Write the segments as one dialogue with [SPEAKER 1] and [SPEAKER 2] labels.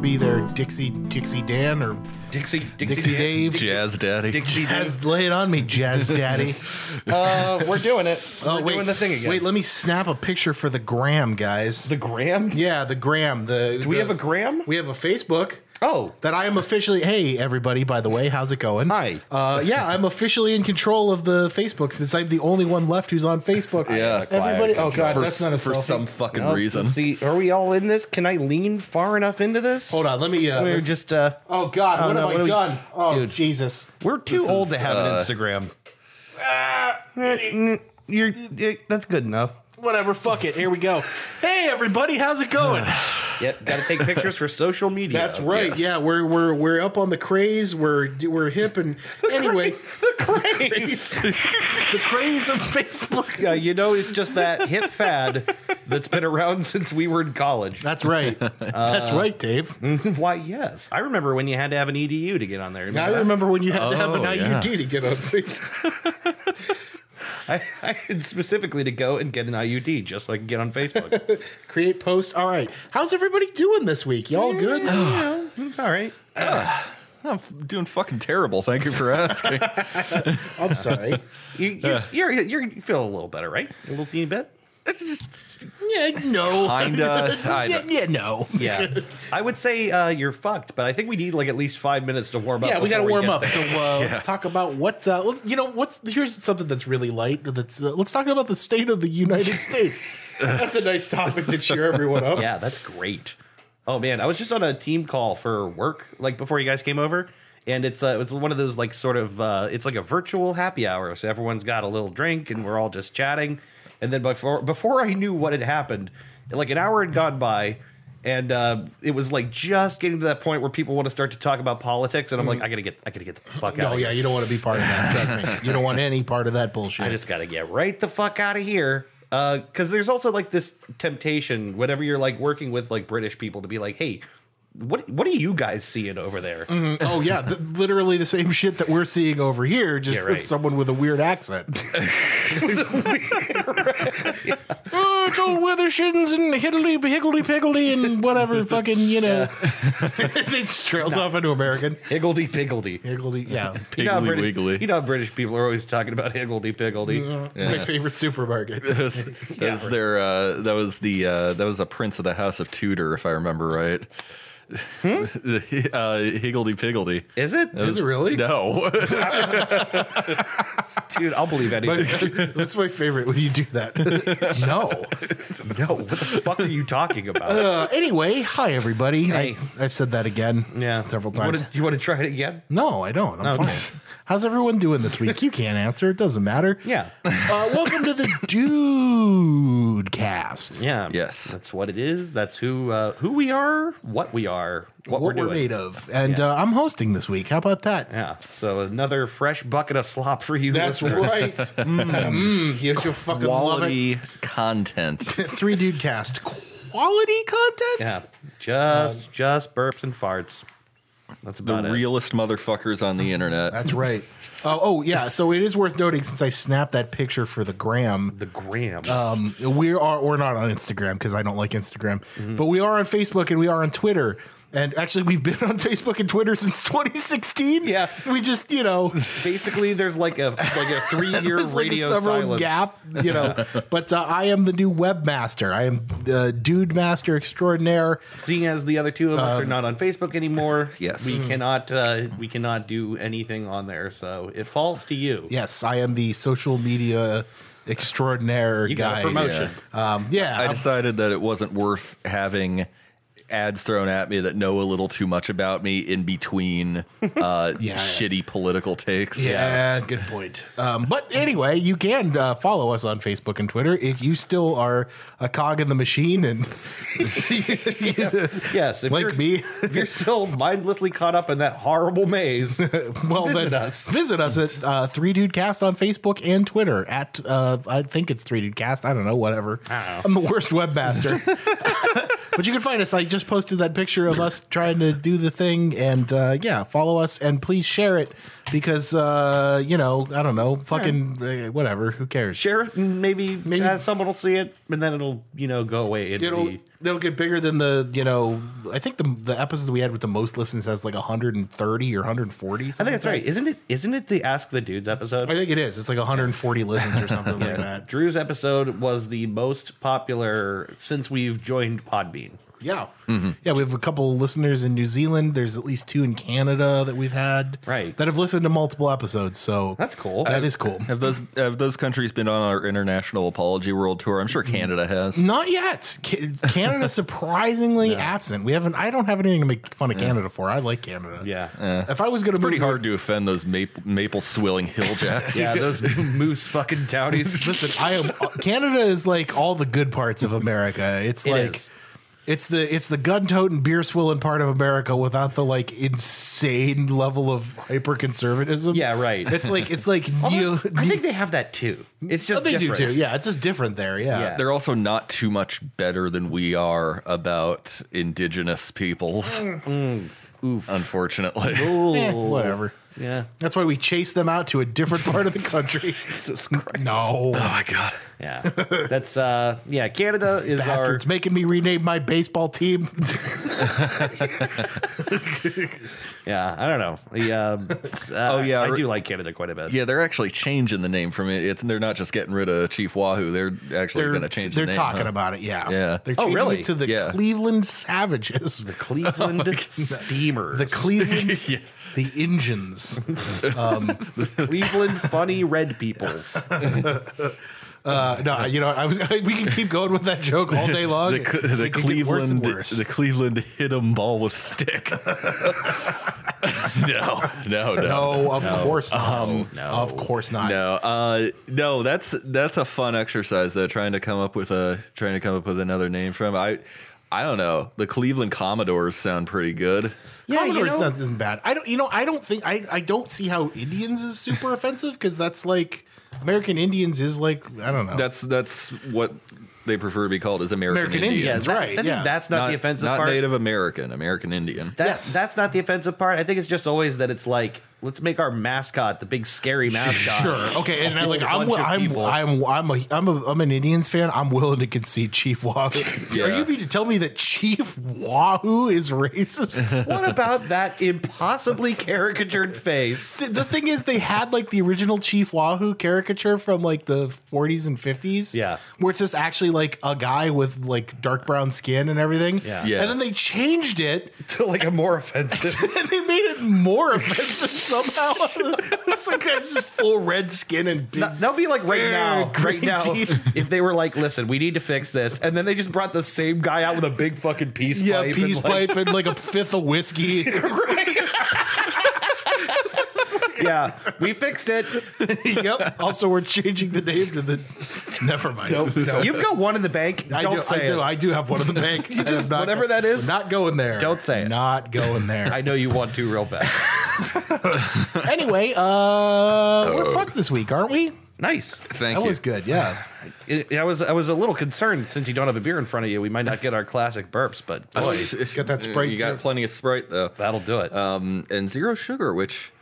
[SPEAKER 1] be their Dixie Dixie Dan or
[SPEAKER 2] Dixie, Dixie,
[SPEAKER 1] Dixie
[SPEAKER 2] Dan-
[SPEAKER 1] Dave.
[SPEAKER 3] Jazz Daddy.
[SPEAKER 2] Dixie Dave.
[SPEAKER 1] Jazz, lay it on me, Jazz Daddy.
[SPEAKER 2] Uh, we're doing it.
[SPEAKER 1] oh
[SPEAKER 2] we're
[SPEAKER 1] wait,
[SPEAKER 2] doing the thing again.
[SPEAKER 1] wait, let me snap a picture for the gram, guys.
[SPEAKER 2] the gram?
[SPEAKER 1] yeah, the gram. The
[SPEAKER 2] Do we have a gram?
[SPEAKER 1] We have a Facebook.
[SPEAKER 2] Oh,
[SPEAKER 1] That I am officially, hey everybody, by the way, how's it going?
[SPEAKER 2] Hi.
[SPEAKER 1] Uh, yeah, I'm officially in control of the Facebook since I'm the only one left who's on Facebook.
[SPEAKER 3] Yeah.
[SPEAKER 1] everybody. Oh god,
[SPEAKER 3] for,
[SPEAKER 1] that's not a
[SPEAKER 3] for
[SPEAKER 1] selfie.
[SPEAKER 3] some fucking
[SPEAKER 2] Oh,
[SPEAKER 3] reason.
[SPEAKER 2] let's see, are we all in this? Can I lean far enough into this?
[SPEAKER 1] Hold on, let me. Uh,
[SPEAKER 4] We're just uh,
[SPEAKER 1] oh god, what
[SPEAKER 4] no,
[SPEAKER 1] have
[SPEAKER 4] what
[SPEAKER 1] I
[SPEAKER 4] we-
[SPEAKER 1] done? oh
[SPEAKER 4] Dude.
[SPEAKER 1] Jesus.
[SPEAKER 2] We're too
[SPEAKER 3] This
[SPEAKER 2] old
[SPEAKER 3] is,
[SPEAKER 2] to have
[SPEAKER 3] uh,
[SPEAKER 2] an Instagram. Ah!
[SPEAKER 4] mm, you're eh, that's good enough.
[SPEAKER 2] Whatever, fuck it. Here we go.
[SPEAKER 1] Hey everybody, how's it going?
[SPEAKER 2] Yep, gotta take pictures for social media.
[SPEAKER 1] That's right.
[SPEAKER 3] yes.
[SPEAKER 1] Yeah, we're we're we're up on the craze. We're we're hip and anyway,
[SPEAKER 2] The craze.
[SPEAKER 1] the craze of Facebook.
[SPEAKER 2] Yeah, you know, it's just that hip fad that's been around since we were in college.
[SPEAKER 1] That's right. That's right, Dave.
[SPEAKER 2] Why, yes. I remember when you had to have an EDU to get on there.
[SPEAKER 1] I remember when you had to have an
[SPEAKER 3] Oh,
[SPEAKER 1] IUD to get on Facebook.
[SPEAKER 2] I, I had specifically to go and get an IUD just so I could get on Facebook.
[SPEAKER 1] Create post. All right. How's everybody doing this week? Y'all good?
[SPEAKER 2] it's all right.
[SPEAKER 3] I'm f- doing fucking terrible. Thank you for asking.
[SPEAKER 1] I'm sorry.
[SPEAKER 2] You, you,
[SPEAKER 1] Uh.
[SPEAKER 2] you're, you're, you feel a little better, right? A little teeny bit?
[SPEAKER 1] Yeah, no.
[SPEAKER 3] Kinda. I
[SPEAKER 1] yeah,
[SPEAKER 3] know.
[SPEAKER 1] yeah, no.
[SPEAKER 2] Yeah. I would say uh, you're fucked, but I think we need like at least five minutes to warm up.
[SPEAKER 1] Yeah, we got to
[SPEAKER 2] before
[SPEAKER 1] warm
[SPEAKER 2] get
[SPEAKER 1] up.
[SPEAKER 2] there.
[SPEAKER 1] So uh, let's talk about what's uh, let's- you know what's here's something that's really light. That's uh, let's talk about the state of the United States. that's a nice topic to cheer everyone up.
[SPEAKER 2] Yeah, that's great. Oh man, I was just on a team call for work, like before you guys came over, and it's uh, it's one of those like sort of uh, it's like a virtual happy hour. So everyone's got a little drink, and we're all just chatting. And then before before I knew what had happened, like an hour had gone by, and uh, it was like just getting to that point where people want to start to talk about politics, and I'm like, I gotta get I gotta get the fuck
[SPEAKER 1] Mm.
[SPEAKER 2] out.
[SPEAKER 1] No,
[SPEAKER 2] of
[SPEAKER 1] yeah,
[SPEAKER 2] here.
[SPEAKER 1] you don't want to be part of that. Trust me, you don't want any part of that bullshit.
[SPEAKER 2] I just gotta get right the fuck out of here. Because there's also like this temptation whenever you're like working with like British people to be like, hey, what what are you guys seeing over there?
[SPEAKER 1] oh yeah, th- literally the same shit that we're seeing over here, just
[SPEAKER 2] Yeah,
[SPEAKER 1] with
[SPEAKER 2] right.
[SPEAKER 1] someone with a weird accent. oh, it's old Withershins and hiddly higgledy piggledy and whatever fucking you know. they just trails off into American
[SPEAKER 2] Higgledy piggledy.
[SPEAKER 1] higgledy. Yeah,
[SPEAKER 2] You know, how
[SPEAKER 3] Piggly
[SPEAKER 2] British,
[SPEAKER 3] wiggly.
[SPEAKER 2] you know how British people are always talking about higgledy piggledy.
[SPEAKER 1] my favorite supermarket.
[SPEAKER 3] That was, that was their uh, that was the uh, that was a prince of the house of Tudor, if I remember right. The, uh, higgledy piggledy.
[SPEAKER 2] Hmm? Is it?
[SPEAKER 1] Is it really?
[SPEAKER 3] No,
[SPEAKER 2] Dude, I'll believe anything.
[SPEAKER 1] That's my favorite when you do that. no.
[SPEAKER 2] no, what the fuck are you talking about?
[SPEAKER 1] Uh, anyway, hi everybody.
[SPEAKER 2] Hey.
[SPEAKER 1] I, I've said that again.
[SPEAKER 2] yeah.
[SPEAKER 1] several
[SPEAKER 2] You wanna-
[SPEAKER 1] times.
[SPEAKER 2] do you want to try it again?
[SPEAKER 1] No, I don't. I'm fine. How's everyone doing this week? You can't answer. It doesn't matter.
[SPEAKER 2] Yeah.
[SPEAKER 1] Uh, welcome to the Dude Cast.
[SPEAKER 2] Yeah.
[SPEAKER 3] Yes.
[SPEAKER 2] That's what it is. That's who uh, who we are, what we are,
[SPEAKER 1] What,
[SPEAKER 2] what, we're
[SPEAKER 1] we're,
[SPEAKER 2] doing.
[SPEAKER 1] made of. And uh, I'm hosting this week. How about that?
[SPEAKER 2] Yeah. So another fresh bucket of slop for you. listeners.
[SPEAKER 1] Mm, you you fucking love it.
[SPEAKER 3] quality content.
[SPEAKER 1] Three Dude Cast. Quality content?
[SPEAKER 2] Yeah. Just just burps and farts. That's
[SPEAKER 3] The
[SPEAKER 2] about it.
[SPEAKER 3] realest motherfuckers on the internet.
[SPEAKER 1] That's right. Oh, oh, yeah. So it is worth noting since I snapped that picture for the gram
[SPEAKER 2] the gram.
[SPEAKER 1] Um, we are we're not on Instagram because I don't like Instagram,
[SPEAKER 2] Mm-hmm.
[SPEAKER 1] but we are on Facebook and we are on Twitter. And actually, we've been on Facebook and Twitter since 2016.
[SPEAKER 2] Yeah.
[SPEAKER 1] we just you know
[SPEAKER 2] Basically, there's like a like a three year
[SPEAKER 1] there's like a
[SPEAKER 2] radio
[SPEAKER 1] summer
[SPEAKER 2] silence.
[SPEAKER 1] gap, you know. but uh, I am the new webmaster. I am the dude master extraordinaire.
[SPEAKER 2] Seeing as the other two of
[SPEAKER 1] Um,
[SPEAKER 2] us are not on Facebook anymore,
[SPEAKER 3] Yes.
[SPEAKER 2] we
[SPEAKER 1] Mm.
[SPEAKER 3] Mhm.
[SPEAKER 2] cannot uh, we cannot do anything on there. So it falls to you.
[SPEAKER 1] Yes, I am the social media extraordinaire
[SPEAKER 2] You got
[SPEAKER 1] guy.
[SPEAKER 2] a promotion.
[SPEAKER 1] Um, yeah,
[SPEAKER 3] I
[SPEAKER 1] I'm-
[SPEAKER 3] decided that it wasn't worth having ads thrown at me that know a little too much about me in between uh,
[SPEAKER 1] Yeah.
[SPEAKER 3] shitty political takes.
[SPEAKER 1] Yeah, good point. Um, but anyway, you can uh, follow us on Facebook and Twitter if you still are a cog in the machine and
[SPEAKER 2] Yes, if
[SPEAKER 1] like
[SPEAKER 2] you're-
[SPEAKER 1] me.
[SPEAKER 2] If you're still mindlessly caught up in that horrible maze,
[SPEAKER 1] Well,
[SPEAKER 2] Visit
[SPEAKER 1] then
[SPEAKER 2] us.
[SPEAKER 1] visit us at uh, Three Dude Cast on Facebook and Twitter at uh, I think it's Three Dude Cast. I don't know, whatever.
[SPEAKER 2] I
[SPEAKER 1] I'm the worst webmaster. but you can find us. I just posted that picture of us trying to do the thing, and uh, yeah, follow us and please share it because uh, you know I don't know, fucking uh, whatever. Who cares?
[SPEAKER 2] Share it, and maybe,
[SPEAKER 1] Maybe-
[SPEAKER 2] uh, someone will see it, and then it'll you know go away. It'll
[SPEAKER 1] It'll
[SPEAKER 2] be-
[SPEAKER 1] it'll get bigger than the you know I think the the episodes we had with the most listens has like 130 or 140.
[SPEAKER 2] I think that's right. Isn't it? Isn't it the Ask the Dudes episode?
[SPEAKER 1] I think it is. It's like 140 listens or something like that.
[SPEAKER 2] Drew's episode was the most popular since we've joined Podbean.
[SPEAKER 1] Yeah,
[SPEAKER 2] Mm-hmm.
[SPEAKER 1] yeah. We have a couple listeners in New Zealand. There's at least two in Canada that we've had
[SPEAKER 2] Right.
[SPEAKER 1] that have listened to multiple episodes. So
[SPEAKER 2] That's cool.
[SPEAKER 1] That is cool.
[SPEAKER 3] Have those have those countries been on our international apology world tour? I'm sure
[SPEAKER 1] Mm-hmm.
[SPEAKER 3] Canada has.
[SPEAKER 1] Not yet. Ca- Canada surprisingly absent. We haven't. I don't have anything to make fun of Canada for. I like Canada.
[SPEAKER 2] yeah.
[SPEAKER 1] If I was going to
[SPEAKER 3] Pretty hard to offend those maple, maple swilling hill jacks.
[SPEAKER 2] Yeah, those moose fucking townies.
[SPEAKER 1] Listen, I am. Canada is like all the good parts of America. It's
[SPEAKER 2] It
[SPEAKER 1] like
[SPEAKER 2] is.
[SPEAKER 1] it's the it's the gun toting beer swilling part of America without the like insane level of hyper conservatism.
[SPEAKER 2] Yeah, right.
[SPEAKER 1] It's like it's like
[SPEAKER 2] Although,
[SPEAKER 1] new.
[SPEAKER 2] I think they have that too. It's
[SPEAKER 1] Oh,
[SPEAKER 2] just
[SPEAKER 1] they
[SPEAKER 2] different.
[SPEAKER 1] do too. Yeah, it's just different there. Yeah.
[SPEAKER 2] Yeah.
[SPEAKER 3] They're also not too much better than we are about indigenous peoples.
[SPEAKER 1] Mm.
[SPEAKER 3] Unfortunately.
[SPEAKER 1] Eh, whatever.
[SPEAKER 2] Yeah.
[SPEAKER 1] That's why we chase them out to a different part of the country.
[SPEAKER 2] Jesus Christ.
[SPEAKER 1] no.
[SPEAKER 3] Oh my god.
[SPEAKER 2] Yeah. That's uh yeah, Canada is
[SPEAKER 1] Bastards making me rename my baseball team.
[SPEAKER 2] our Yeah, I don't know. The um, uh,
[SPEAKER 3] Oh, yeah.
[SPEAKER 2] I do like Canada quite a bit.
[SPEAKER 3] Yeah, they're actually changing the name from it. It's they're not just getting rid of Chief Wahoo. They're actually
[SPEAKER 1] They're,
[SPEAKER 3] going to change.
[SPEAKER 1] they're
[SPEAKER 3] the name,
[SPEAKER 1] talking
[SPEAKER 3] huh?
[SPEAKER 1] about it. Yeah.
[SPEAKER 3] Yeah.
[SPEAKER 1] They're
[SPEAKER 2] Oh,
[SPEAKER 1] changing
[SPEAKER 2] really?
[SPEAKER 1] it to the
[SPEAKER 3] Yeah.
[SPEAKER 1] Cleveland Savages.
[SPEAKER 2] The Cleveland
[SPEAKER 1] Oh,
[SPEAKER 2] Steamers.
[SPEAKER 1] The Cleveland, the engines.
[SPEAKER 2] Cleveland funny red peoples.
[SPEAKER 1] Uh, no, you know, I was. we can keep going with that joke all day long.
[SPEAKER 3] The, Cle-
[SPEAKER 1] It
[SPEAKER 3] the
[SPEAKER 1] could get worse and
[SPEAKER 3] Cleveland,
[SPEAKER 1] worse.
[SPEAKER 3] the Cleveland hit 'em ball with stick. no, no, no,
[SPEAKER 1] no, of course not.
[SPEAKER 2] no.
[SPEAKER 1] Of course not.
[SPEAKER 3] No, uh, no, that's that's a fun exercise though. Trying to come up with a trying to come up with another name from I, I don't know. The Cleveland Commodores sound pretty good.
[SPEAKER 1] Yeah,
[SPEAKER 2] you
[SPEAKER 1] Commodore
[SPEAKER 2] know-
[SPEAKER 1] stuff isn't bad. I don't, you know, I don't think I, I don't see how Indians is super offensive because that's like American Indians is like I don't know.
[SPEAKER 3] That's that's what they prefer to be called as American,
[SPEAKER 1] American
[SPEAKER 3] Indian.
[SPEAKER 1] Indians,
[SPEAKER 2] That-
[SPEAKER 1] right?
[SPEAKER 2] I think
[SPEAKER 1] yeah,
[SPEAKER 2] that's not, the offensive
[SPEAKER 3] not
[SPEAKER 2] part.
[SPEAKER 3] Native American, American Indian.
[SPEAKER 2] That's
[SPEAKER 1] Yes.
[SPEAKER 2] that's not the offensive part. I think it's just always that it's like let's make our mascot the big scary mascot.
[SPEAKER 1] Sure. Okay. And I, like
[SPEAKER 2] A
[SPEAKER 1] I'm,
[SPEAKER 2] bunch of
[SPEAKER 1] I'm,
[SPEAKER 2] people.
[SPEAKER 1] I'm, I'm, a, I'm, a, I'm an Indians fan. I'm willing to concede Chief Wahoo.
[SPEAKER 3] Yeah.
[SPEAKER 1] Are you mean to tell me that Chief Wahoo is racist?
[SPEAKER 2] What about that impossibly caricatured face?
[SPEAKER 1] The- the thing is, they had like the original Chief Wahoo caricature from like the 40s and 50s.
[SPEAKER 2] Yeah.
[SPEAKER 1] Where it's just actually like a guy with like dark brown skin and everything.
[SPEAKER 2] Yeah.
[SPEAKER 3] Yeah.
[SPEAKER 1] And then they changed it
[SPEAKER 2] To like a more offensive.
[SPEAKER 1] and they made it more offensive somehow. it's like that's just full red skin and big.
[SPEAKER 2] That would be like right now, right
[SPEAKER 1] Green
[SPEAKER 2] now.
[SPEAKER 1] teeth.
[SPEAKER 2] If they were like, "Listen, we need to fix this," and then they just brought the same guy out with a big fucking peace
[SPEAKER 1] yeah,
[SPEAKER 2] pipe.
[SPEAKER 1] peace
[SPEAKER 2] and like-
[SPEAKER 1] pipe and like a fifth of whiskey.
[SPEAKER 2] Yeah, we fixed it.
[SPEAKER 1] yep. Also, we're changing the name to the. Never mind.
[SPEAKER 2] You've got one in the bank.
[SPEAKER 1] I
[SPEAKER 2] Don't
[SPEAKER 1] do.
[SPEAKER 2] say
[SPEAKER 1] I do.
[SPEAKER 2] it.
[SPEAKER 1] I do have one in the bank. you
[SPEAKER 2] just- whatever that is,
[SPEAKER 1] Not going there.
[SPEAKER 2] don't say it.
[SPEAKER 1] Not going there.
[SPEAKER 2] I know you want to real bad.
[SPEAKER 1] anyway, uh, we're fucked this week, aren't we?
[SPEAKER 2] nice.
[SPEAKER 3] Thank
[SPEAKER 1] That
[SPEAKER 3] you.
[SPEAKER 1] was good. Yeah.
[SPEAKER 2] It- I was I was a little concerned since you don't have a beer in front of you. We might not get our classic burps, but boy,
[SPEAKER 1] Got that Sprite,
[SPEAKER 3] You got
[SPEAKER 1] too.
[SPEAKER 3] plenty of Sprite though,
[SPEAKER 2] that'll do
[SPEAKER 1] Uh,
[SPEAKER 2] it.
[SPEAKER 3] um, and zero sugar, which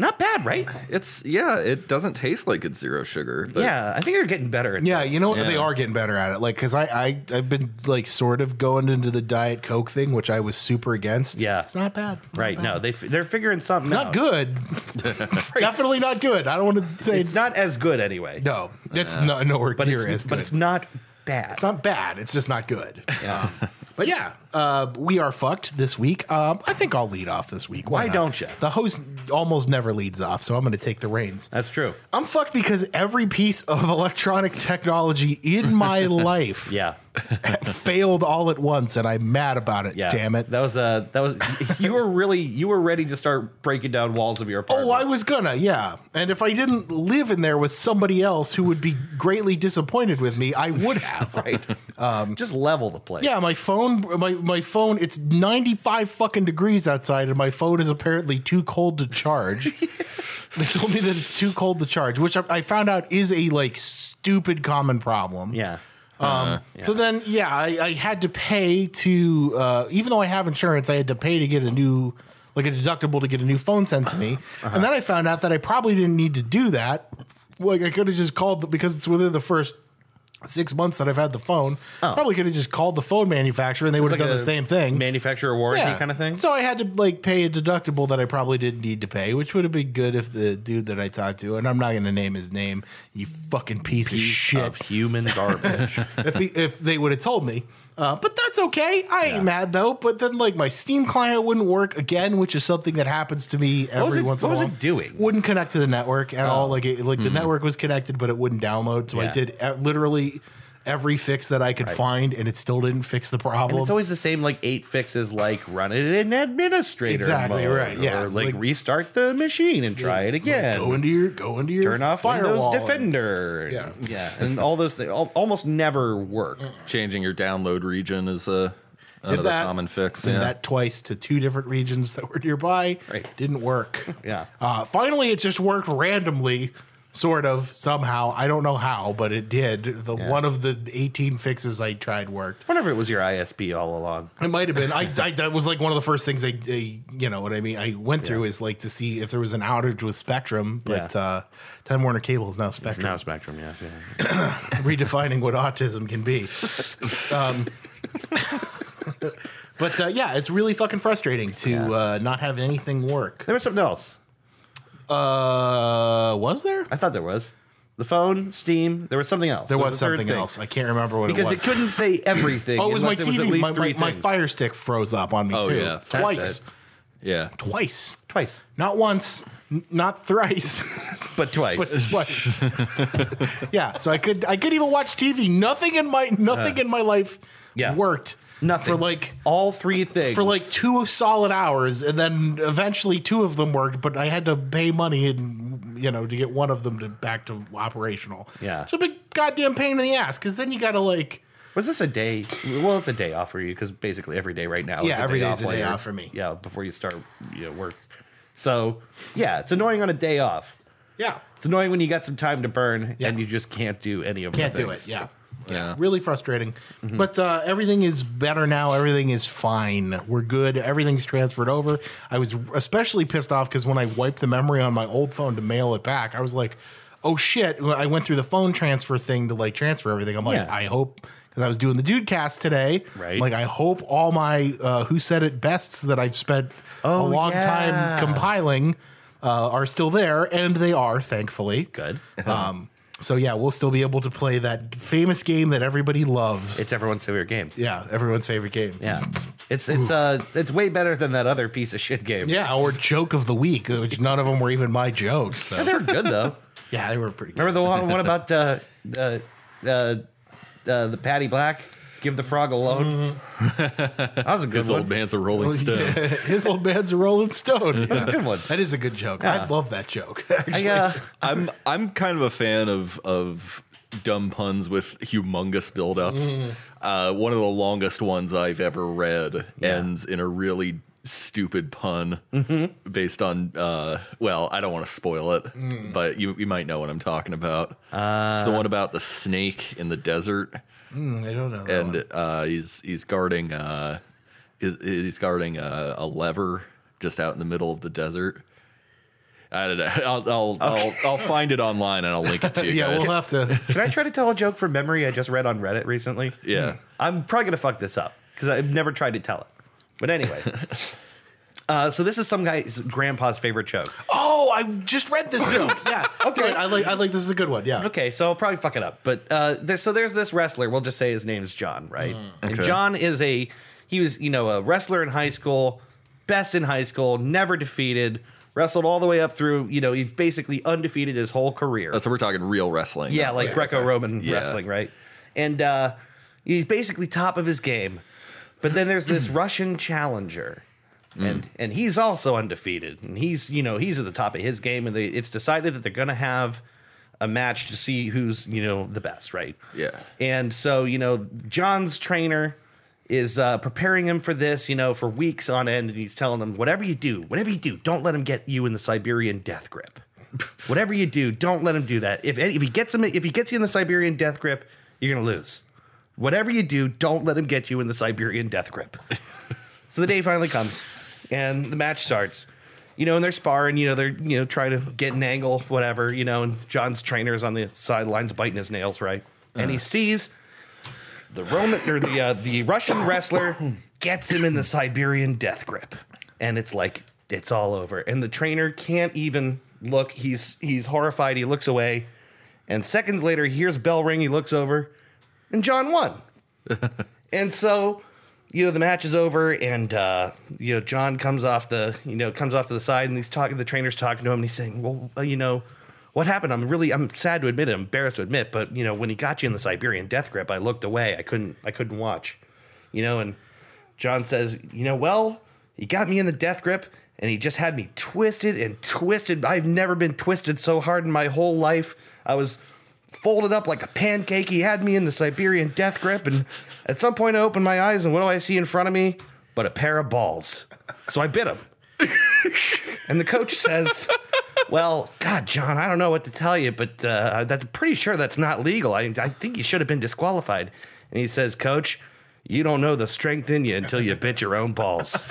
[SPEAKER 2] Not bad, right?
[SPEAKER 3] it's yeah, it doesn't taste like it's zero sugar. But
[SPEAKER 2] Yeah, I think they're getting better. At
[SPEAKER 1] Yeah, you know what?
[SPEAKER 3] Yeah.
[SPEAKER 1] they are getting better at it. Like, cause I, I I've been like sort of going into the diet coke thing, which I was super against.
[SPEAKER 2] Yeah.
[SPEAKER 1] it's not bad. Not
[SPEAKER 2] Right?
[SPEAKER 1] bad.
[SPEAKER 2] No, they f- they're figuring something.
[SPEAKER 1] not
[SPEAKER 2] out.
[SPEAKER 1] good. it's definitely not good. I don't want to say
[SPEAKER 2] It's not as good anyway.
[SPEAKER 1] no. That's no, nowhere
[SPEAKER 2] but
[SPEAKER 1] near
[SPEAKER 2] it's
[SPEAKER 1] as good.
[SPEAKER 2] but it's not bad.
[SPEAKER 1] It's not bad. It's just not good. Um, but yeah, uh, we are fucked this week. Um, I think I'll lead off this week.
[SPEAKER 2] Why
[SPEAKER 1] not?
[SPEAKER 2] don't ya?
[SPEAKER 1] The host almost never leads off, so I'm going to take the reins.
[SPEAKER 2] That's true.
[SPEAKER 1] I'm fucked because every piece of electronic technology in my life
[SPEAKER 2] Yeah.
[SPEAKER 1] failed all at once, and I'm mad about it.
[SPEAKER 2] Yeah.
[SPEAKER 1] Damn it.
[SPEAKER 2] That was uh that was you were really you were ready to start breaking down walls of your apartment.
[SPEAKER 1] Oh, I was gonna, yeah. And if I didn't live in there with somebody else who would be greatly disappointed with me, I would have.
[SPEAKER 2] right. Um just level the place.
[SPEAKER 1] Yeah, my phone, my, my phone, it's 95 fucking degrees outside, and my phone is apparently too cold to charge. they told me that it's too cold to charge, which I, I found out is a like stupid common problem.
[SPEAKER 2] Yeah.
[SPEAKER 1] Um, So then, uh, yeah, I, I had to pay to, uh, even though I have insurance, I had to pay to get a new, like a deductible to get a new phone sent to me.
[SPEAKER 2] Uh-huh.
[SPEAKER 1] And then I found out that I probably didn't need to do that. Like I could have just called the, because it's within the first six months that I've had the phone. Probably could have just called the phone manufacturer and they would have
[SPEAKER 2] Oh. like
[SPEAKER 1] done
[SPEAKER 2] a
[SPEAKER 1] the same thing.
[SPEAKER 2] Manufacturer warranty kind of thing.
[SPEAKER 1] So I had to like pay a deductible that I probably didn't need to pay, which would have been good if the dude that I talked to, and I'm not going to name his name, you fucking piece, of shit.
[SPEAKER 2] of human garbage.
[SPEAKER 1] if, he, if they would have told me. Uh, but that's okay. I ain't mad though. But then, like, my Steam client wouldn't work again, which is something that happens to me every
[SPEAKER 2] was it-
[SPEAKER 1] once in a
[SPEAKER 2] what
[SPEAKER 1] while.
[SPEAKER 2] was it doing? Oh. Hmm.
[SPEAKER 1] Wouldn't connect to the network at all. Like, it, like the network was connected, but it wouldn't download. So I
[SPEAKER 2] Yeah.
[SPEAKER 1] did uh, literally every fix that I could find, and it still didn't fix the problem.
[SPEAKER 2] And it's always the same like eight fixes like run it in administrator
[SPEAKER 1] Exactly,
[SPEAKER 2] mode,
[SPEAKER 1] right, yeah,
[SPEAKER 2] or
[SPEAKER 1] it's
[SPEAKER 2] like,
[SPEAKER 1] like-
[SPEAKER 2] restart the machine and try it again
[SPEAKER 1] go into your go into your
[SPEAKER 2] turn off
[SPEAKER 1] firewall
[SPEAKER 2] Windows
[SPEAKER 1] and-
[SPEAKER 2] Defender
[SPEAKER 1] Yeah. Mm.
[SPEAKER 2] yeah and all those things al- almost never work
[SPEAKER 3] Changing your download region is a another
[SPEAKER 1] that.
[SPEAKER 3] common fix.
[SPEAKER 1] Did
[SPEAKER 3] yeah.
[SPEAKER 1] that twice to two different regions that were nearby.
[SPEAKER 2] Right.
[SPEAKER 1] Didn't work.
[SPEAKER 2] Yeah.
[SPEAKER 1] Uh, finally, it just worked randomly, sort of, somehow. I don't know how, but it did. The one of the 18 fixes I tried worked.
[SPEAKER 2] whenever it was your ISP all along
[SPEAKER 1] It might have been. I, I that was like one of the first things I, I you know what I mean. I went through is like to see if there was an outage with Spectrum, but
[SPEAKER 2] Yeah.
[SPEAKER 1] uh, Time Warner Cable is now Spectrum
[SPEAKER 2] now Spectrum yeah, yeah.
[SPEAKER 1] redefining what autism can be. Um, but uh, yeah, it's really fucking frustrating to uh, not have anything work.
[SPEAKER 2] there was something else
[SPEAKER 1] Uh, was there?
[SPEAKER 2] I thought there was the phone Steam there was something else
[SPEAKER 1] There was,
[SPEAKER 2] a third
[SPEAKER 1] something
[SPEAKER 2] thing.
[SPEAKER 1] else. I can't remember what
[SPEAKER 2] because
[SPEAKER 1] it
[SPEAKER 2] it
[SPEAKER 1] was.
[SPEAKER 2] couldn't say everything
[SPEAKER 1] oh, it was my
[SPEAKER 2] unless
[SPEAKER 1] TV.
[SPEAKER 2] at least
[SPEAKER 1] my,
[SPEAKER 2] three
[SPEAKER 1] my, my
[SPEAKER 2] things.
[SPEAKER 1] Fire Stick froze up on me
[SPEAKER 3] Oh,
[SPEAKER 1] too.
[SPEAKER 3] yeah. That's
[SPEAKER 1] Twice.
[SPEAKER 2] it.
[SPEAKER 3] yeah.
[SPEAKER 1] Twice.
[SPEAKER 2] twice
[SPEAKER 1] Not once. n- Not thrice.
[SPEAKER 2] but twice
[SPEAKER 1] but twice. yeah. So I could I could even watch TV. Nothing in my nothing in my life
[SPEAKER 2] Uh, Yeah.
[SPEAKER 1] worked.
[SPEAKER 2] nothing
[SPEAKER 1] for like
[SPEAKER 2] all three things
[SPEAKER 1] for like two solid hours, and then eventually two of them worked, but I had to pay money and you know to get one of them to back to operational.
[SPEAKER 2] Yeah.
[SPEAKER 1] it's a big goddamn pain in the ass because then you got to like
[SPEAKER 2] Was this a day? Well, it's a day off for you because basically every day right now.
[SPEAKER 1] Yeah,
[SPEAKER 2] is a
[SPEAKER 1] every
[SPEAKER 2] day
[SPEAKER 1] day
[SPEAKER 2] off
[SPEAKER 1] is a
[SPEAKER 2] while
[SPEAKER 1] day
[SPEAKER 2] you're-
[SPEAKER 1] off for me.
[SPEAKER 2] Yeah, before you start you know, work. So yeah, it's annoying on a day off.
[SPEAKER 1] yeah
[SPEAKER 2] It's annoying when you got some time to burn
[SPEAKER 1] Yeah.
[SPEAKER 2] and you just can't do any of
[SPEAKER 1] can't
[SPEAKER 2] the
[SPEAKER 1] do it
[SPEAKER 2] things.
[SPEAKER 1] yeah.
[SPEAKER 3] Yeah.
[SPEAKER 1] Really frustrating, but uh, everything is better now. Everything is fine. We're good. Everything's transferred over. I was especially pissed off because when I wiped the memory on my old phone to mail it back, I was like, "Oh shit!" When I went through the phone transfer thing to like transfer everything. I'm like,
[SPEAKER 2] Yeah.
[SPEAKER 1] I hope because I was doing the dude cast today.
[SPEAKER 2] Right.
[SPEAKER 1] Like, I hope all my uh, who said it bests that I've spent a long
[SPEAKER 2] Oh, yeah.
[SPEAKER 1] time compiling uh, are still there, and they are thankfully.
[SPEAKER 2] Good.
[SPEAKER 1] Um, so yeah, we'll still be able to play that famous game that everybody loves.
[SPEAKER 2] It's everyone's favorite game.
[SPEAKER 1] yeah, everyone's favorite game.
[SPEAKER 2] Yeah. It's it's uh it's way better than that other piece of shit game.
[SPEAKER 1] Yeah, or joke of the week, which none of them were even my jokes. so.
[SPEAKER 2] They're good though.
[SPEAKER 1] Yeah, they were pretty. Good.
[SPEAKER 2] Remember the one, one about uh, uh, uh, uh, the Patty Black? Give the frog a loan.
[SPEAKER 1] Mm-hmm.
[SPEAKER 2] that was a good
[SPEAKER 3] This
[SPEAKER 2] one.
[SPEAKER 3] old man's a
[SPEAKER 1] Oh,
[SPEAKER 3] rolling stone.
[SPEAKER 1] His old man's a Rolling Stone.
[SPEAKER 2] That was a good one.
[SPEAKER 1] That is a good joke. I love that joke.
[SPEAKER 2] I, uh,
[SPEAKER 3] I'm I'm kind of a fan of of dumb puns with humongous buildups. Uh, one of the longest ones I've ever read ends in a really stupid pun based on uh, well, I don't want to spoil it, but you you might know what I'm talking about. Uh, it's the one about the snake in the desert,
[SPEAKER 1] Mm, I don't know. that one.
[SPEAKER 3] and uh, he's he's guarding uh, he's, he's guarding uh, a, a lever just out in the middle of the desert. I don't know. I'll I'll, I'll, I'll find it online and I'll link it to you
[SPEAKER 1] yeah,
[SPEAKER 3] guys.
[SPEAKER 2] uh,
[SPEAKER 1] we'll have to.
[SPEAKER 2] Can I try to tell a joke from memory I just read on Reddit recently?
[SPEAKER 3] yeah.
[SPEAKER 2] I'm probably going to fuck this up because I've never tried to tell it. But anyway. Uh, so this is some guy's grandpa's favorite joke.
[SPEAKER 1] Oh, I just read this joke. Yeah.
[SPEAKER 2] Okay.
[SPEAKER 1] Good. I like. I like. This is a good one. Yeah.
[SPEAKER 2] Okay, so I'll probably fuck it up. But uh, there, so there's this wrestler. We'll just say his name's John, right? And
[SPEAKER 3] Okay.
[SPEAKER 2] John is a he was you know a wrestler in high school, best in high school, never defeated, wrestled all the way up through. You know he's basically undefeated his whole career.
[SPEAKER 3] Oh, so we're talking real wrestling.
[SPEAKER 2] Yeah, like Greco-Roman
[SPEAKER 3] Yeah.
[SPEAKER 2] wrestling, right? And uh, he's basically top of his game. But then there's this Russian challenger, and and he's also undefeated, and he's you know he's at the top of his game, and they, it's decided that they're gonna have a match to see who's you know the best, right?
[SPEAKER 3] Yeah.
[SPEAKER 2] And so you know John's trainer is uh, preparing him for this, you know, for weeks on end, and he's telling him whatever you do, whatever you do, don't let him get you in the Siberian death grip. Whatever you do, don't let him do that. If any, if he gets him, if he gets you in the Siberian death grip, you're gonna lose. Whatever you do, don't let him get you in the Siberian death grip. so the day finally comes, and the match starts. You know, and they're sparring. You know, they're you know trying to get an angle, whatever. You know, and John's trainer is on the sidelines biting his nails, right? And he sees the Roman or the uh, the Russian wrestler gets him in the Siberian death grip, and it's like it's all over. And the trainer can't even look. He's he's horrified. He looks away, and seconds later, he hears bell ring. He looks over, and John won. and so, you know, the match is over, and uh, you know, John comes off the you know comes off to the side, and he's talking. The trainer's talking to him, and he's saying, "Well, uh, you know." What happened? I'm really I'm sad to admit it, I'm embarrassed to admit, but you know, when he got you in the Siberian death grip, I looked away. I couldn't I couldn't watch. You know, and John says, "You know, well, he got me in the death grip and he just had me twisted and twisted. I've never been twisted so hard in my whole life. I was folded up like a pancake. He had me in the Siberian death grip and at some point I opened my eyes and what do I see in front of me? But a pair of balls. So I bit him." and the coach says, "Well, God, John, I don't know what to tell you, but uh, that's I'm pretty sure that's not legal. I, I think you should have been disqualified." And he says, "Coach, you don't know the strength in you until you bit your own balls."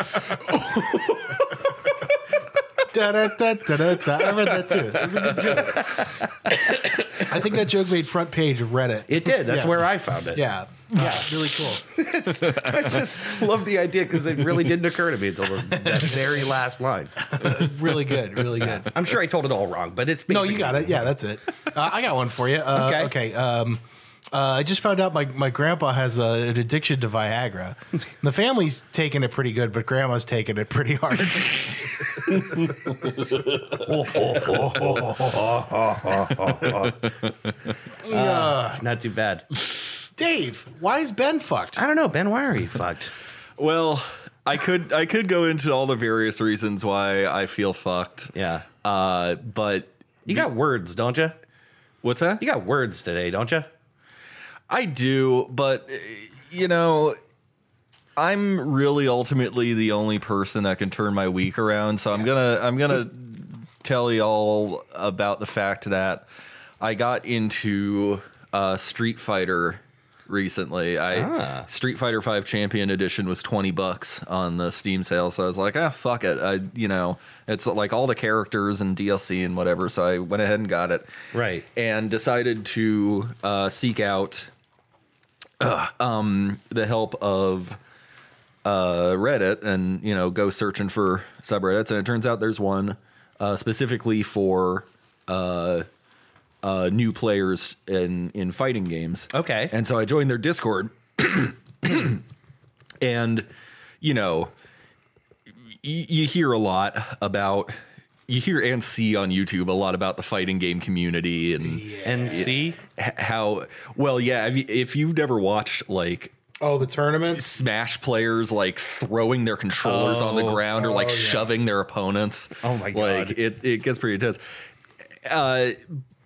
[SPEAKER 1] da, da, da, da, da, da. I read that too. That's a good joke. I think that joke made front page of Reddit.
[SPEAKER 2] It did. That's
[SPEAKER 1] Yeah.
[SPEAKER 2] where I found it.
[SPEAKER 1] yeah. Yeah, really cool.
[SPEAKER 2] I just love the idea because it really didn't occur to me until the, that very last line.
[SPEAKER 1] Really good. Really good.
[SPEAKER 2] I'm sure I told it all wrong, but it's
[SPEAKER 1] No, you got it. Yeah, that's it. Uh, I got one for you. Uh,
[SPEAKER 2] Okay.
[SPEAKER 1] okay. Um, uh, I just found out my, my grandpa has a, an addiction to Viagra. The family's taking it pretty good, but grandma's taking it pretty hard.
[SPEAKER 2] not too bad.
[SPEAKER 1] Uh, Dave, why is Ben fucked?
[SPEAKER 2] I don't know, Ben. Why are you fucked?
[SPEAKER 3] Well, I could I could go into all the various reasons why I feel fucked.
[SPEAKER 2] Yeah,
[SPEAKER 3] Uh, but
[SPEAKER 2] you got words, don't you?
[SPEAKER 3] what's that?
[SPEAKER 2] You got words today, don't you?
[SPEAKER 3] I do, but eh, you know, I'm really ultimately the only person that can turn my week around. So I'm gonna I'm gonna tell y'all about the fact that I got into uh, Street Fighter recently. I Street Fighter Five Champion Edition was twenty bucks on the Steam sale, so I was like, ah, fuck it. I you know, it's like all the characters and DLC and whatever. So I went ahead and got it
[SPEAKER 2] Right.
[SPEAKER 3] and decided to uh, seek out uh, um, the help of uh, Reddit and you know go searching for subreddits. And it turns out there's one uh, specifically for uh, uh, new players in in fighting games.
[SPEAKER 2] Okay.
[SPEAKER 3] and so I joined their Discord, and you know y- you hear a lot about you hear and see on YouTube a lot about the fighting game community and
[SPEAKER 2] And see,
[SPEAKER 3] h- how well yeah if you- if you've never watched like
[SPEAKER 1] Oh, the tournaments.
[SPEAKER 3] smash players like throwing their controllers on the ground or like
[SPEAKER 1] oh, yeah.
[SPEAKER 3] shoving their opponents
[SPEAKER 2] Oh, my God.
[SPEAKER 3] like it, it gets pretty intense uh,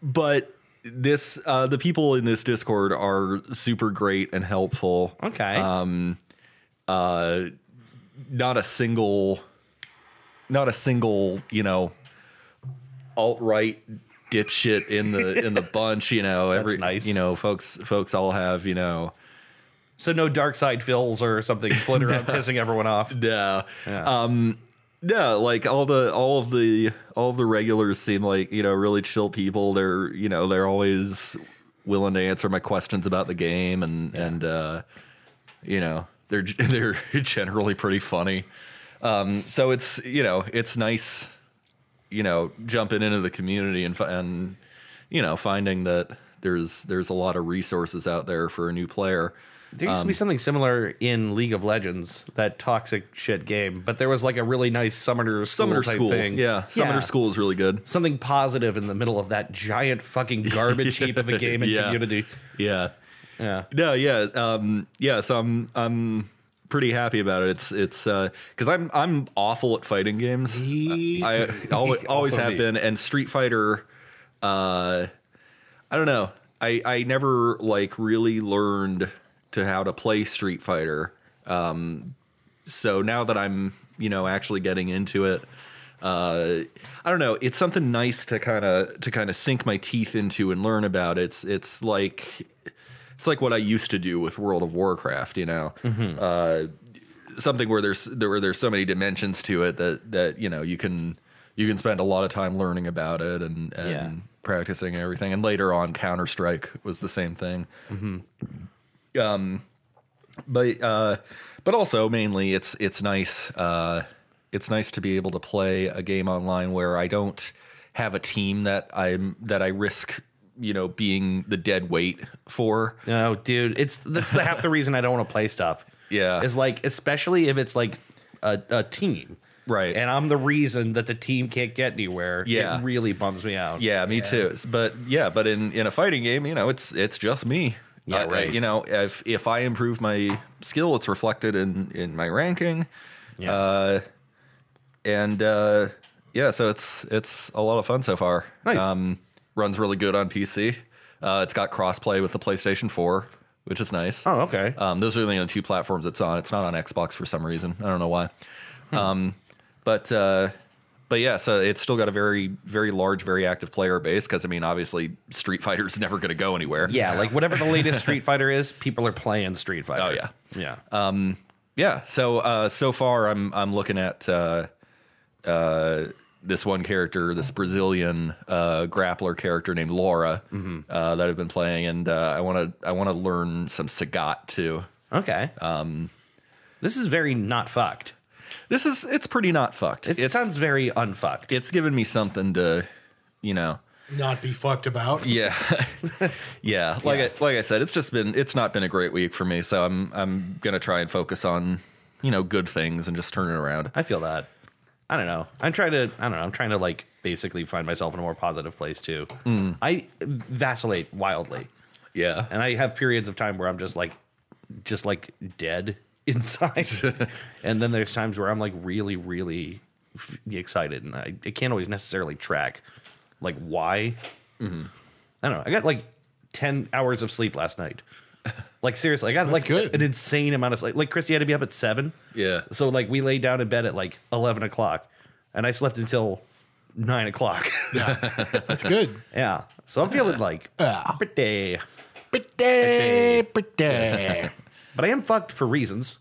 [SPEAKER 3] but this uh, the people in this discord are super great and helpful
[SPEAKER 2] okay.
[SPEAKER 3] uh, not a single, not a single, you know, alt right dipshit in the in the bunch. You know, every
[SPEAKER 2] nice.
[SPEAKER 3] you know, folks folks all have you know.
[SPEAKER 2] So no dark side fills or something floating around pissing everyone off.
[SPEAKER 3] Yeah. Um yeah, like all the all of the all of the regulars seem like, you know, really chill people. They're, you know, they're always willing to answer my questions about the game and and uh you know, they're they're generally pretty funny. Um so it's, you know, it's nice you know, jumping into the community and fi- and you know, finding that there's there's a lot of resources out there for a new player.
[SPEAKER 2] There used to be something similar in League of Legends, that toxic shit game, but there was like a really nice summoner school
[SPEAKER 3] Summoner
[SPEAKER 2] type
[SPEAKER 3] School.
[SPEAKER 2] thing.
[SPEAKER 3] Yeah, Summoner
[SPEAKER 2] Yeah.
[SPEAKER 3] School is really good.
[SPEAKER 2] Something positive in the middle of that giant fucking garbage heap of a game and
[SPEAKER 3] Yeah.
[SPEAKER 2] community.
[SPEAKER 3] Yeah.
[SPEAKER 2] Yeah.
[SPEAKER 3] No, yeah. Um yeah, so I'm I'm pretty happy about it. It's it's uh cuz I'm I'm awful at fighting games. I always, always
[SPEAKER 2] Also
[SPEAKER 3] have
[SPEAKER 2] me.
[SPEAKER 3] been and Street Fighter uh I don't know. I I never like really learned to how to play Street Fighter. Um so now that I'm, you know, actually getting into it uh, I don't know. It's something nice to kind of to kind of sink my teeth into and learn about. It's it's like it's like what I used to do with World of Warcraft. You know, uh, something where there's there where there's so many dimensions to it that that you know you can you can spend a lot of time learning about it and and
[SPEAKER 2] Yeah.
[SPEAKER 3] practicing and everything. And later on, Counter Strike was the same thing. Um, but uh, but also mainly it's it's nice uh, it's nice to be able to play a game online where I don't have a team that I'm that I risk you know being the dead weight for.
[SPEAKER 2] No, Oh, dude, it's that's the half the reason I don't want to play stuff.
[SPEAKER 3] Yeah.
[SPEAKER 2] is like especially if it's like a, a team,
[SPEAKER 3] Right.
[SPEAKER 2] And I'm the reason that the team can't get anywhere.
[SPEAKER 3] Yeah.
[SPEAKER 2] it really bums me out.
[SPEAKER 3] Yeah, me too. S- But yeah, but in in a fighting game, you know, it's it's just me.
[SPEAKER 2] Yeah,
[SPEAKER 3] I- I-
[SPEAKER 2] right.
[SPEAKER 3] you know, if if I improve my skill, it's reflected in in my ranking.
[SPEAKER 2] Yeah.
[SPEAKER 3] Uh, and uh, yeah, so it's it's a lot of fun so far. Um,
[SPEAKER 2] Nice.
[SPEAKER 3] runs really good on PC. Uh, it's got crossplay with the PlayStation 4, which is nice.
[SPEAKER 2] Oh, okay.
[SPEAKER 3] Um, those are the only two platforms it's on. It's not on Xbox for some reason. I don't know why.
[SPEAKER 2] Hmm.
[SPEAKER 3] Um, but uh, but yeah, so it's still got a very very large, very active player base because I mean, obviously, Street Fighter's never going to go anywhere.
[SPEAKER 2] yeah, like whatever the latest Street Fighter is, people are playing Street Fighter.
[SPEAKER 3] Oh, yeah.
[SPEAKER 2] yeah.
[SPEAKER 3] yeah. So uh, so far, I'm I'm looking at uh, uh, this one character, this Brazilian uh, grappler character named Laura
[SPEAKER 2] Mm-hmm.
[SPEAKER 3] uh, that I've been playing, and uh, I want to I want to learn some Sagat too.
[SPEAKER 2] okay. Um, this is very not fucked.
[SPEAKER 3] This is it's pretty not fucked.
[SPEAKER 2] It
[SPEAKER 3] it's,
[SPEAKER 2] sounds very unfucked.
[SPEAKER 3] it's given me something to, you know.
[SPEAKER 1] Not be fucked about.
[SPEAKER 3] Yeah, yeah. Like I, like I said, it's just been it's not been a great week for me. So I'm I'm gonna try and focus on you know good things and just turn it around.
[SPEAKER 2] I feel that. I don't know. I'm trying to. I don't know. I'm trying to like basically find myself in a more positive place too.
[SPEAKER 3] Hmm.
[SPEAKER 2] I vacillate wildly,
[SPEAKER 3] Yeah,
[SPEAKER 2] and I have periods of time where I'm just like, just like dead inside, and then there's times where I'm like really, really f- excited, and I, I can't always necessarily track like why.
[SPEAKER 1] Mm-hmm.
[SPEAKER 2] I don't know. I got like ten hours of sleep last night. Like seriously, I got like
[SPEAKER 1] good.
[SPEAKER 2] an insane amount of sleep. Like Christy had to be up at seven.
[SPEAKER 3] yeah.
[SPEAKER 2] So like we lay down in bed at like eleven o'clock, and I slept until nine o'clock.
[SPEAKER 1] That's good.
[SPEAKER 2] yeah. So I'm feeling like
[SPEAKER 1] Yeah.
[SPEAKER 2] pretty,
[SPEAKER 1] Pretty, pretty.
[SPEAKER 2] but I am fucked for reasons.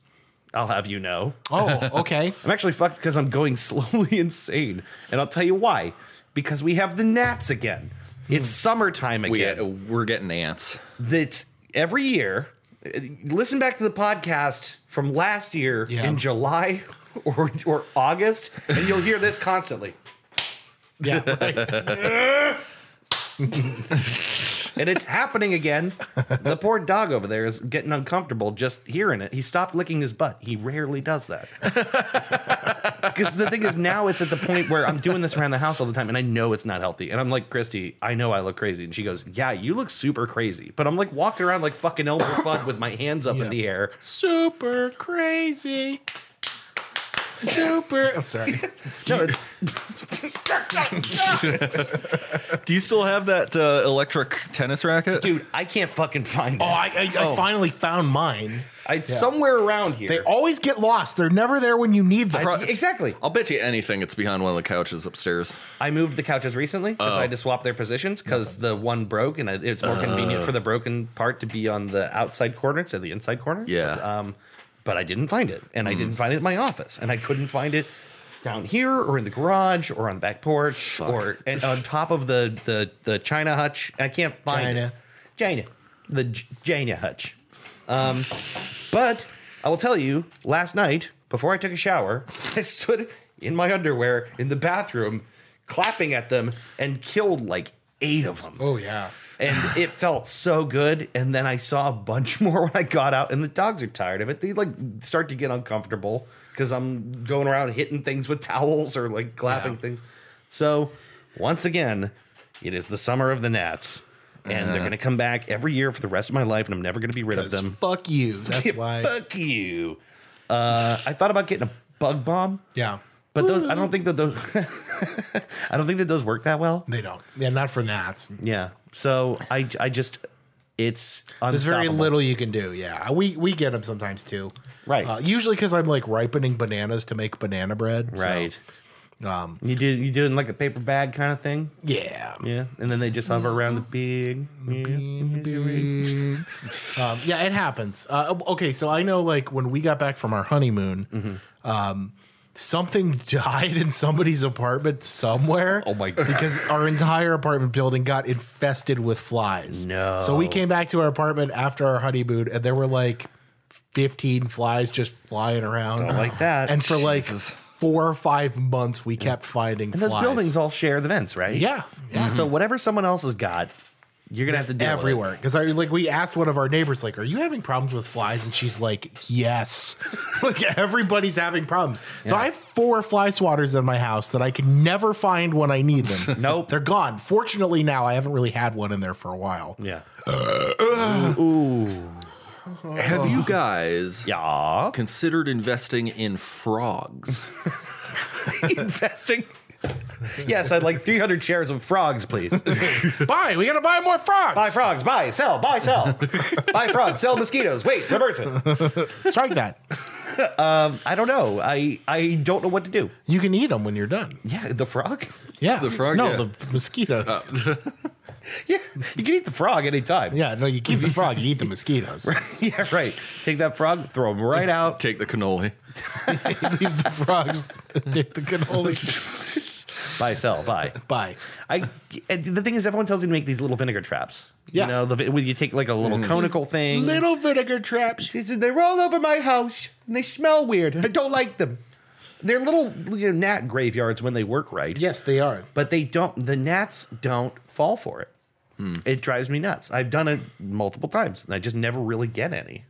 [SPEAKER 2] I'll have you know.
[SPEAKER 1] Oh, okay.
[SPEAKER 2] I'm actually fucked because I'm going slowly insane, and I'll tell you why. Because we have the gnats again. It's summertime
[SPEAKER 3] We
[SPEAKER 2] again.
[SPEAKER 3] we're getting ants.
[SPEAKER 2] that every year listen back to the podcast from last year
[SPEAKER 1] Yeah.
[SPEAKER 2] in July or or August and you'll hear this constantly.
[SPEAKER 1] Yeah. right.
[SPEAKER 2] And it's happening again. The poor dog over there is getting uncomfortable just hearing it. He stopped licking his butt. He rarely does that. Because the thing is, now it's at the point where I'm doing this around the house all the time and I know it's not healthy. And I'm like, Christy, I know I look crazy. And she goes, Yeah, you look super crazy. But I'm like walking around like fucking Elmer Fudd with my hands up in the air.
[SPEAKER 1] Super crazy. Super. I'm sorry.
[SPEAKER 2] No, it's,
[SPEAKER 3] Do you still have that uh, electric tennis racket?
[SPEAKER 2] dude, I can't fucking find it.
[SPEAKER 1] Oh, I, I, I finally found mine.
[SPEAKER 2] I, somewhere around here.
[SPEAKER 1] They always get lost. They're never there when you need them.
[SPEAKER 2] I- exactly.
[SPEAKER 3] I'll bet you anything it's behind one of the couches upstairs.
[SPEAKER 2] I moved the couches recently because I had to swap their positions because the one broke and I- it's more convenient for the broken part to be on the outside corner instead of the inside corner.
[SPEAKER 3] Yeah.
[SPEAKER 2] Um, but I didn't find it, and I didn't find it in my office, and I couldn't find it down here or in the garage or on the back porch or and on top of the the the china hutch. I can't find
[SPEAKER 1] China.
[SPEAKER 2] it. China, the J- China hutch. Um, but I will tell you, last night, before I took a shower, I stood in my underwear in the bathroom, clapping at them, and killed like eight of them.
[SPEAKER 1] oh yeah.
[SPEAKER 2] And it felt so good. And then I saw a bunch more when I got out, and the dogs are tired of it. They like start to get uncomfortable because I'm going around hitting things with towels or like clapping things. So, once again, it is the summer of the gnats. And they're going to come back every year for the rest of my life, and I'm never going to be rid of them.
[SPEAKER 1] Fuck you. That's why.
[SPEAKER 2] Fuck you. Uh, I thought about getting a bug bomb,
[SPEAKER 1] Yeah.
[SPEAKER 2] but those I don't think that those I don't think that those work that well.
[SPEAKER 1] They don't. Yeah, not for gnats.
[SPEAKER 2] Yeah. So I I just it's
[SPEAKER 1] There's very
[SPEAKER 2] unstoppable.
[SPEAKER 1] little you can do. Yeah, we we get them sometimes too.
[SPEAKER 2] Right.
[SPEAKER 1] Uh, usually because I'm like ripening bananas to make banana bread. so
[SPEAKER 2] Right.
[SPEAKER 1] Um,
[SPEAKER 2] You do you do it in like a paper bag kind of thing.
[SPEAKER 1] yeah.
[SPEAKER 2] Yeah, and then they just
[SPEAKER 1] Mm-hmm.
[SPEAKER 2] hover around the pig.
[SPEAKER 1] um, yeah, it happens. Uh, okay, so I know like when we got back from our honeymoon, um, something died in somebody's apartment somewhere.
[SPEAKER 2] Oh my God.
[SPEAKER 1] Because our entire apartment building got infested with flies.
[SPEAKER 2] No.
[SPEAKER 1] So we came back to our apartment after our honeymoon, and there were like fifteen flies just flying around.
[SPEAKER 2] Don't like that.
[SPEAKER 1] And for like four or five months, we kept finding
[SPEAKER 2] And those
[SPEAKER 1] flies.
[SPEAKER 2] buildings all share the vents, right?
[SPEAKER 1] Yeah. Yeah.
[SPEAKER 2] So whatever someone else has got, you're gonna have to deal with it.
[SPEAKER 1] everywhere because I like we asked one of our neighbors like are you having problems with flies and she's like yes like everybody's having problems so I have four fly swatters in my house that I can never find when I need them
[SPEAKER 2] Nope.
[SPEAKER 1] they're gone fortunately now I haven't really had one in there for a while
[SPEAKER 2] Yeah.
[SPEAKER 3] Have
[SPEAKER 2] Oh.
[SPEAKER 3] you guys
[SPEAKER 2] Yeah.
[SPEAKER 3] considered investing in frogs?
[SPEAKER 2] Investing. yes, I'd like 300 shares of frogs, please.
[SPEAKER 1] buy we gotta buy more frogs
[SPEAKER 2] buy frogs. Buy. Sell. Buy. Sell. buy frogs. Sell mosquitoes. Wait. Reverse it.
[SPEAKER 1] strike that
[SPEAKER 2] I don't know. I I don't know what to do.
[SPEAKER 1] you can eat them when you're done
[SPEAKER 2] Yeah. The frog.
[SPEAKER 1] yeah the
[SPEAKER 3] frog,
[SPEAKER 1] no
[SPEAKER 3] yeah. Uh.
[SPEAKER 1] the mosquitoes
[SPEAKER 2] Yeah. You can eat the frog anytime.
[SPEAKER 1] yeah no you keep the frog you eat the mosquitoes
[SPEAKER 2] Yeah. Right. Take that frog. Throw him right out.
[SPEAKER 3] Take the cannoli.
[SPEAKER 1] leave the frogs take the good holy
[SPEAKER 2] Buy. Sell. Buy.
[SPEAKER 1] bye
[SPEAKER 2] I and the thing is, everyone tells you to make these little vinegar traps.
[SPEAKER 1] Yeah.
[SPEAKER 2] You know, the, vi- when you take like a Mm-hmm. little conical thing.
[SPEAKER 1] little vinegar traps
[SPEAKER 2] They said, they're all over my house and they smell weird. I don't like them. They're little you know, gnat graveyards when they work right.
[SPEAKER 1] yes they are
[SPEAKER 2] But they don't, the gnats don't fall for it.
[SPEAKER 1] Hmm.
[SPEAKER 2] It drives me nuts. I've done it multiple times and I just never really get any.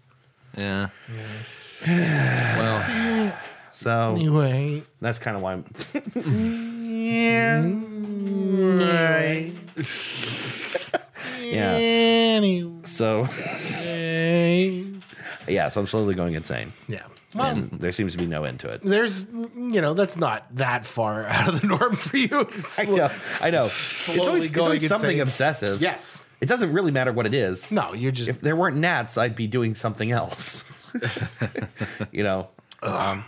[SPEAKER 3] Yeah. well,
[SPEAKER 1] Mm.
[SPEAKER 2] So
[SPEAKER 1] anyway.
[SPEAKER 2] that's kind of why I'm. yeah. Right. yeah. So,
[SPEAKER 1] Anyway.
[SPEAKER 2] yeah. So I'm slowly going insane.
[SPEAKER 1] Yeah. Well,
[SPEAKER 2] And there seems to be no end to it.
[SPEAKER 1] there's, you know, that's not that far out of the norm for you. It's
[SPEAKER 2] I
[SPEAKER 1] like-
[SPEAKER 2] know. I know. It's always, it's
[SPEAKER 1] going
[SPEAKER 2] always something
[SPEAKER 1] insane.
[SPEAKER 2] obsessive.
[SPEAKER 1] Yes.
[SPEAKER 2] It doesn't really matter what it is.
[SPEAKER 1] No, you're just,
[SPEAKER 2] If there weren't gnats, I'd be doing something else. you know. Um,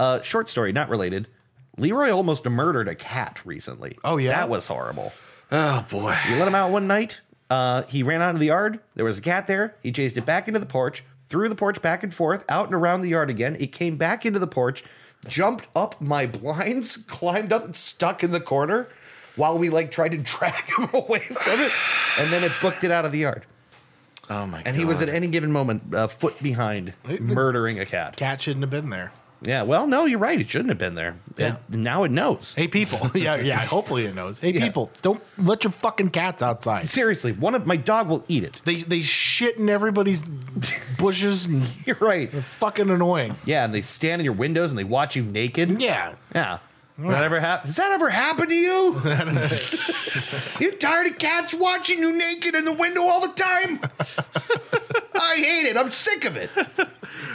[SPEAKER 2] uh, short story, not related. Leroy almost murdered a cat recently.
[SPEAKER 1] Oh, yeah?
[SPEAKER 2] that was horrible.
[SPEAKER 3] oh boy.
[SPEAKER 2] We let him out one night. Uh, he ran out of the yard. There was a cat there. He chased it back into the porch, threw the porch back and forth, out and around the yard again. It came back into the porch, jumped up my blinds, climbed up and stuck in the corner while we like tried to drag him away from it. And then it booked it out of the yard.
[SPEAKER 3] Oh my god.
[SPEAKER 2] And he was at any given moment a foot behind murdering a cat.
[SPEAKER 1] cat shouldn't have been there.
[SPEAKER 2] Yeah, well, no, you're right. It shouldn't have been there.
[SPEAKER 1] Yeah.
[SPEAKER 2] It- now it knows.
[SPEAKER 1] Hey, people. yeah, yeah. Hopefully it knows. Hey,
[SPEAKER 2] Yeah.
[SPEAKER 1] people, don't let your fucking cats outside.
[SPEAKER 2] Seriously, one of my dog will eat it.
[SPEAKER 1] They, they shit in everybody's bushes and
[SPEAKER 2] You're right.
[SPEAKER 1] fucking annoying.
[SPEAKER 2] Yeah, and they stand in your windows and they watch you naked.
[SPEAKER 1] Yeah.
[SPEAKER 2] Yeah. That ever happened? Has that ever happened to you? You're tired of cats watching you naked in the window all the time? I hate it. I'm sick of it.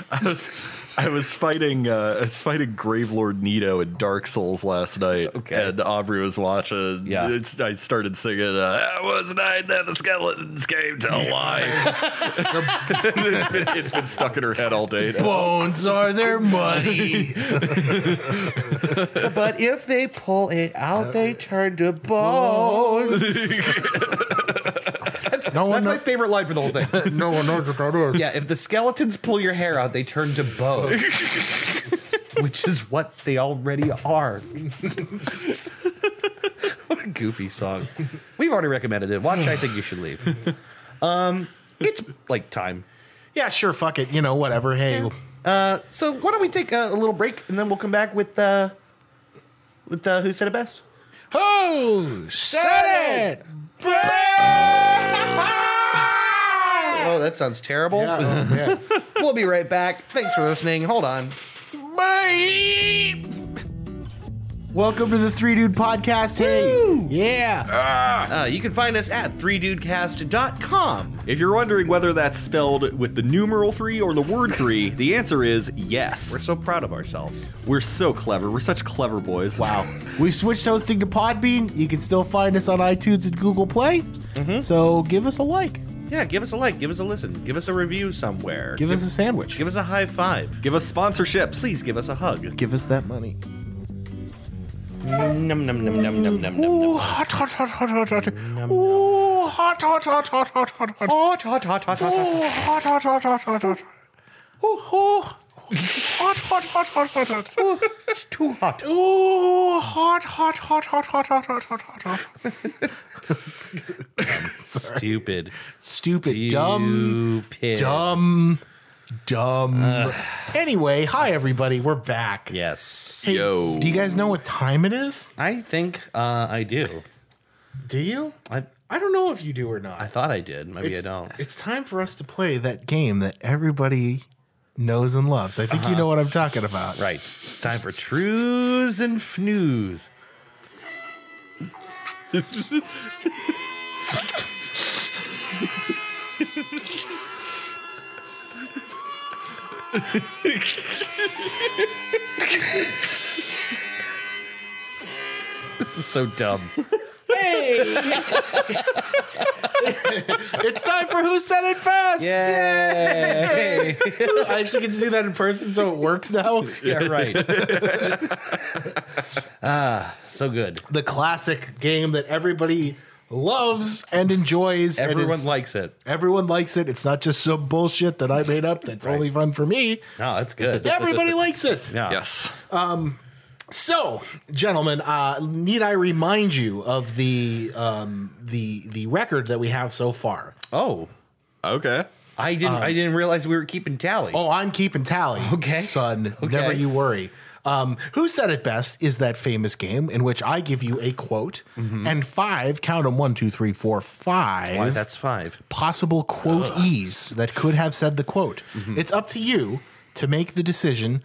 [SPEAKER 3] I was, I was fighting uh, I was fighting Gravelord Nito in Dark Souls last night,
[SPEAKER 2] Okay.
[SPEAKER 3] and Aubrey was watching.
[SPEAKER 2] Yeah.
[SPEAKER 3] It's- I started singing. Uh, I was night that the skeletons came to life. it's, been, it's been stuck in her head all day.
[SPEAKER 1] Bones are their money.
[SPEAKER 2] But if they pull it out, they turn to bones.
[SPEAKER 1] No one,
[SPEAKER 2] That's my
[SPEAKER 1] knows,
[SPEAKER 2] favorite line for the whole thing.
[SPEAKER 1] no one knows what that is.
[SPEAKER 2] Yeah, if the skeletons pull your hair out, they turn to bones. Which is what they already are. what a goofy song. We've already recommended it. Watch I Think You Should Leave. Um, it's like time.
[SPEAKER 1] Yeah, sure. Fuck it. You know, whatever. Hey,
[SPEAKER 2] Uh, so why don't we take a, a little break and then we'll come back with uh, with uh, who said it best?
[SPEAKER 1] Who said it?
[SPEAKER 2] Oh, that sounds terrible. we'll be right back. Thanks for listening. Hold on.
[SPEAKER 1] Welcome to the Three Dude Podcast. Hey, yeah,
[SPEAKER 2] Uh, you can find us at 3dudecast.com.
[SPEAKER 3] If you're wondering whether that's spelled with the numeral three or the word three, the answer is yes.
[SPEAKER 2] We're so proud of ourselves.
[SPEAKER 3] We're so clever. We're such clever boys.
[SPEAKER 1] wow. We've switched hosting to Podbean. You can still find us on iTunes and Google Play.
[SPEAKER 2] Mm-hmm.
[SPEAKER 1] So give us a like.
[SPEAKER 2] Yeah, give us a like, give us a listen, give us a review somewhere.
[SPEAKER 1] Give us a sandwich.
[SPEAKER 2] Give us a high five.
[SPEAKER 3] Give us sponsorships.
[SPEAKER 2] Please give us a hug.
[SPEAKER 1] Give us that money.
[SPEAKER 2] Num num num num num num num.
[SPEAKER 1] Ooh, hot, hot, hot, hot, hot, hot. Ooh, hot, hot, hot, hot, hot, hot, hot.
[SPEAKER 2] Hot, hot, hot, hot, hot, hot.
[SPEAKER 1] Ooh, hot, hot, hot, hot, hot, hot. Ooh, ooh. Hot, hot, hot, hot, hot, hot. Ooh,
[SPEAKER 2] It's too hot.
[SPEAKER 1] ooh, hot, hot, hot, hot, hot, hot, hot, hot, hot, hot.
[SPEAKER 2] Stupid.
[SPEAKER 1] Stupid, dumb,
[SPEAKER 2] Stupid.
[SPEAKER 1] dumb, dumb. Anyway, hi everybody, we're back.
[SPEAKER 2] Yes.
[SPEAKER 1] Hey,
[SPEAKER 3] Yo.
[SPEAKER 1] do you guys know what time it is?
[SPEAKER 2] I think uh, I do.
[SPEAKER 1] Do you?
[SPEAKER 2] I
[SPEAKER 1] I don't know if you do or
[SPEAKER 2] I
[SPEAKER 1] not.
[SPEAKER 2] thought I did. Maybe I
[SPEAKER 1] It's,
[SPEAKER 2] don't.
[SPEAKER 1] it's time for us to play that game that everybody knows and loves. I think you know what I'm talking about.
[SPEAKER 2] Uh-huh. Right. It's time for trues and fnews. this is so dumb.
[SPEAKER 1] It's time for Who Said It Best.
[SPEAKER 2] Yay!
[SPEAKER 1] I actually get to do that in person, so it works now.
[SPEAKER 2] yeah, right. ah, so good.
[SPEAKER 1] The classic game that everybody loves and enjoys. and
[SPEAKER 2] Everyone
[SPEAKER 1] is-
[SPEAKER 2] likes it.
[SPEAKER 1] everyone likes it. It's not just some bullshit that I made up that's only fun for me.
[SPEAKER 2] No, Ah, that's good.
[SPEAKER 1] Everybody likes it.
[SPEAKER 2] Yeah.
[SPEAKER 3] Yes.
[SPEAKER 1] So, gentlemen, uh, need I remind you of the um, the the record that we have so far?
[SPEAKER 2] Oh,
[SPEAKER 3] Okay.
[SPEAKER 2] I didn't. I didn't realize we were keeping tally.
[SPEAKER 1] Um, Oh, I'm keeping tally.
[SPEAKER 2] Okay.
[SPEAKER 1] Son,
[SPEAKER 2] Okay.
[SPEAKER 1] never you worry. Um, who said it best is that famous game in which I give you a quote and five, count them one, two, three, four, five
[SPEAKER 2] Why, Mm-hmm. that's five.
[SPEAKER 1] possible quotees that could have said the quote.
[SPEAKER 2] Mm-hmm.
[SPEAKER 1] It's up to you to make the decision,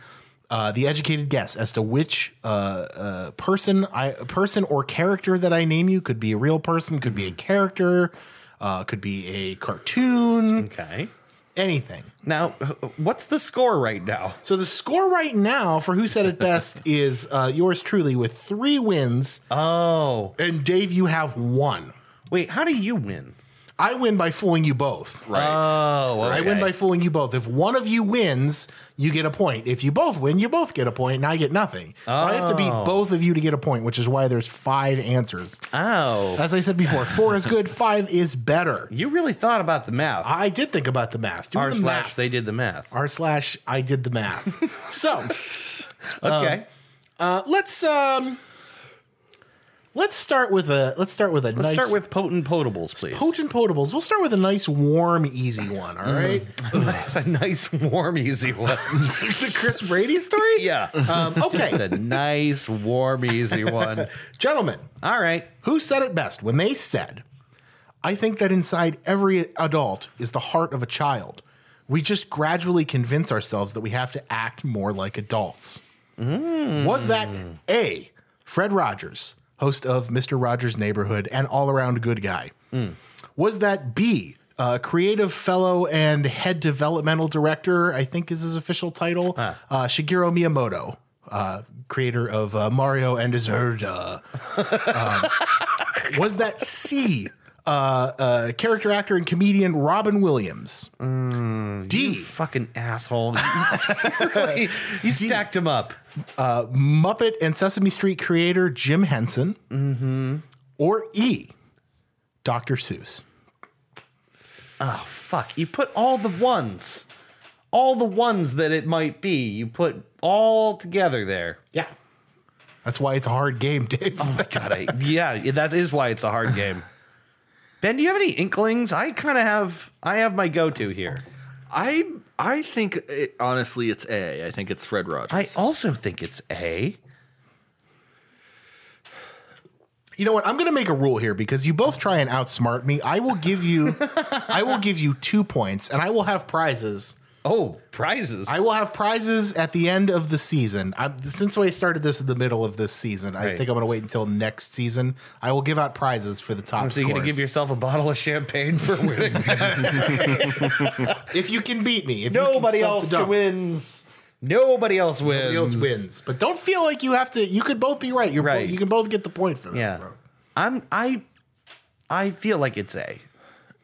[SPEAKER 1] uh, the educated guess as to which uh, uh, person I person or character that I name you could be a real person, could
[SPEAKER 2] Mm-hmm.
[SPEAKER 1] be a character, uh, could be a cartoon,
[SPEAKER 2] Okay.
[SPEAKER 1] anything.
[SPEAKER 2] Now, h- what's the score right now?
[SPEAKER 1] So the score right now for who said it best is uh, yours truly with three wins,
[SPEAKER 2] Oh,
[SPEAKER 1] and Dave, you have one.
[SPEAKER 2] wait. How do you win?
[SPEAKER 1] I win by fooling you both.
[SPEAKER 3] Right.
[SPEAKER 2] Oh,
[SPEAKER 1] I win by fooling you both. If one of you wins, you get a point. If you both win, you both get a point, and I get nothing. So I have to beat both of you to get a point, which is why there's five answers.
[SPEAKER 2] Oh,
[SPEAKER 1] As I said before, four is good, five is better.
[SPEAKER 2] you really thought about the math.
[SPEAKER 1] I did think about the math. Do
[SPEAKER 2] R
[SPEAKER 1] the
[SPEAKER 2] slash.
[SPEAKER 1] math.
[SPEAKER 2] They did the math.
[SPEAKER 1] R slash. I did the math. so Um,
[SPEAKER 2] Okay.
[SPEAKER 1] uh, let's um, let's start with a let's start with a
[SPEAKER 2] Let's
[SPEAKER 1] nice
[SPEAKER 2] start with potent potables, please.
[SPEAKER 1] potent potables. We'll start with a nice, warm, easy one. All right,
[SPEAKER 2] That's a nice, warm, easy one.
[SPEAKER 1] the Chris Brady story.
[SPEAKER 2] yeah.
[SPEAKER 1] Um,
[SPEAKER 2] Just a
[SPEAKER 1] okay,
[SPEAKER 2] nice, warm, easy one.
[SPEAKER 1] gentlemen.
[SPEAKER 2] All right.
[SPEAKER 1] Who said it best when they said, I think that inside every adult is the heart of a child. We just gradually convince ourselves that we have to act more like adults. Was that A, Fred Rogers, host of Mr. Rogers' Neighborhood and all around good guy? Was that B, uh, creative fellow and head developmental director, I think is his official title, uh, Shigeru Miyamoto, uh, creator of uh, Mario and Zelda? was that C, uh, uh, character actor and comedian Robin Williams? D,
[SPEAKER 2] Fucking asshole. You really- you stacked them up.
[SPEAKER 1] Muppet and Sesame Street creator Jim Henson?
[SPEAKER 2] Mm-hmm.
[SPEAKER 1] Or E, Dr. Seuss?
[SPEAKER 2] Fuck. You put all the ones, all the ones that it might be, you put all together there.
[SPEAKER 1] Yeah. That's why it's a hard game, Dave.
[SPEAKER 2] Oh God, I, yeah, that is why it's a hard game. Ben, do you have any inklings? I kind of have. I have my go-to here.
[SPEAKER 3] I I think it, honestly it's A. I think it's Fred Rogers.
[SPEAKER 2] I also think it's A.
[SPEAKER 1] You know what? I'm going to make a rule here because you both try and outsmart me. I will give you, I will give you two points, and I will have prizes.
[SPEAKER 2] Oh, prizes!
[SPEAKER 1] I will have prizes at the end of the season. I'm, since I started this in the middle of this season, I
[SPEAKER 2] Right.
[SPEAKER 1] think I'm going to wait until next season. I will give out prizes for the top
[SPEAKER 2] so you're gonna
[SPEAKER 1] scorers.
[SPEAKER 2] give yourself a bottle of champagne for winning.
[SPEAKER 1] if you can beat me, if you can
[SPEAKER 2] Nobody
[SPEAKER 1] stop
[SPEAKER 2] else
[SPEAKER 1] the dump,
[SPEAKER 2] wins. Nobody else wins.
[SPEAKER 1] Nobody else wins. But don't feel like you have to. You could both be right. You're bo-
[SPEAKER 2] Mm. Right.
[SPEAKER 1] you can both get the point for this.
[SPEAKER 2] Yeah,
[SPEAKER 1] so.
[SPEAKER 2] I'm. I. I feel like it's A.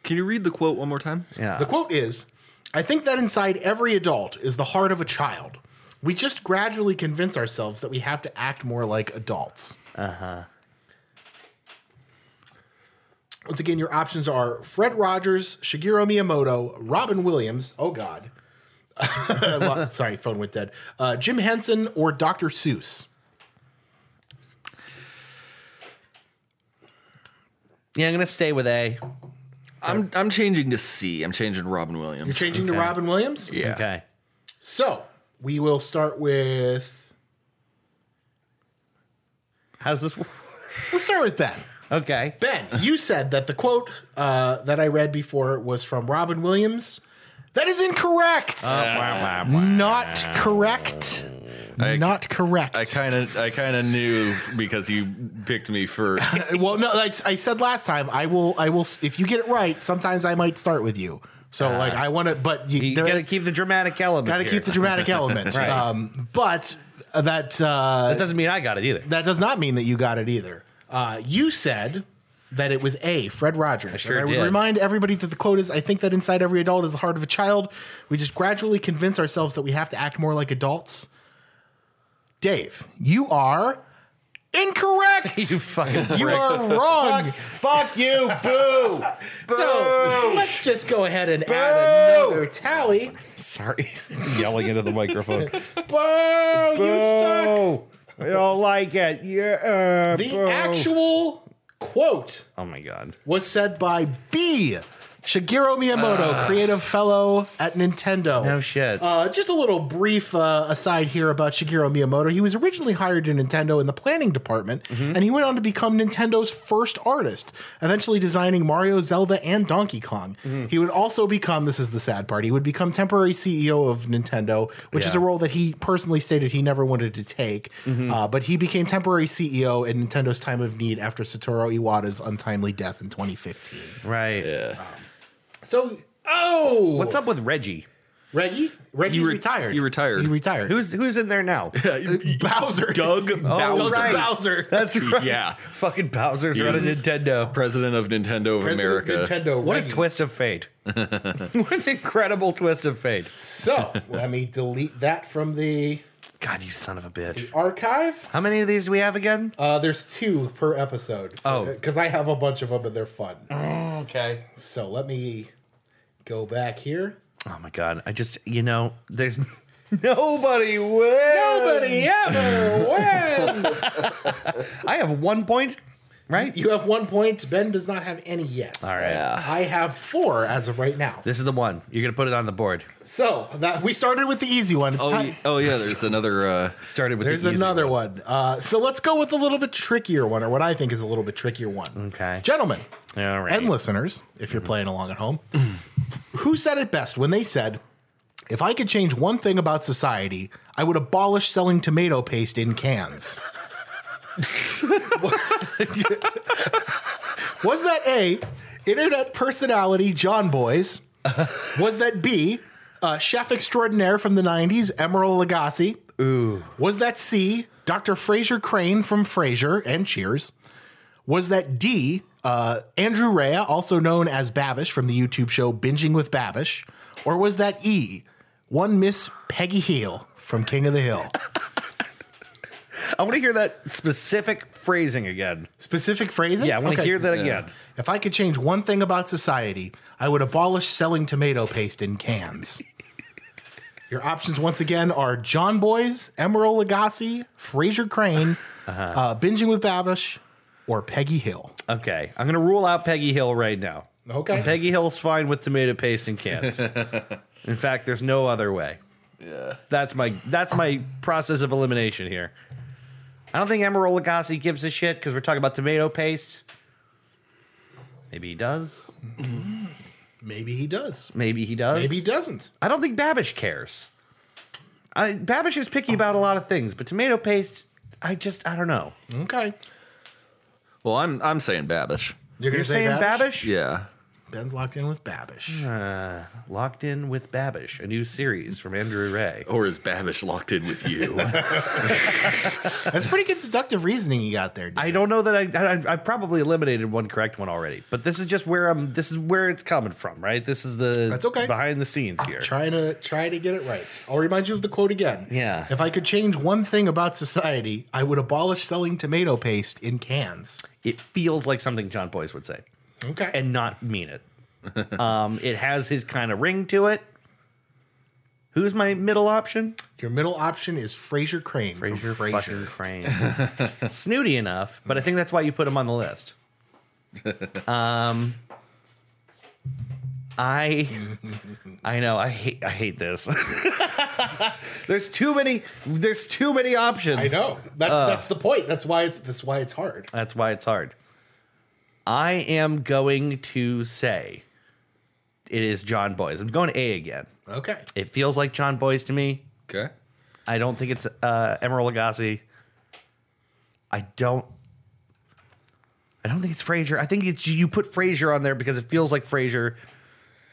[SPEAKER 3] Can you read the quote one more time?
[SPEAKER 2] Yeah.
[SPEAKER 1] The quote is I think that inside every adult is the heart of a child. We just gradually convince ourselves that we have to act more like adults. Uh huh.
[SPEAKER 2] Uh-huh.
[SPEAKER 1] Once again, your options are Fred Rogers, Shigeru Miyamoto, Robin Williams. Oh, God. Lo- Sorry, phone went dead. Uh, Jim Henson or Dr. Seuss.
[SPEAKER 2] Yeah, I'm gonna stay with A.
[SPEAKER 3] I'm I'm changing to C. I'm changing Robin Williams.
[SPEAKER 1] Changing to Robin Williams?
[SPEAKER 3] Yeah.
[SPEAKER 2] Okay.
[SPEAKER 1] So we will start with.
[SPEAKER 2] How's this? work?
[SPEAKER 1] Let's start with Ben.
[SPEAKER 2] Okay.
[SPEAKER 1] Ben, you said that the quote uh, that I read before was from Robin Williams. That is incorrect.
[SPEAKER 2] Uh,
[SPEAKER 1] Not correct. Not correct.
[SPEAKER 3] I kind of I kind of knew because you picked me first.
[SPEAKER 1] Uh, well, no, like I said last time, I will. I will. s- If you get it right, sometimes I might start with you. So, like, I want to, but you,
[SPEAKER 2] Uh, You
[SPEAKER 1] there-
[SPEAKER 2] gotta keep the dramatic element.
[SPEAKER 1] gotta
[SPEAKER 2] here.
[SPEAKER 1] keep the dramatic element.
[SPEAKER 2] Right.
[SPEAKER 1] um, but that uh,
[SPEAKER 2] That doesn't mean I got it either.
[SPEAKER 1] That does not mean that you got it either. Uh, you said that it was A, Fred Rogers. I
[SPEAKER 2] sure
[SPEAKER 1] and I would
[SPEAKER 2] did.
[SPEAKER 1] remind everybody that the quote is I think that inside every adult is the heart of a child. We just gradually convince ourselves that we have to act more like adults. Dave, you are incorrect. you
[SPEAKER 2] Fucking
[SPEAKER 1] you
[SPEAKER 2] prick.
[SPEAKER 1] are wrong.
[SPEAKER 2] Fuck you, boo.
[SPEAKER 1] so let's just go ahead and add another tally.
[SPEAKER 2] Sorry, yelling into the microphone.
[SPEAKER 1] Boo, you suck.
[SPEAKER 2] Oh, I don't like it. Yeah.
[SPEAKER 1] The actual quote
[SPEAKER 2] Oh my god.
[SPEAKER 1] was said by B. Shigeru Miyamoto, creative fellow at Nintendo.
[SPEAKER 2] Ah. No shit.
[SPEAKER 1] Uh, just a little brief uh, aside here about Shigeru Miyamoto. He was originally hired to Nintendo in the planning department,
[SPEAKER 3] Mm-hmm.
[SPEAKER 1] and he went on to become Nintendo's first artist, eventually designing Mario, Zelda, and Donkey Kong.
[SPEAKER 3] Mm-hmm.
[SPEAKER 1] He would also become this is the sad part. He would become temporary CEO of Nintendo, which is
[SPEAKER 2] Yeah.
[SPEAKER 1] a role that he personally stated he never wanted to take.
[SPEAKER 3] Mm-hmm.
[SPEAKER 1] Uh, but he became temporary CEO in Nintendo's time of need after Satoru Iwata's untimely death in 2015.
[SPEAKER 2] right.
[SPEAKER 1] So, oh,
[SPEAKER 2] What's up with Reggie?
[SPEAKER 1] Reggie? Reggie's
[SPEAKER 3] He re-
[SPEAKER 1] retired.
[SPEAKER 3] he retired.
[SPEAKER 1] He retired.
[SPEAKER 2] Who's who's in there now?
[SPEAKER 1] Bowser.
[SPEAKER 3] Doug Bowser,
[SPEAKER 1] Doug
[SPEAKER 2] right.
[SPEAKER 1] Bowser.
[SPEAKER 2] That's right.
[SPEAKER 3] Yeah.
[SPEAKER 2] Fucking Bowser's running
[SPEAKER 3] Yes.
[SPEAKER 2] Nintendo.
[SPEAKER 3] president of Nintendo of
[SPEAKER 1] President of
[SPEAKER 3] America.
[SPEAKER 1] Nintendo.
[SPEAKER 2] What a
[SPEAKER 1] Reggie.
[SPEAKER 2] twist of fate. what an incredible twist of fate.
[SPEAKER 1] So let me delete that from the
[SPEAKER 2] God, you son of a bitch.
[SPEAKER 1] archive.
[SPEAKER 2] How many of these do we have again?
[SPEAKER 1] Uh, there's two per episode.
[SPEAKER 2] Oh.
[SPEAKER 1] because I have a bunch of them and they're fun. Mm,
[SPEAKER 2] Okay.
[SPEAKER 1] So let me go back here.
[SPEAKER 2] Oh my god. I just, you know, there's nobody wins.
[SPEAKER 1] Nobody ever wins.
[SPEAKER 2] I have one point, right?
[SPEAKER 1] You have one point. Ben does not have any yet.
[SPEAKER 2] All right.
[SPEAKER 1] I have four as of right now.
[SPEAKER 2] This is the one. You're going to put it on the board.
[SPEAKER 1] So that we started with the easy one. It's
[SPEAKER 3] Oh,
[SPEAKER 1] time-
[SPEAKER 3] y- oh yeah, there's another. Uh,
[SPEAKER 2] Started with
[SPEAKER 1] There's
[SPEAKER 2] the easy
[SPEAKER 1] another one. Uh, so let's go with a little bit trickier one, or what I think is a little bit trickier one.
[SPEAKER 2] Okay.
[SPEAKER 1] Gentlemen
[SPEAKER 2] All right.
[SPEAKER 1] and listeners, if you're playing along at home, who said it best when they said, if I could change one thing about society, I would abolish selling tomato paste in cans? Was that A, internet personality John Boys? Was that B, uh, chef extraordinaire from the 90s, Emeril Lagasse? Was that C, Dr. Fraser Crane from Frasier and Cheers? Was that D, uh, Andrew Rea, also known as Babish from the YouTube show Binging with Babish? Or was that E, one Miss Peggy Hill from King of the Hill?
[SPEAKER 2] I want to hear that specific phrasing again.
[SPEAKER 1] Specific phrasing?
[SPEAKER 2] Yeah, I want to
[SPEAKER 1] Okay.
[SPEAKER 2] hear that again.
[SPEAKER 1] If I could change one thing about society, I would abolish selling tomato paste in cans. Your options once again are John Boys, Emeril Lagasse, Fraser Crane, uh
[SPEAKER 2] Uh-huh.
[SPEAKER 1] Binging with Babish, or Peggy Hill.
[SPEAKER 2] Okay. I'm going to rule out Peggy Hill right now.
[SPEAKER 1] Okay.
[SPEAKER 2] Uh, Peggy Hill's fine with tomato paste and cans. In fact, there's no other way. Yeah. That's my that's my process of elimination here. I don't think Emeril Lagasse gives a shit because we're talking about tomato paste. Maybe he does.
[SPEAKER 1] Maybe he does.
[SPEAKER 2] Maybe he does.
[SPEAKER 1] Maybe he doesn't.
[SPEAKER 2] I don't think Babish cares. I, Babish is picky about a lot of things, but tomato paste, I just I don't know.
[SPEAKER 1] Okay.
[SPEAKER 3] well, I'm I'm saying Babish.
[SPEAKER 1] You're
[SPEAKER 2] You're saying Babish?
[SPEAKER 3] Yeah.
[SPEAKER 1] Ben's locked in with Babish.
[SPEAKER 5] Uh, Locked in with Babish, a new series from Andrew Ray.
[SPEAKER 3] Or is Babish locked in with you?
[SPEAKER 1] That's pretty good deductive reasoning you got there. Dude.
[SPEAKER 5] I don't know that I, I I probably eliminated one correct one already, but this is just where I'm. This is where it's coming from, right? This is the
[SPEAKER 1] That's okay.
[SPEAKER 5] behind the scenes here.
[SPEAKER 1] try to try to get it right. I'll remind you of the quote again.
[SPEAKER 5] Yeah.
[SPEAKER 1] If I could change one thing about society, I would abolish selling tomato paste in cans.
[SPEAKER 5] It feels like something John Boyce would say,
[SPEAKER 1] Okay.
[SPEAKER 5] and not mean it. um, it has his kind of ring to it. Who's my middle option?
[SPEAKER 1] your middle option is Fraser Crane. from
[SPEAKER 5] Fraser
[SPEAKER 1] Frasier.
[SPEAKER 5] fucking Crane. Snooty enough, but I think that's why you put him on the list. Um, I, I know I hate I hate this. there's too many. There's too many options.
[SPEAKER 1] I know. That's
[SPEAKER 5] Uh.
[SPEAKER 1] that's the point. That's why it's that's why it's hard.
[SPEAKER 5] That's why it's hard. I am going to say it is John Boyce. I'm going A again.
[SPEAKER 1] Okay.
[SPEAKER 5] It feels like John Boyce to me.
[SPEAKER 3] okay.
[SPEAKER 5] I don't think it's uh, Emerald Lagasse. I don't. I don't think it's Frazier. I think it's you put Frazier on there because it feels like Frazier,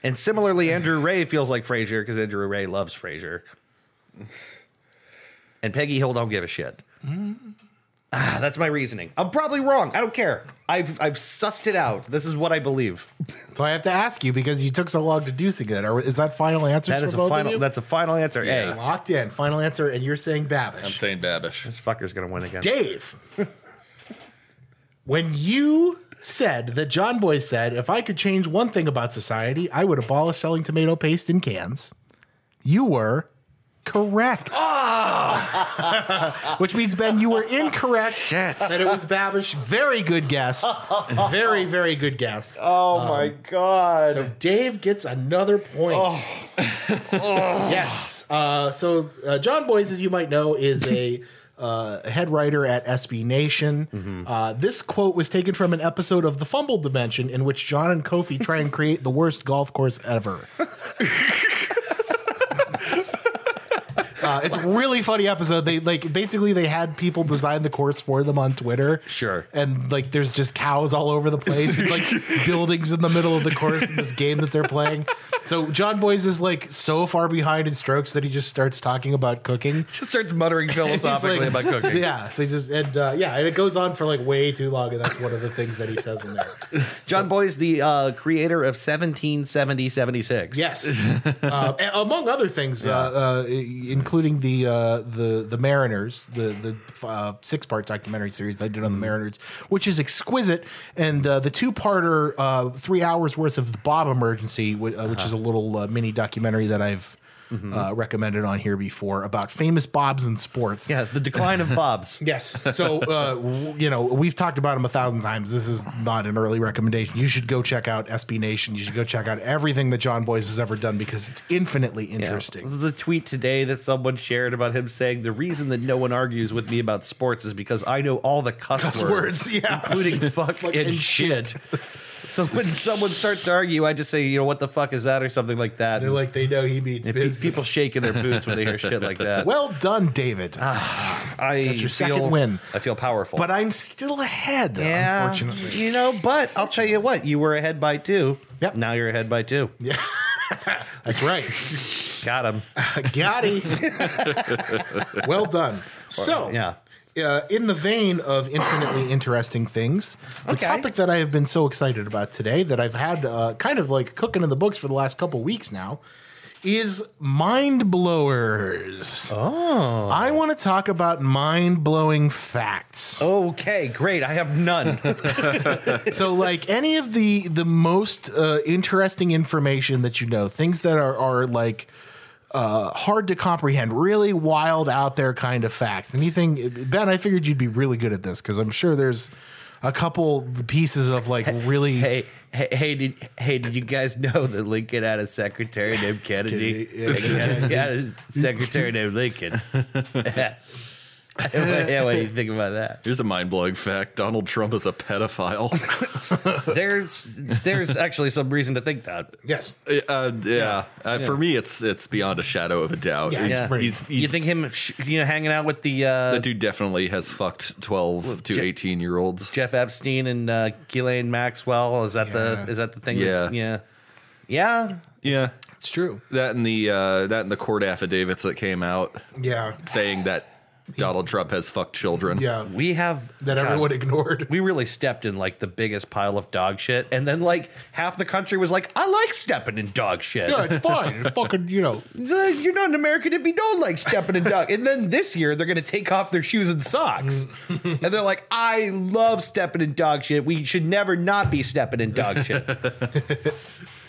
[SPEAKER 5] and similarly, Andrew Ray feels like Frazier because Andrew Ray loves Frazier, and Peggy Hill don't give a shit. Ah, that's my reasoning. I'm probably wrong. I don't care. I've I've sussed it out. This is what I believe.
[SPEAKER 1] So I have to ask you because you took so long deducing that. Are, is that final answer?
[SPEAKER 5] That
[SPEAKER 1] for
[SPEAKER 5] is a
[SPEAKER 1] both of
[SPEAKER 5] final.
[SPEAKER 1] you?
[SPEAKER 5] That's a final answer.
[SPEAKER 3] Yeah.
[SPEAKER 5] A.
[SPEAKER 1] locked in. Final answer, and you're saying Babish.
[SPEAKER 3] I'm saying Babish.
[SPEAKER 5] This fucker's gonna win again.
[SPEAKER 1] Dave, when you said that John Boy said, if I could change one thing about society, I would abolish selling tomato paste in cans, you were correct. Which means, Ben, you were incorrect that it was Babish. Very good guess. Very, very good guess.
[SPEAKER 5] Oh my god.
[SPEAKER 1] So Dave gets another point. yes. Uh, so uh, John Boyce, as you might know, is a uh, head writer at SB Nation. Uh, this quote was taken from an episode of The Fumble Dimension in which John and Kofi try and create the worst golf course ever. Uh, it's a really funny episode. They like basically they had people design the course for them on Twitter.
[SPEAKER 5] Sure.
[SPEAKER 1] And like there's just cows all over the place, and, like buildings in the middle of the course in this game that they're playing. So John Boyce is like so far behind in strokes that he just starts talking about cooking.
[SPEAKER 5] just starts muttering
[SPEAKER 1] He's like-
[SPEAKER 5] philosophically about cooking.
[SPEAKER 1] Yeah. So he just and uh, yeah, and it goes on for like way too long, and that's one of the things that he says in there.
[SPEAKER 5] John Boy's the uh, creator of 1770 76.
[SPEAKER 1] Yes, uh, a- among other things, uh, uh, including the uh, the the Mariners, the the uh, six part documentary series they did on the Mariners, which is exquisite, and uh, the two parter, uh, three hours worth of the Bob Emergency, wh- uh, which is a little uh, mini documentary that I've. Uh, recommended on here before about famous Bobs in sports.
[SPEAKER 5] Yeah, the decline of Bob's.
[SPEAKER 1] Yes. So, uh, w- you know, we've talked about him a thousand times. This is not an early recommendation. You should go check out SB Nation. You should go check out everything that John Boyce has ever done because it's infinitely interesting.
[SPEAKER 5] This is a tweet today that someone shared about him saying the reason that no one argues with me about sports is because I know all the cuss, words,
[SPEAKER 1] words, yeah.
[SPEAKER 5] including fuck
[SPEAKER 1] Like,
[SPEAKER 5] and,
[SPEAKER 1] and
[SPEAKER 5] shit. so when someone starts to argue, I just say, you know, what the fuck is that or something like that.
[SPEAKER 1] They're like, they know he beats
[SPEAKER 5] And pe-
[SPEAKER 1] business.
[SPEAKER 5] people shaking their boots when they hear shit like that.
[SPEAKER 1] well done, David.
[SPEAKER 5] Ah. I
[SPEAKER 1] your
[SPEAKER 5] feel,
[SPEAKER 1] second win.
[SPEAKER 5] I feel powerful.
[SPEAKER 1] but I'm still ahead,
[SPEAKER 5] Yeah.
[SPEAKER 1] unfortunately.
[SPEAKER 5] You know, but I'll tell you what, you were ahead by two.
[SPEAKER 1] Yep.
[SPEAKER 5] Now you're ahead by two.
[SPEAKER 1] That's right.
[SPEAKER 5] Got him.
[SPEAKER 1] Gotti. well done. So,
[SPEAKER 5] Yeah.
[SPEAKER 1] uh, in the vein of infinitely interesting things, the
[SPEAKER 5] Okay.
[SPEAKER 1] topic that I have been so excited about today that I've had uh, kind of like cooking in the books for the last couple weeks now is mind blowers. Oh. I want to talk about mind blowing facts.
[SPEAKER 5] Okay, great. I have none.
[SPEAKER 1] So, like any of the the most uh, interesting information that you know, things that are are like uh, hard to comprehend, really wild out there kind of facts. Anything, Ben? I figured you'd be really good at this because I'm sure there's a couple pieces of like really.
[SPEAKER 5] hey, hey, hey, did hey, did you guys know that Lincoln had a secretary named Kennedy?
[SPEAKER 1] Kennedy, yeah.
[SPEAKER 5] And he had a- he had a secretary named Lincoln. yeah, what do you think about that?
[SPEAKER 3] Here's a mind blowing fact Donald Trump is a pedophile.
[SPEAKER 5] There's there's actually some reason to think that.
[SPEAKER 1] Yes.
[SPEAKER 3] uh, yeah. Uh, For me, it's it's beyond a shadow of a doubt.
[SPEAKER 1] Yeah,
[SPEAKER 3] It's-
[SPEAKER 1] yeah.
[SPEAKER 3] He's,
[SPEAKER 5] You
[SPEAKER 3] he's,
[SPEAKER 5] think him, sh- you know, hanging out with the uh,
[SPEAKER 3] that dude definitely has fucked 12 to
[SPEAKER 5] Je-
[SPEAKER 3] 18 year olds.
[SPEAKER 5] Jeff Epstein and uh, Ghislaine Maxwell? Is that the
[SPEAKER 1] Yeah.
[SPEAKER 5] is that the thing?
[SPEAKER 3] Yeah.
[SPEAKER 5] that- yeah, yeah.
[SPEAKER 3] Yeah.
[SPEAKER 1] It's true.
[SPEAKER 3] That and the uh, that and the court affidavits that came out
[SPEAKER 1] Yeah.
[SPEAKER 3] saying that Donald Trump has fucked children.
[SPEAKER 1] Yeah.
[SPEAKER 5] We have
[SPEAKER 1] That
[SPEAKER 5] God,
[SPEAKER 1] everyone ignored.
[SPEAKER 5] we really stepped in like the biggest pile of dog shit, and then like half the country was like, "I like stepping in dog shit."
[SPEAKER 1] Yeah, it's fine. It's fucking, you know.
[SPEAKER 5] The- You're not an American if you don't like stepping in dog. And then this year they're gonna take off their shoes and socks,
[SPEAKER 1] Mm.
[SPEAKER 5] and they're like, "I love stepping in dog shit. We should never not be stepping in dog shit."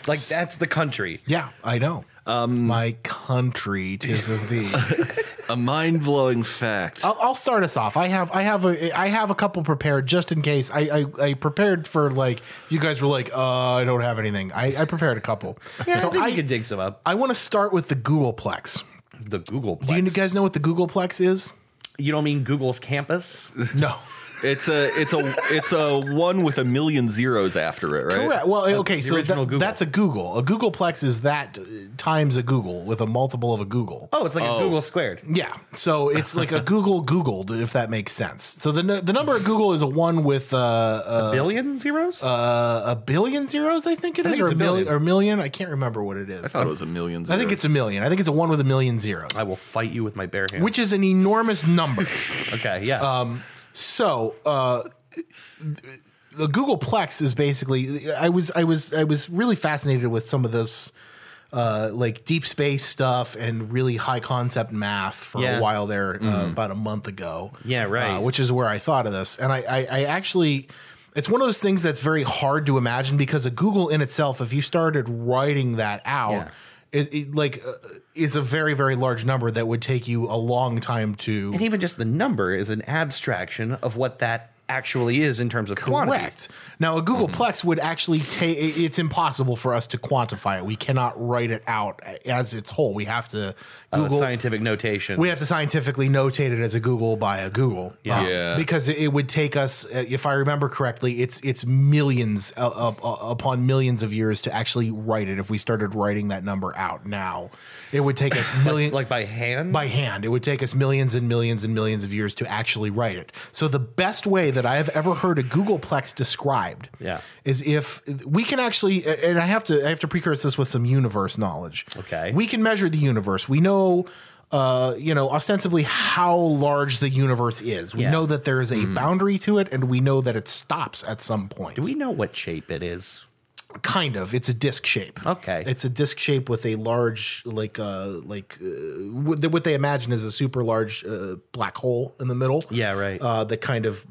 [SPEAKER 5] like that's the country.
[SPEAKER 1] Yeah, I know. Um, My country, tis of thee.
[SPEAKER 3] A mind blowing fact.
[SPEAKER 1] I'll, I'll start us off. I have I have a I have a couple prepared just in case. I I, I prepared for like if you guys were like uh, I don't have anything. I, I prepared a couple.
[SPEAKER 5] Yeah,
[SPEAKER 1] so
[SPEAKER 5] I think
[SPEAKER 1] I
[SPEAKER 5] we could dig some up.
[SPEAKER 1] I want to start with the Googleplex.
[SPEAKER 5] The Google.
[SPEAKER 1] Do you guys know what the Googleplex is?
[SPEAKER 5] You don't mean Google's campus?
[SPEAKER 1] No.
[SPEAKER 3] It's a it's a it's a one with a million zeros after it, right?
[SPEAKER 1] Correct. Oh, Well, okay, so that-
[SPEAKER 5] original Google.
[SPEAKER 1] that's a Google. A Googleplex is that uh, times a Google with a multiple of a Google.
[SPEAKER 5] Oh, it's like a Google squared.
[SPEAKER 1] Yeah, so it's like a Google Googled, if that makes sense. So the n- the number of Google is a one with uh,
[SPEAKER 5] Billion zeros?
[SPEAKER 1] a billion zeros, I think it is,
[SPEAKER 5] think
[SPEAKER 1] or
[SPEAKER 5] it's
[SPEAKER 1] a
[SPEAKER 5] a
[SPEAKER 1] million,
[SPEAKER 5] billion.
[SPEAKER 1] or a million. I can't remember what it is. I,
[SPEAKER 3] I thought it was a million. Zeros.
[SPEAKER 1] think it's a million. I think it's a one with a million zeros,
[SPEAKER 5] I will fight you with my bare hand.
[SPEAKER 1] which um, is an enormous number.
[SPEAKER 5] okay, yeah.
[SPEAKER 1] so, uh, the Googleplex is basically. I was, I was, I was really fascinated with some of this, uh, like deep space stuff and really high concept math for
[SPEAKER 5] Yeah. Mm-hmm.
[SPEAKER 1] a while there, uh, about a month ago.
[SPEAKER 5] Yeah, right.
[SPEAKER 1] Uh, which is where I thought of this, and I, I, I actually. It's one of those things that's very hard to imagine because a Google in itself, if you started writing that out,
[SPEAKER 5] Yeah.
[SPEAKER 1] it, it, like uh, is a very very large number that would take you a long time to
[SPEAKER 5] and even just the number is an abstraction of what that actually is in terms of quantity. Mm-hmm.
[SPEAKER 1] Correct. Now, a Googleplex would actually take. It's impossible for us to quantify it. We cannot write it out as its whole. We have to
[SPEAKER 5] Uh,
[SPEAKER 1] Google.
[SPEAKER 5] scientific notation.
[SPEAKER 1] we have to scientifically notate it as a Google by a Google. Yeah.
[SPEAKER 3] Yeah.
[SPEAKER 1] Because it would take us, uh, if I remember correctly, it's it's millions uh, up- uh, upon millions of years to actually write it. If we started writing that number out now, it would take us million.
[SPEAKER 5] like by hand?
[SPEAKER 1] by hand. It would take us millions and millions and millions of years to actually write it. So the best way that I have ever heard a Googleplex described
[SPEAKER 5] Yeah.
[SPEAKER 1] is if we can actually and I have to I have to precurse this with some universe knowledge.
[SPEAKER 5] Okay.
[SPEAKER 1] We can measure the universe. We know uh, you know, ostensibly how large the universe is. We
[SPEAKER 5] Yeah. Mm.
[SPEAKER 1] know that there is a boundary to it and we know that it stops at some point.
[SPEAKER 5] we know what shape it is.
[SPEAKER 1] kind of. It's a disc shape.
[SPEAKER 5] Okay.
[SPEAKER 1] It's a disc shape with a large, like, uh, like uh, what what they imagine is a super large uh, black hole in the middle.
[SPEAKER 5] Yeah, right.
[SPEAKER 1] Uh, that kind of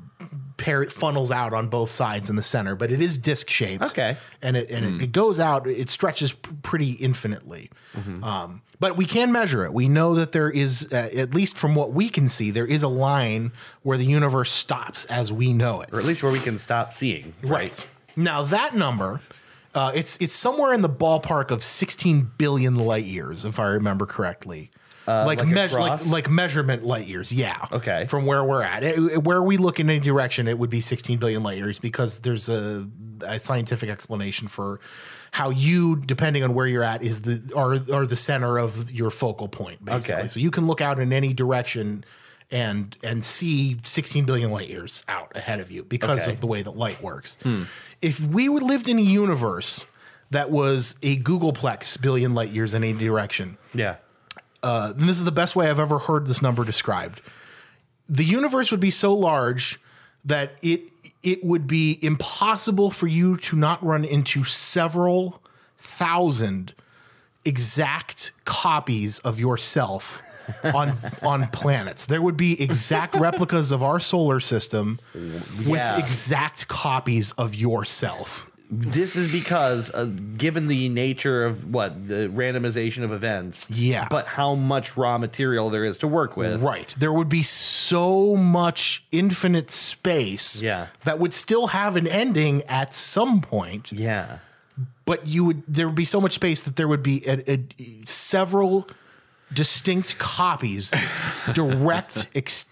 [SPEAKER 1] pair funnels out on both sides in the center, but it is disc shaped.
[SPEAKER 5] Okay. Hmm.
[SPEAKER 1] And it and it, it goes out. It stretches p- pretty infinitely.
[SPEAKER 5] Mm-hmm.
[SPEAKER 1] Um, but we can measure it. We know that there is, uh, at least from what we can see, there is a line where the universe stops as we know it.
[SPEAKER 5] or at least where we can stop seeing.
[SPEAKER 1] Right. Now that number, uh, it's it's somewhere in the ballpark of 16 billion light years, if I remember correctly. like
[SPEAKER 5] like
[SPEAKER 1] meas- like,
[SPEAKER 5] across?
[SPEAKER 1] like measurement light years, yeah.
[SPEAKER 5] Okay.
[SPEAKER 1] From where we're at, It- it- where we look in any direction, it would be 16 billion light years because there's a, a scientific explanation for how you, depending on where you're at, is the are are the center of your focal point, basically.
[SPEAKER 5] Okay.
[SPEAKER 1] So you can look out in any direction and and see 16 billion light years out ahead of you because
[SPEAKER 5] Okay. Hmm.
[SPEAKER 1] of the way that light works. If we would lived in a universe that was a Googleplex billion light years in any direction,
[SPEAKER 5] Yeah.
[SPEAKER 1] uh, and this is the best way I've ever heard this number described. The universe would be so large that it it would be impossible for you to not run into several thousand exact copies of yourself on on planets. There would be exact replicas of our solar system
[SPEAKER 5] Yeah.
[SPEAKER 1] with exact copies of yourself.
[SPEAKER 5] This is because, uh, given the nature of what the randomization of events,
[SPEAKER 1] Yeah.
[SPEAKER 5] but how much raw material there is to work with,
[SPEAKER 1] Right. There would be so much infinite space
[SPEAKER 5] Yeah.
[SPEAKER 1] that would still have an ending at some point,
[SPEAKER 5] yeah,
[SPEAKER 1] but you would there would be so much space that there would be a, a- several distinct copies, direct, ex,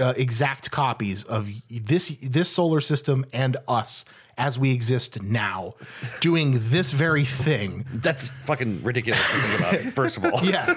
[SPEAKER 1] uh, exact copies of this this solar system and us as we exist now, doing this very thing.
[SPEAKER 5] That's fucking ridiculous to think about, first of all.
[SPEAKER 1] Yeah.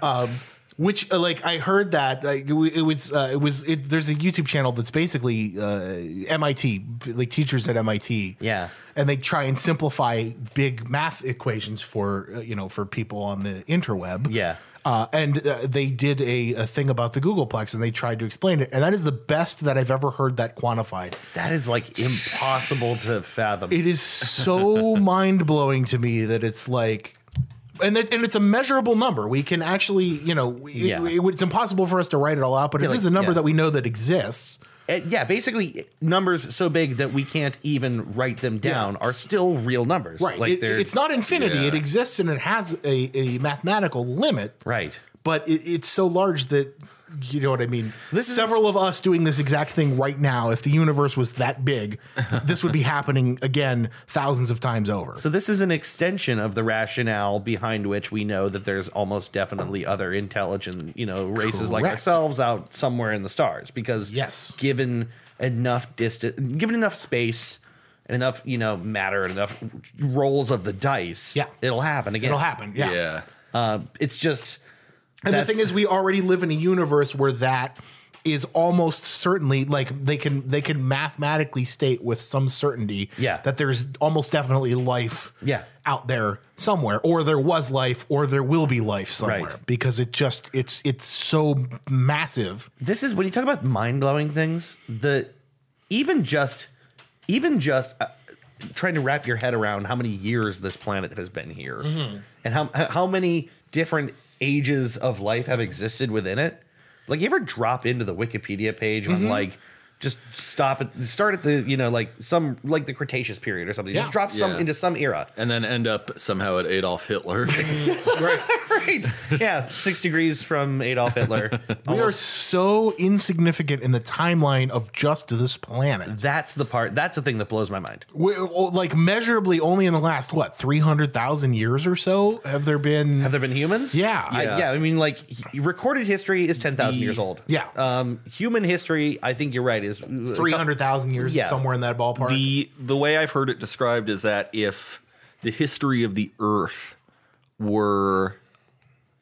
[SPEAKER 1] um, which uh, like I heard that like, it, wa- it was uh, it was it, there's a YouTube channel that's basically uh, MIT like teachers at MIT
[SPEAKER 5] Yeah.
[SPEAKER 1] and they try and simplify big math equations for uh, you know for people on the interweb
[SPEAKER 5] Yeah.
[SPEAKER 1] uh, and uh, they did a, a thing about the Googleplex and they tried to explain it and that is the best that I've ever heard that quantified
[SPEAKER 5] That is like impossible to fathom.
[SPEAKER 1] it is so mind blowing to me that it's like, and it, and it's a measurable number. We can actually, you know, we,
[SPEAKER 5] Yeah.
[SPEAKER 1] it- it's impossible for us to write it all out, but it is
[SPEAKER 5] like-
[SPEAKER 1] a number
[SPEAKER 5] yeah.
[SPEAKER 1] that we know that exists.
[SPEAKER 5] Uh, yeah, basically numbers so big that we can't even write them down are still real numbers.
[SPEAKER 1] Like
[SPEAKER 5] Like
[SPEAKER 1] it,
[SPEAKER 5] they're
[SPEAKER 1] it's not infinity. It
[SPEAKER 3] Yeah.
[SPEAKER 1] exists and it has a, a mathematical limit,
[SPEAKER 5] right.
[SPEAKER 1] but it, it's so large that you know what I mean.
[SPEAKER 5] This is-
[SPEAKER 1] Several of us doing this exact thing right now. If the universe was that big, this would be happening again thousands of times over.
[SPEAKER 5] So this is an extension of the rationale behind which we know that there's almost definitely other intelligent, you know, races like
[SPEAKER 1] Correct.
[SPEAKER 5] ourselves out somewhere in the stars because
[SPEAKER 1] Yes.
[SPEAKER 5] given enough distance, given enough space and enough, you know, matter and enough rolls of the dice,
[SPEAKER 1] Yeah.
[SPEAKER 5] it'll happen again.
[SPEAKER 1] It'll happen.
[SPEAKER 3] Yeah.
[SPEAKER 1] yeah.
[SPEAKER 5] Uh, it's just
[SPEAKER 1] And the
[SPEAKER 5] That's-
[SPEAKER 1] thing is, we already live in a universe where that is almost certainly like they can they can mathematically state with some certainty
[SPEAKER 5] Yeah.
[SPEAKER 1] that there's almost definitely life
[SPEAKER 5] Yeah.
[SPEAKER 1] out there somewhere or there was life or there will be life somewhere
[SPEAKER 5] Right.
[SPEAKER 1] because it just it's it's so massive
[SPEAKER 5] this is when you talk about mind blowing things. The even just even just uh, trying to wrap your head around how many years this planet has been here,
[SPEAKER 1] Mm-hmm.
[SPEAKER 5] and how how many different ages of life have existed within it. Like you ever drop into the Wikipedia page
[SPEAKER 1] Mm-hmm.
[SPEAKER 5] and I'm like. Just stop at start at the you know like some like the Cretaceous period or something.
[SPEAKER 1] Yeah.
[SPEAKER 5] Just drop some
[SPEAKER 3] Yeah.
[SPEAKER 5] into some era.
[SPEAKER 3] And then end up somehow at Adolf Hitler.
[SPEAKER 5] right. Yeah, six degrees from Adolf Hitler.
[SPEAKER 1] we are so insignificant in the timeline of just this planet
[SPEAKER 5] that's the part. That's the thing that blows my mind.
[SPEAKER 1] We're, oh, like measurably only in the last what 300,000 years or so have there been
[SPEAKER 5] Have there been humans?
[SPEAKER 1] Yeah.
[SPEAKER 5] I,
[SPEAKER 3] Yeah.
[SPEAKER 5] yeah. I mean, like h- recorded history is ten thousand years old.
[SPEAKER 1] Yeah.
[SPEAKER 5] Um, human history, I think you're right. Is three
[SPEAKER 1] 300,000 years
[SPEAKER 5] Yeah.
[SPEAKER 1] somewhere in that ballpark
[SPEAKER 3] the the way I've heard it described is that if the history of the Earth were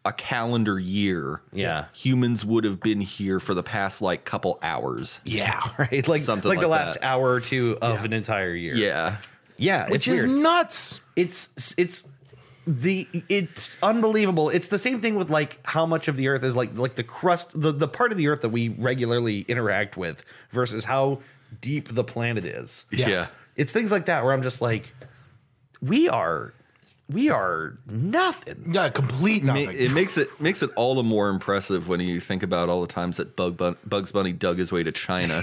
[SPEAKER 3] a calendar year,
[SPEAKER 5] Yeah.
[SPEAKER 3] humans would have been here for the past like couple hours.
[SPEAKER 1] yeah
[SPEAKER 5] right? Like
[SPEAKER 3] Something
[SPEAKER 5] like, the
[SPEAKER 3] like
[SPEAKER 5] last
[SPEAKER 3] that.
[SPEAKER 5] hour or two of an entire year.
[SPEAKER 3] Yeah,
[SPEAKER 5] Yeah.
[SPEAKER 1] which
[SPEAKER 5] it's
[SPEAKER 1] is
[SPEAKER 5] weird.
[SPEAKER 1] nuts.
[SPEAKER 5] it's it's the it's unbelievable. It's the same thing with like how much of the Earth is like like the crust, the the part of the Earth that we regularly interact with versus how deep the planet is.
[SPEAKER 1] Yeah.
[SPEAKER 3] yeah.
[SPEAKER 5] It's things like that where I'm just like, we are. We are nothing.
[SPEAKER 1] Yeah, complete
[SPEAKER 3] Ma-
[SPEAKER 1] nothing.
[SPEAKER 3] It makes it makes it all the more impressive when you think about all the times that Bug Bun- Bugs Bunny dug his way to China.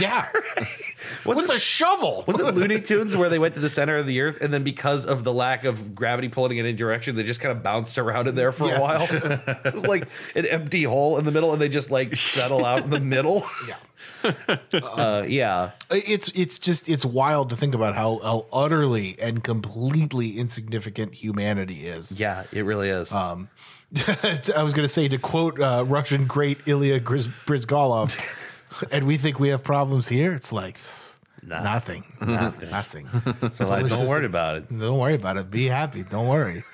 [SPEAKER 1] yeah, with a shovel.
[SPEAKER 5] Was it Looney Tunes where they went to the center of the earth and then because of the lack of gravity pulling it in any direction, they just kind of bounced around in there for
[SPEAKER 1] Yes.
[SPEAKER 5] a while? it was like an empty hole in the middle and they just like settle out in the middle.
[SPEAKER 1] Yeah,
[SPEAKER 5] Uh, yeah.
[SPEAKER 1] it's it's just it's wild to think about how how utterly and completely insignificant humanity is.
[SPEAKER 5] Yeah, it really is.
[SPEAKER 1] Uh, I was going to say to quote uh, Russian great Ilya Griz- Brizgalov, and we think we have problems here. It's like pfft, nothing, nothing, nothing.
[SPEAKER 5] so like,
[SPEAKER 1] it's
[SPEAKER 5] don't
[SPEAKER 1] just-
[SPEAKER 5] worry about it.
[SPEAKER 1] Don't worry about it. Be happy. Don't worry.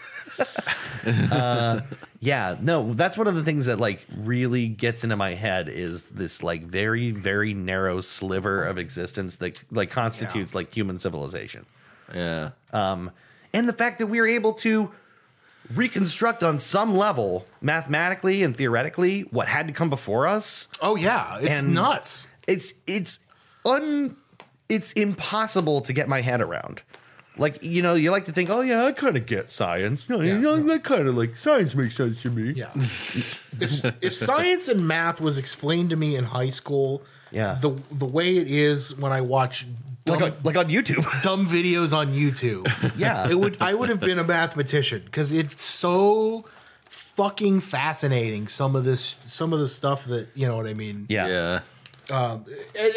[SPEAKER 5] Yeah, no, that's one of the things that like really gets into my head is this like very, very narrow sliver of existence that like constitutes like human civilization.
[SPEAKER 3] yeah,
[SPEAKER 5] Um, and the fact that we are able to reconstruct on some level, mathematically and theoretically, what had to come before us.
[SPEAKER 1] Oh yeah, it's
[SPEAKER 5] And-
[SPEAKER 1] nuts.
[SPEAKER 5] It's it's un it's impossible to get my head around. Like you know, you like to think, oh yeah, I kind of get science. No, you know, I kind of like science makes sense to me.
[SPEAKER 1] Yeah. if if science and math was explained to me in high school,
[SPEAKER 5] Yeah.
[SPEAKER 1] the the way it is when I watch dumb,
[SPEAKER 5] like on, like on YouTube.
[SPEAKER 1] dumb videos on YouTube,
[SPEAKER 5] Yeah.
[SPEAKER 1] it would I would have been a mathematician because it's so fucking fascinating. Some of this, some of the stuff that you know what I mean.
[SPEAKER 5] yeah,
[SPEAKER 3] yeah.
[SPEAKER 1] and,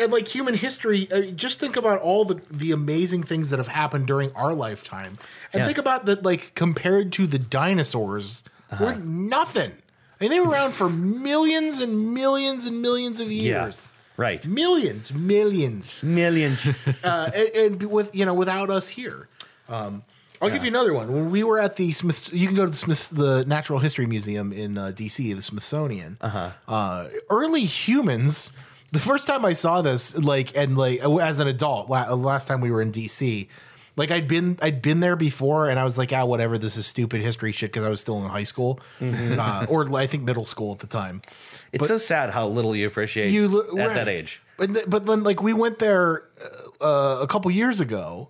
[SPEAKER 1] and like human history, I mean, just think about all the the amazing things that have happened during our lifetime, and
[SPEAKER 5] Yeah.
[SPEAKER 1] think about that like compared to the dinosaurs were nothing. I mean, they were around for millions and millions and millions of years.
[SPEAKER 5] Right.
[SPEAKER 1] Millions, millions,
[SPEAKER 5] Millions.
[SPEAKER 1] uh, and, and with you know, without us here. Um, I'll give you another one. When we were at the Smith, you can go to the Smith, the Natural History Museum in uh, D.C., the Smithsonian. Uh-huh. early humans. The first time I saw this, like, and like uh, as an adult, la- last time we were in D.C., like I'd been I'd been there before, and I was like, ah, whatever, this is stupid history shit because I was still in high school, uh, or I think middle school at the time.
[SPEAKER 5] It's so sad how little you appreciate
[SPEAKER 1] You
[SPEAKER 5] you
[SPEAKER 1] lo-
[SPEAKER 5] at
[SPEAKER 1] right.
[SPEAKER 5] that age.
[SPEAKER 1] But th- but then like we went there uh, a couple years ago,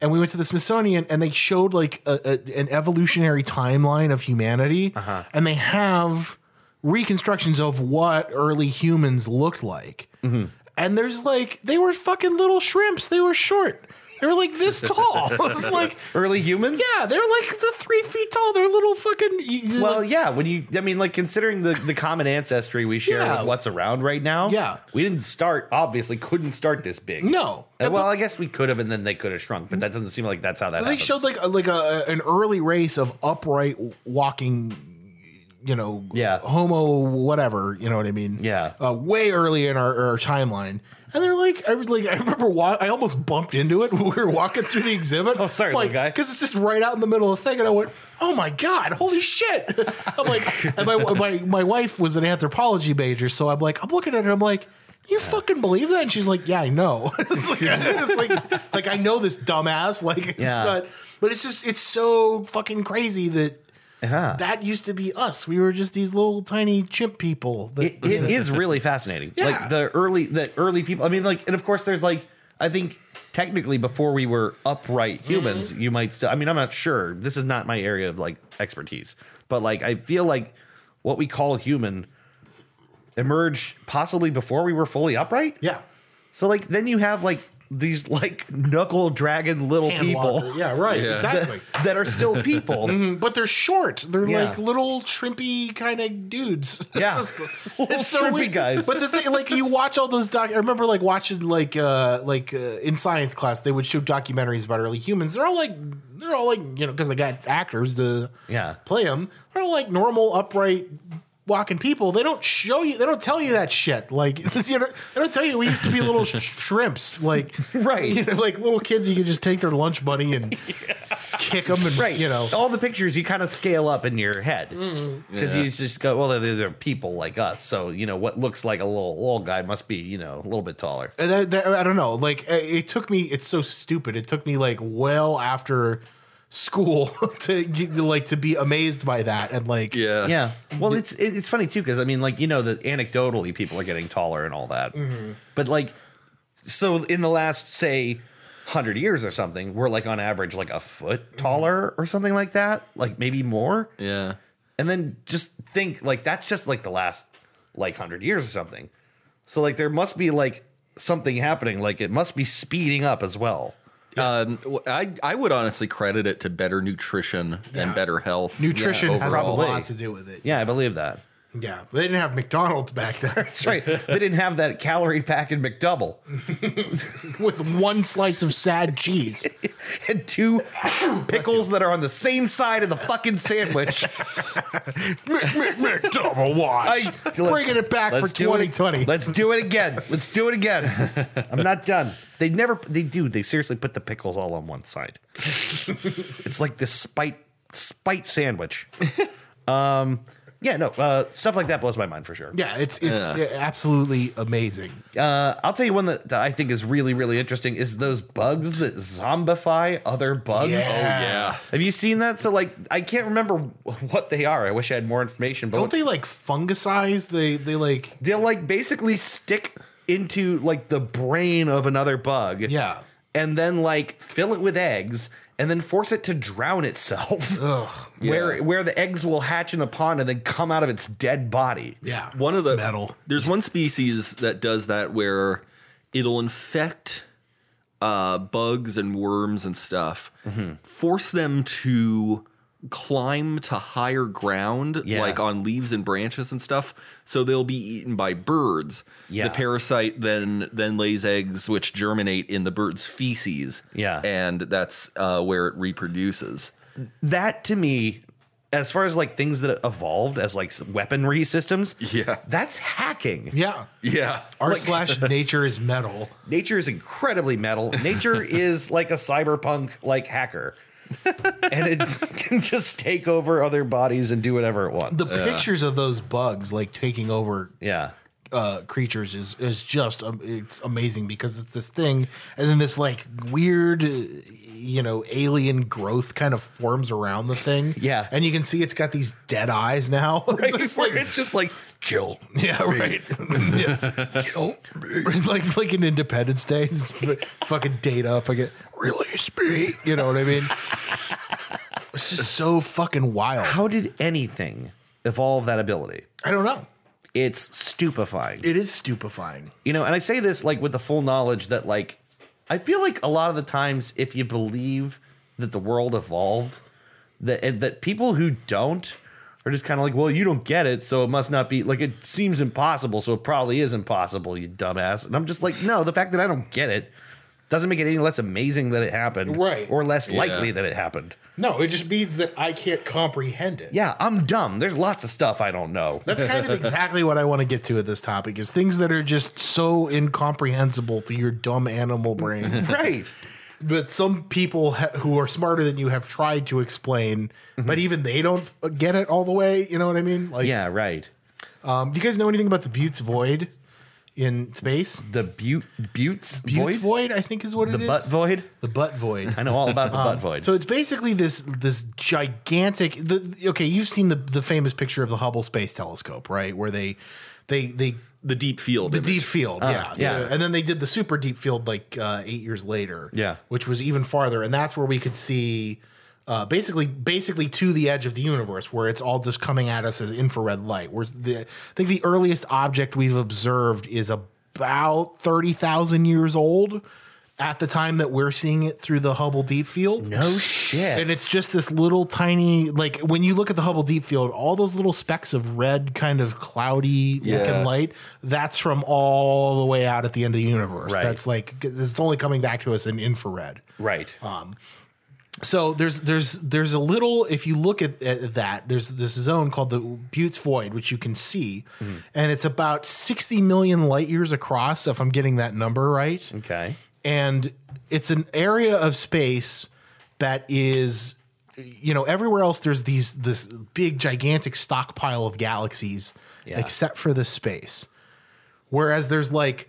[SPEAKER 1] and we went to the Smithsonian, and they showed like a, a, an evolutionary timeline of humanity,
[SPEAKER 5] Uh-huh.
[SPEAKER 1] and they have reconstructions of what early humans looked like.
[SPEAKER 5] Mm-hmm.
[SPEAKER 1] And there's like they were fucking little shrimps. They were short. They were like this tall. it's like
[SPEAKER 5] Early humans?
[SPEAKER 1] yeah, they're like the three feet tall. They're little fucking
[SPEAKER 5] Well, yeah. When you, I mean, like considering the, the common ancestry we share
[SPEAKER 1] Yeah.
[SPEAKER 5] with what's around right now.
[SPEAKER 1] Yeah.
[SPEAKER 5] We didn't start, obviously, couldn't start this big.
[SPEAKER 1] No.
[SPEAKER 5] Uh, well, I guess we could have, and then they could have shrunk, but that doesn't seem like that's how that.
[SPEAKER 1] I think
[SPEAKER 5] happens.
[SPEAKER 1] showed like a, like a an early race of upright walking, you know,
[SPEAKER 5] Yeah.
[SPEAKER 1] Homo whatever, you know what I mean?
[SPEAKER 5] Yeah.
[SPEAKER 1] uh, way early in our, our timeline. And they're like, I was like, I remember wa- I almost bumped into it when we were walking through the exhibit. oh,
[SPEAKER 5] sorry,
[SPEAKER 1] like,
[SPEAKER 5] little guy.
[SPEAKER 1] because it's just right out in the middle of the thing, and I went, oh my god, holy shit! I'm like, and my, my my wife was an anthropology major, so I'm like, I'm looking at her, I'm like. You fucking believe that? And she's like, "Yeah, I know." it's like, it's like, like I know this dumbass. Like, it's
[SPEAKER 5] Yeah.
[SPEAKER 1] not. But it's just, it's so fucking crazy that
[SPEAKER 5] Yeah.
[SPEAKER 1] that used to be us. We were just these little tiny chimp people. That,
[SPEAKER 5] it, it is really fascinating.
[SPEAKER 1] Yeah.
[SPEAKER 5] Like the early the early people. I mean, like, and of course, there's like I think technically before we were upright
[SPEAKER 1] Mm-hmm.
[SPEAKER 5] humans, you might still. I mean, I'm not sure. This is not my area of like expertise, but like I feel like what we call human emerged possibly before we were fully upright.
[SPEAKER 1] yeah.
[SPEAKER 5] So like then you have like these like knuckle dragon little people.
[SPEAKER 1] Walker. Yeah, right.
[SPEAKER 3] Yeah.
[SPEAKER 1] Exactly.
[SPEAKER 5] That are still people.
[SPEAKER 1] Mm, But they're short. They're
[SPEAKER 5] Yeah.
[SPEAKER 1] like little shrimpy kind of dudes. It's
[SPEAKER 5] Yeah.
[SPEAKER 1] just-
[SPEAKER 5] Little
[SPEAKER 1] it's so
[SPEAKER 5] shrimpy
[SPEAKER 1] weird.
[SPEAKER 5] guys.
[SPEAKER 1] But the thing, like, you watch all those doc. I remember like watching like uh like uh, in science class they would show documentaries about early humans. They're all like they're all like you know because they got actors to
[SPEAKER 5] Yeah.
[SPEAKER 1] play them. They're all like normal upright. Walking people, they don't show you, they don't tell you that shit. Like, you know, they don't tell you we used to be little sh- shrimps, like,
[SPEAKER 5] Right.
[SPEAKER 1] you know, like little kids. You could just take their lunch money and kick them, and
[SPEAKER 5] Right.
[SPEAKER 1] you know, Mm-hmm.
[SPEAKER 5] all the pictures you kind of scale up in your head because
[SPEAKER 3] Yeah.
[SPEAKER 5] you just go, well, they're, they're people like us. So, you know, what looks like a little, little guy must be, you know, a little bit taller.
[SPEAKER 1] And that- that- I don't know. Like uh, it took me. It's so stupid. It took me like well after school to get- like to be amazed by that and like
[SPEAKER 3] Yeah.
[SPEAKER 5] Yeah. Well, it's it- it's funny too because I mean, like you know, that anecdotally people are getting taller and all that,
[SPEAKER 1] Mm-hmm.
[SPEAKER 5] but like, so in the last say hundred years or something, we're like on average like a foot taller or something like that, like maybe more.
[SPEAKER 3] Yeah.
[SPEAKER 5] And then just think like that's just like the last like hundred years or something. So like there must be like something happening. Like it must be speeding up as well.
[SPEAKER 3] Um, wh- I I would honestly credit it to better nutrition
[SPEAKER 1] Yeah.
[SPEAKER 3] and better health.
[SPEAKER 1] nutrition has a
[SPEAKER 3] overall.
[SPEAKER 1] lot to do with it.
[SPEAKER 5] Yeah, I believe that.
[SPEAKER 1] Yeah, they didn't have McDonald's back there
[SPEAKER 5] That's right. they didn't have that calorie pack in McDouble
[SPEAKER 1] with one slice of sad cheese.
[SPEAKER 5] and two pickles that are on the same side of the fucking sandwich.
[SPEAKER 1] McDouble watch,
[SPEAKER 5] I- let's-
[SPEAKER 1] bringing it back for
[SPEAKER 5] let's do it-
[SPEAKER 1] 2020.
[SPEAKER 5] Let's do it again. Let's do it again. I'm not done. They never. They do. They seriously put the pickles all on one side. it's like this spite spite sandwich. Um. Yeah. No. Uh. Stuff like that blows my mind for sure.
[SPEAKER 1] yeah, it's it's
[SPEAKER 3] Yeah.
[SPEAKER 1] uh, absolutely amazing.
[SPEAKER 5] Uh. I'll tell you one that, that I think is really really interesting is those bugs that zombify other bugs.
[SPEAKER 3] Yeah.
[SPEAKER 5] Have you seen that? So like, I can't remember what they are. I wish I had more information. But
[SPEAKER 1] Don't they like fungicize? They they like
[SPEAKER 5] they'll like basically stick into like the brain of another bug.
[SPEAKER 1] yeah.
[SPEAKER 5] And then like fill it with eggs and then force it to drown itself. Where
[SPEAKER 3] Yeah.
[SPEAKER 5] where the eggs will hatch in the pond and then come out of its dead body.
[SPEAKER 1] Yeah.
[SPEAKER 3] One of the
[SPEAKER 1] metal.
[SPEAKER 3] There's one species that does that where it'll infect uh, bugs and worms and stuff, force them to climb to higher ground,
[SPEAKER 5] Yeah.
[SPEAKER 3] like on leaves and branches and stuff. So they'll be eaten by birds.
[SPEAKER 5] Yeah.
[SPEAKER 3] The parasite then then lays eggs which germinate in the bird's feces.
[SPEAKER 5] Yeah.
[SPEAKER 3] and that's uh, where it reproduces.
[SPEAKER 5] That to me as far as like things that evolved as like weaponry systems,
[SPEAKER 3] Yeah.
[SPEAKER 5] that's hacking.
[SPEAKER 1] Yeah.
[SPEAKER 3] Yeah.
[SPEAKER 1] R slash nature is metal.
[SPEAKER 5] Nature is incredibly metal. Nature is like a cyberpunk like hacker. and it can just take over other bodies and do whatever it wants.
[SPEAKER 1] The pictures of those bugs like taking over
[SPEAKER 5] yeah.
[SPEAKER 1] uh, creatures is is just um, it's amazing because it's this thing, and then this like weird, uh, you know, alien growth kind of forms around the thing.
[SPEAKER 5] Yeah.
[SPEAKER 1] and you can see it's got these dead eyes now. it's just like
[SPEAKER 5] it's just like
[SPEAKER 3] Kill.
[SPEAKER 1] yeah, right. yeah.
[SPEAKER 3] Kill.
[SPEAKER 1] like like an Independence Day, it's fucking date up. I get release me. You know what I mean? It's just so fucking wild.
[SPEAKER 5] how did anything evolve that ability?
[SPEAKER 1] I don't know.
[SPEAKER 5] It's stupefying.
[SPEAKER 1] It is stupefying.
[SPEAKER 5] you know, and I say this like with the full knowledge that like I feel like a lot of the times if you believe that the world evolved, that and that people who don't are just kind of like, well, you don't get it, so it must not be like it seems impossible, so it probably is impossible, you dumbass. And I'm just like, no, the fact that I don't get it doesn't make it any less amazing that it happened,
[SPEAKER 1] Right.
[SPEAKER 5] Or less likely
[SPEAKER 3] Yeah.
[SPEAKER 5] that it happened.
[SPEAKER 1] No, it just means that I can't comprehend it.
[SPEAKER 5] Yeah, I'm dumb. There's lots of stuff I don't know.
[SPEAKER 1] That's kind of exactly what I want to get to at this topic is things that are just so incomprehensible to your dumb animal brain
[SPEAKER 5] right.
[SPEAKER 1] that some people ha- who are smarter than you have tried to explain, but even they don't uh, get it all the way. You know what I mean? Like,
[SPEAKER 5] Mm-hmm. Yeah, right.
[SPEAKER 1] um, do you guys know anything about the Butte's Void in space?
[SPEAKER 5] The butte buttes
[SPEAKER 1] Butte's
[SPEAKER 5] void?
[SPEAKER 1] Void, I think, is what
[SPEAKER 5] the
[SPEAKER 1] it is.
[SPEAKER 5] butt void.
[SPEAKER 1] the butt void.
[SPEAKER 5] I know all about the butt void.
[SPEAKER 1] So it's basically this this gigantic. The, okay, you've seen the the famous picture of the Hubble Space Telescope, right? Where they they they
[SPEAKER 3] The deep field.
[SPEAKER 1] The
[SPEAKER 3] image.
[SPEAKER 1] deep field, yeah,
[SPEAKER 5] Ah, yeah.
[SPEAKER 1] And then they did the super deep field like uh, eight years later,
[SPEAKER 5] Yeah.
[SPEAKER 1] which was even farther, and that's where we could see uh, basically basically to the edge of the universe, where it's all just coming at us as infrared light. Where the I think the earliest object we've observed is about thirty thousand years old at the time that we're seeing it through the Hubble Deep Field.
[SPEAKER 5] no shit.
[SPEAKER 1] And it's just this little tiny, like when you look at the Hubble Deep Field, all those little specks of red, kind of cloudy
[SPEAKER 3] Yeah.
[SPEAKER 1] looking light, that's from all the way out at the end of the universe.
[SPEAKER 5] Right.
[SPEAKER 1] That's like, 'cause it's only coming back to us in infrared.
[SPEAKER 5] right.
[SPEAKER 1] So there's there's there's a little if you look at, at that there's this zone called the Butte's Void which you can see, and it's about sixty million light years across if I'm getting that number right
[SPEAKER 5] okay.
[SPEAKER 1] and it's an area of space that is you know everywhere else there's these this big gigantic stockpile of galaxies
[SPEAKER 5] Yeah.
[SPEAKER 1] except for this space whereas there's like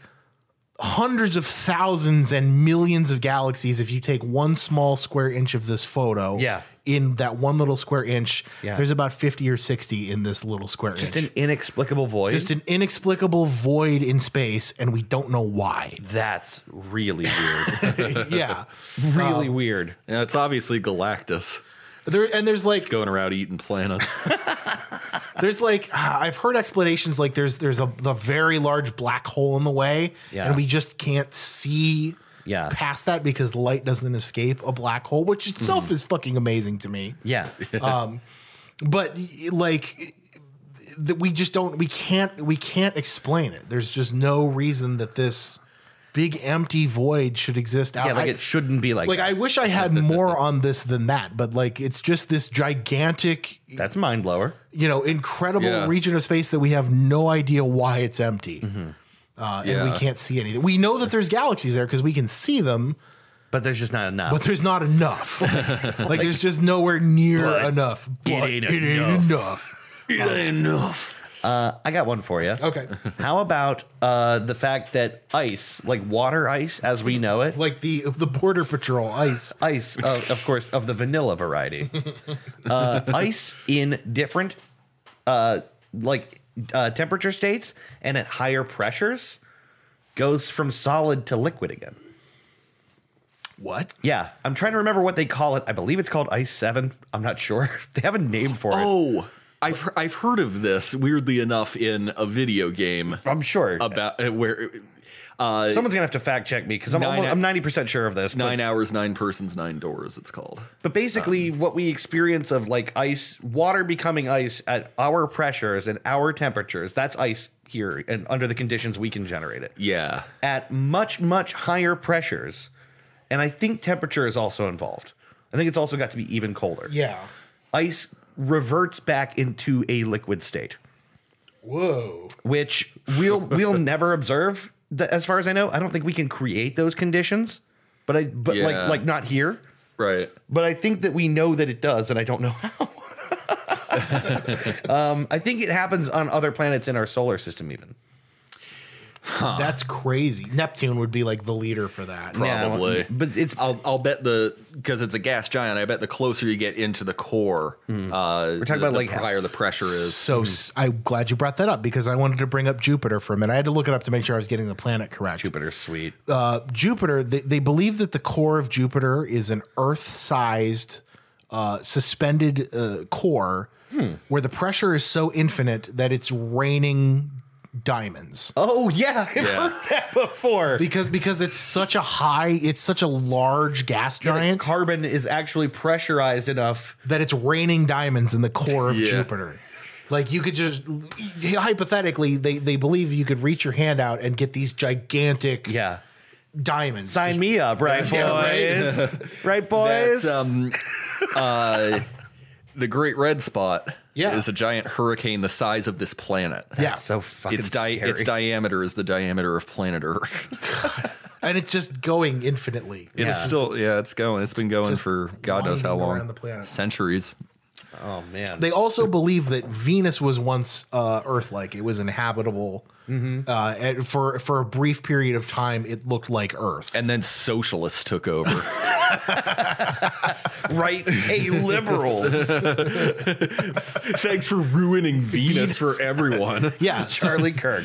[SPEAKER 1] hundreds of thousands and millions of galaxies if you take one small square inch of this photo
[SPEAKER 5] Yeah.
[SPEAKER 1] in that one little square inch
[SPEAKER 5] Yeah.
[SPEAKER 1] there's about 50 or 60 in this little square
[SPEAKER 5] Just
[SPEAKER 1] inch
[SPEAKER 5] an inexplicable void.
[SPEAKER 1] just an inexplicable void in space and we don't know why
[SPEAKER 5] That's really weird. Um,
[SPEAKER 1] yeah
[SPEAKER 5] really weird.
[SPEAKER 3] Yeah, it's obviously Galactus
[SPEAKER 1] there and there's like
[SPEAKER 3] going around eating planets.
[SPEAKER 1] there's like ah, I've heard explanations like there's there's a the very large black hole in the way,
[SPEAKER 5] Yeah.
[SPEAKER 1] and we just can't see
[SPEAKER 5] Yeah.
[SPEAKER 1] past that because light doesn't escape a black hole, which itself is fucking amazing to me.
[SPEAKER 5] Mm. Yeah.
[SPEAKER 1] But y- like that we just don't we can't we can't explain it. There's just no reason that this big empty void should exist out.
[SPEAKER 5] yeah. Like
[SPEAKER 1] I-
[SPEAKER 5] it shouldn't be like.
[SPEAKER 1] like
[SPEAKER 5] that.
[SPEAKER 1] I wish I had more on this than that, but like it's just this gigantic
[SPEAKER 5] That's mind blower.
[SPEAKER 1] you know, incredible
[SPEAKER 3] Yeah.
[SPEAKER 1] region of space that we have no idea why it's empty. Uh, and
[SPEAKER 3] Yeah.
[SPEAKER 1] we can't see anything. We know that there's galaxies there because we can see them,
[SPEAKER 5] But there's just not enough.
[SPEAKER 1] but there's not enough. like, there's just nowhere near enough. But
[SPEAKER 5] ain't
[SPEAKER 1] enough.
[SPEAKER 3] Enough.
[SPEAKER 5] uh, I got one for you.
[SPEAKER 1] Okay.
[SPEAKER 5] How about uh, the fact that ice, like water ice as we know it,
[SPEAKER 1] Like the the border patrol ice.
[SPEAKER 5] ice, of, of course, of the vanilla variety. Uh, ice in different, uh, like uh, temperature states and at higher pressures, goes from solid to liquid again.
[SPEAKER 1] What?
[SPEAKER 5] Yeah, I'm trying to remember what they call it. I believe it's called Ice Seven. I'm not sure. They have a name for it.
[SPEAKER 3] Oh, I've he- I've heard of this weirdly enough in a video game
[SPEAKER 5] I'm sure.
[SPEAKER 3] about uh, where uh,
[SPEAKER 5] Someone's gonna have to fact check me because I'm
[SPEAKER 3] Nine
[SPEAKER 5] almost,
[SPEAKER 3] at-
[SPEAKER 5] I'm 90 percent sure of this. but-
[SPEAKER 3] nine hours, nine persons, nine doors. It's called.
[SPEAKER 5] But basically, what we experience of like ice, water becoming ice at our pressures and our temperatures, that's ice here and under the conditions we can generate it.
[SPEAKER 3] Yeah,
[SPEAKER 5] At much, much higher pressures, and I think temperature is also involved. I think it's also got to be even colder.
[SPEAKER 1] Yeah.
[SPEAKER 5] Ice reverts back into a liquid state,
[SPEAKER 1] Whoa.
[SPEAKER 5] which we'll we'll never observe. th- As far as I know, I don't think we can create those conditions, but I but
[SPEAKER 3] Yeah.
[SPEAKER 5] like like not here.
[SPEAKER 3] Right.
[SPEAKER 5] But I think that we know that it does, and I don't know how. um, I think it happens on other planets in our solar system, even.
[SPEAKER 1] That's crazy. Neptune would be like the leader for that.
[SPEAKER 5] Yeah,
[SPEAKER 3] Probably.
[SPEAKER 5] but it's
[SPEAKER 3] I'll I'll bet the because it's a gas giant. I bet the closer you get into the core, uh, we're
[SPEAKER 5] talking about, like,
[SPEAKER 3] the higher the pressure is.
[SPEAKER 1] So s I'm glad you brought that up because I wanted to bring up Jupiter for a minute. I had to look it up to make sure I was getting the planet correct.
[SPEAKER 5] Jupiter, sweet.
[SPEAKER 1] Uh, Jupiter, they, they believe that the core of Jupiter is an Earth sized uh, suspended uh, core where the pressure is so infinite that it's raining diamonds
[SPEAKER 5] Oh yeah, I've
[SPEAKER 3] Yeah.
[SPEAKER 5] heard that before.
[SPEAKER 1] because because it's such a high it's such a large gas giant
[SPEAKER 5] Carbon is actually pressurized enough.
[SPEAKER 1] that it's raining diamonds in the core of
[SPEAKER 3] Yeah.
[SPEAKER 1] Jupiter. Like you could just hypothetically, they they believe you could reach your hand out and get these gigantic
[SPEAKER 5] Yeah.
[SPEAKER 1] diamonds.
[SPEAKER 5] Sign me up, right, boys? right. boys?
[SPEAKER 3] That, um, uh, the Great Red Spot
[SPEAKER 1] Yeah.
[SPEAKER 3] is a giant hurricane the size of this planet.
[SPEAKER 1] yeah,
[SPEAKER 5] so Oh, fucking
[SPEAKER 3] Its, di-
[SPEAKER 5] scary.
[SPEAKER 3] its diameter is the diameter of planet Earth.
[SPEAKER 1] and it's just going infinitely.
[SPEAKER 3] It's still, yeah, it's going. It's been going
[SPEAKER 1] Just
[SPEAKER 3] for God knows how
[SPEAKER 1] winding
[SPEAKER 3] long.
[SPEAKER 1] around the planet.
[SPEAKER 3] Centuries.
[SPEAKER 5] oh man.
[SPEAKER 1] They also believe that Venus was once uh, Earth-like; it was inhabitable.
[SPEAKER 5] Mm-hmm.
[SPEAKER 1] Uh, and for for a brief period of time, it looked like Earth.
[SPEAKER 3] And then socialists took over.
[SPEAKER 5] right a liberal.
[SPEAKER 3] Thanks for ruining Venus, for everyone.
[SPEAKER 1] yeah, so,
[SPEAKER 5] Charlie Kirk.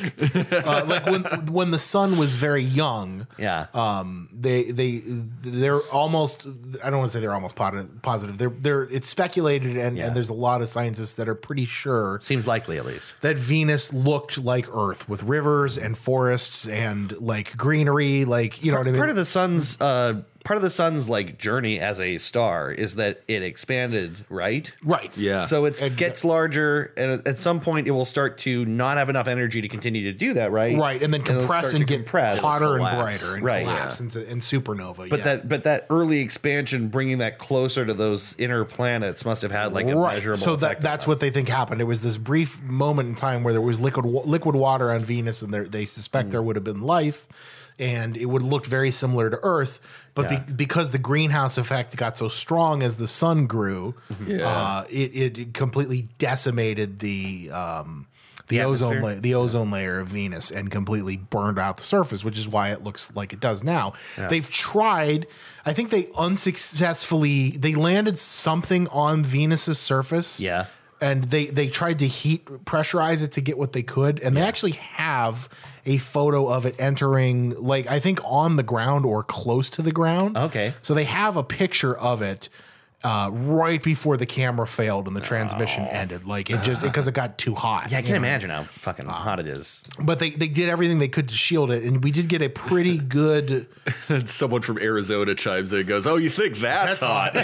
[SPEAKER 1] uh, like when when the sun was very young,
[SPEAKER 5] Yeah.
[SPEAKER 1] um they they they're almost i don't want to say they're almost positive positive they're they're it's speculated and
[SPEAKER 5] Yeah.
[SPEAKER 1] and there's a lot of scientists that are pretty sure
[SPEAKER 5] Seems likely at least.
[SPEAKER 1] that venus looked like earth with rivers and forests and like greenery like you know what i mean
[SPEAKER 5] Part of the sun's uh part of the sun's like journey as a star is that it expanded, right?
[SPEAKER 1] right
[SPEAKER 3] Yeah.
[SPEAKER 5] So it
[SPEAKER 1] And-
[SPEAKER 5] gets larger, and at some point it will start to not have enough energy to continue to do that, right?
[SPEAKER 1] right and then
[SPEAKER 5] it'll
[SPEAKER 1] compress
[SPEAKER 5] start
[SPEAKER 1] and
[SPEAKER 5] to
[SPEAKER 1] get
[SPEAKER 5] compress.
[SPEAKER 1] hotter and
[SPEAKER 3] collapse.
[SPEAKER 1] brighter and
[SPEAKER 5] Right,
[SPEAKER 1] collapse into and supernova
[SPEAKER 5] But
[SPEAKER 1] yeah.
[SPEAKER 5] that but that early expansion, bringing that closer to those inner planets, must have had like a measurable.
[SPEAKER 1] So
[SPEAKER 5] effect
[SPEAKER 1] that
[SPEAKER 5] on
[SPEAKER 1] that's what they think happened. It was this brief moment in time where there was liquid wa- liquid water on Venus, and there, they
[SPEAKER 5] Mm.
[SPEAKER 1] suspect there would have been life, and it would look very similar to Earth. But
[SPEAKER 5] Yeah.
[SPEAKER 1] be, because the greenhouse effect got so strong as the sun grew,
[SPEAKER 3] Yeah.
[SPEAKER 1] uh, it, it completely decimated the. Um, the
[SPEAKER 5] atmosphere?
[SPEAKER 1] ozone, la- the ozone layer of Venus, and completely burned out the surface, which is why it looks like it does now. They've tried. I think they unsuccessfully. They landed something on Venus's surface.
[SPEAKER 5] Yeah.
[SPEAKER 1] And they they tried to heat pressurize it to get what they could, and they actually have a photo of it entering, like I think on the ground or close to the ground.
[SPEAKER 5] Okay.
[SPEAKER 1] So they have a picture of it uh, right before the camera failed and the transmission ended. Like it just because it got too hot.
[SPEAKER 5] Oh. Yeah, I can't imagine how fucking
[SPEAKER 1] Ah.
[SPEAKER 5] hot it is.
[SPEAKER 1] But they, they did everything they could to shield it, and we did get a pretty good.
[SPEAKER 3] And someone from Arizona chimes in and goes, Oh, you think that's, hot?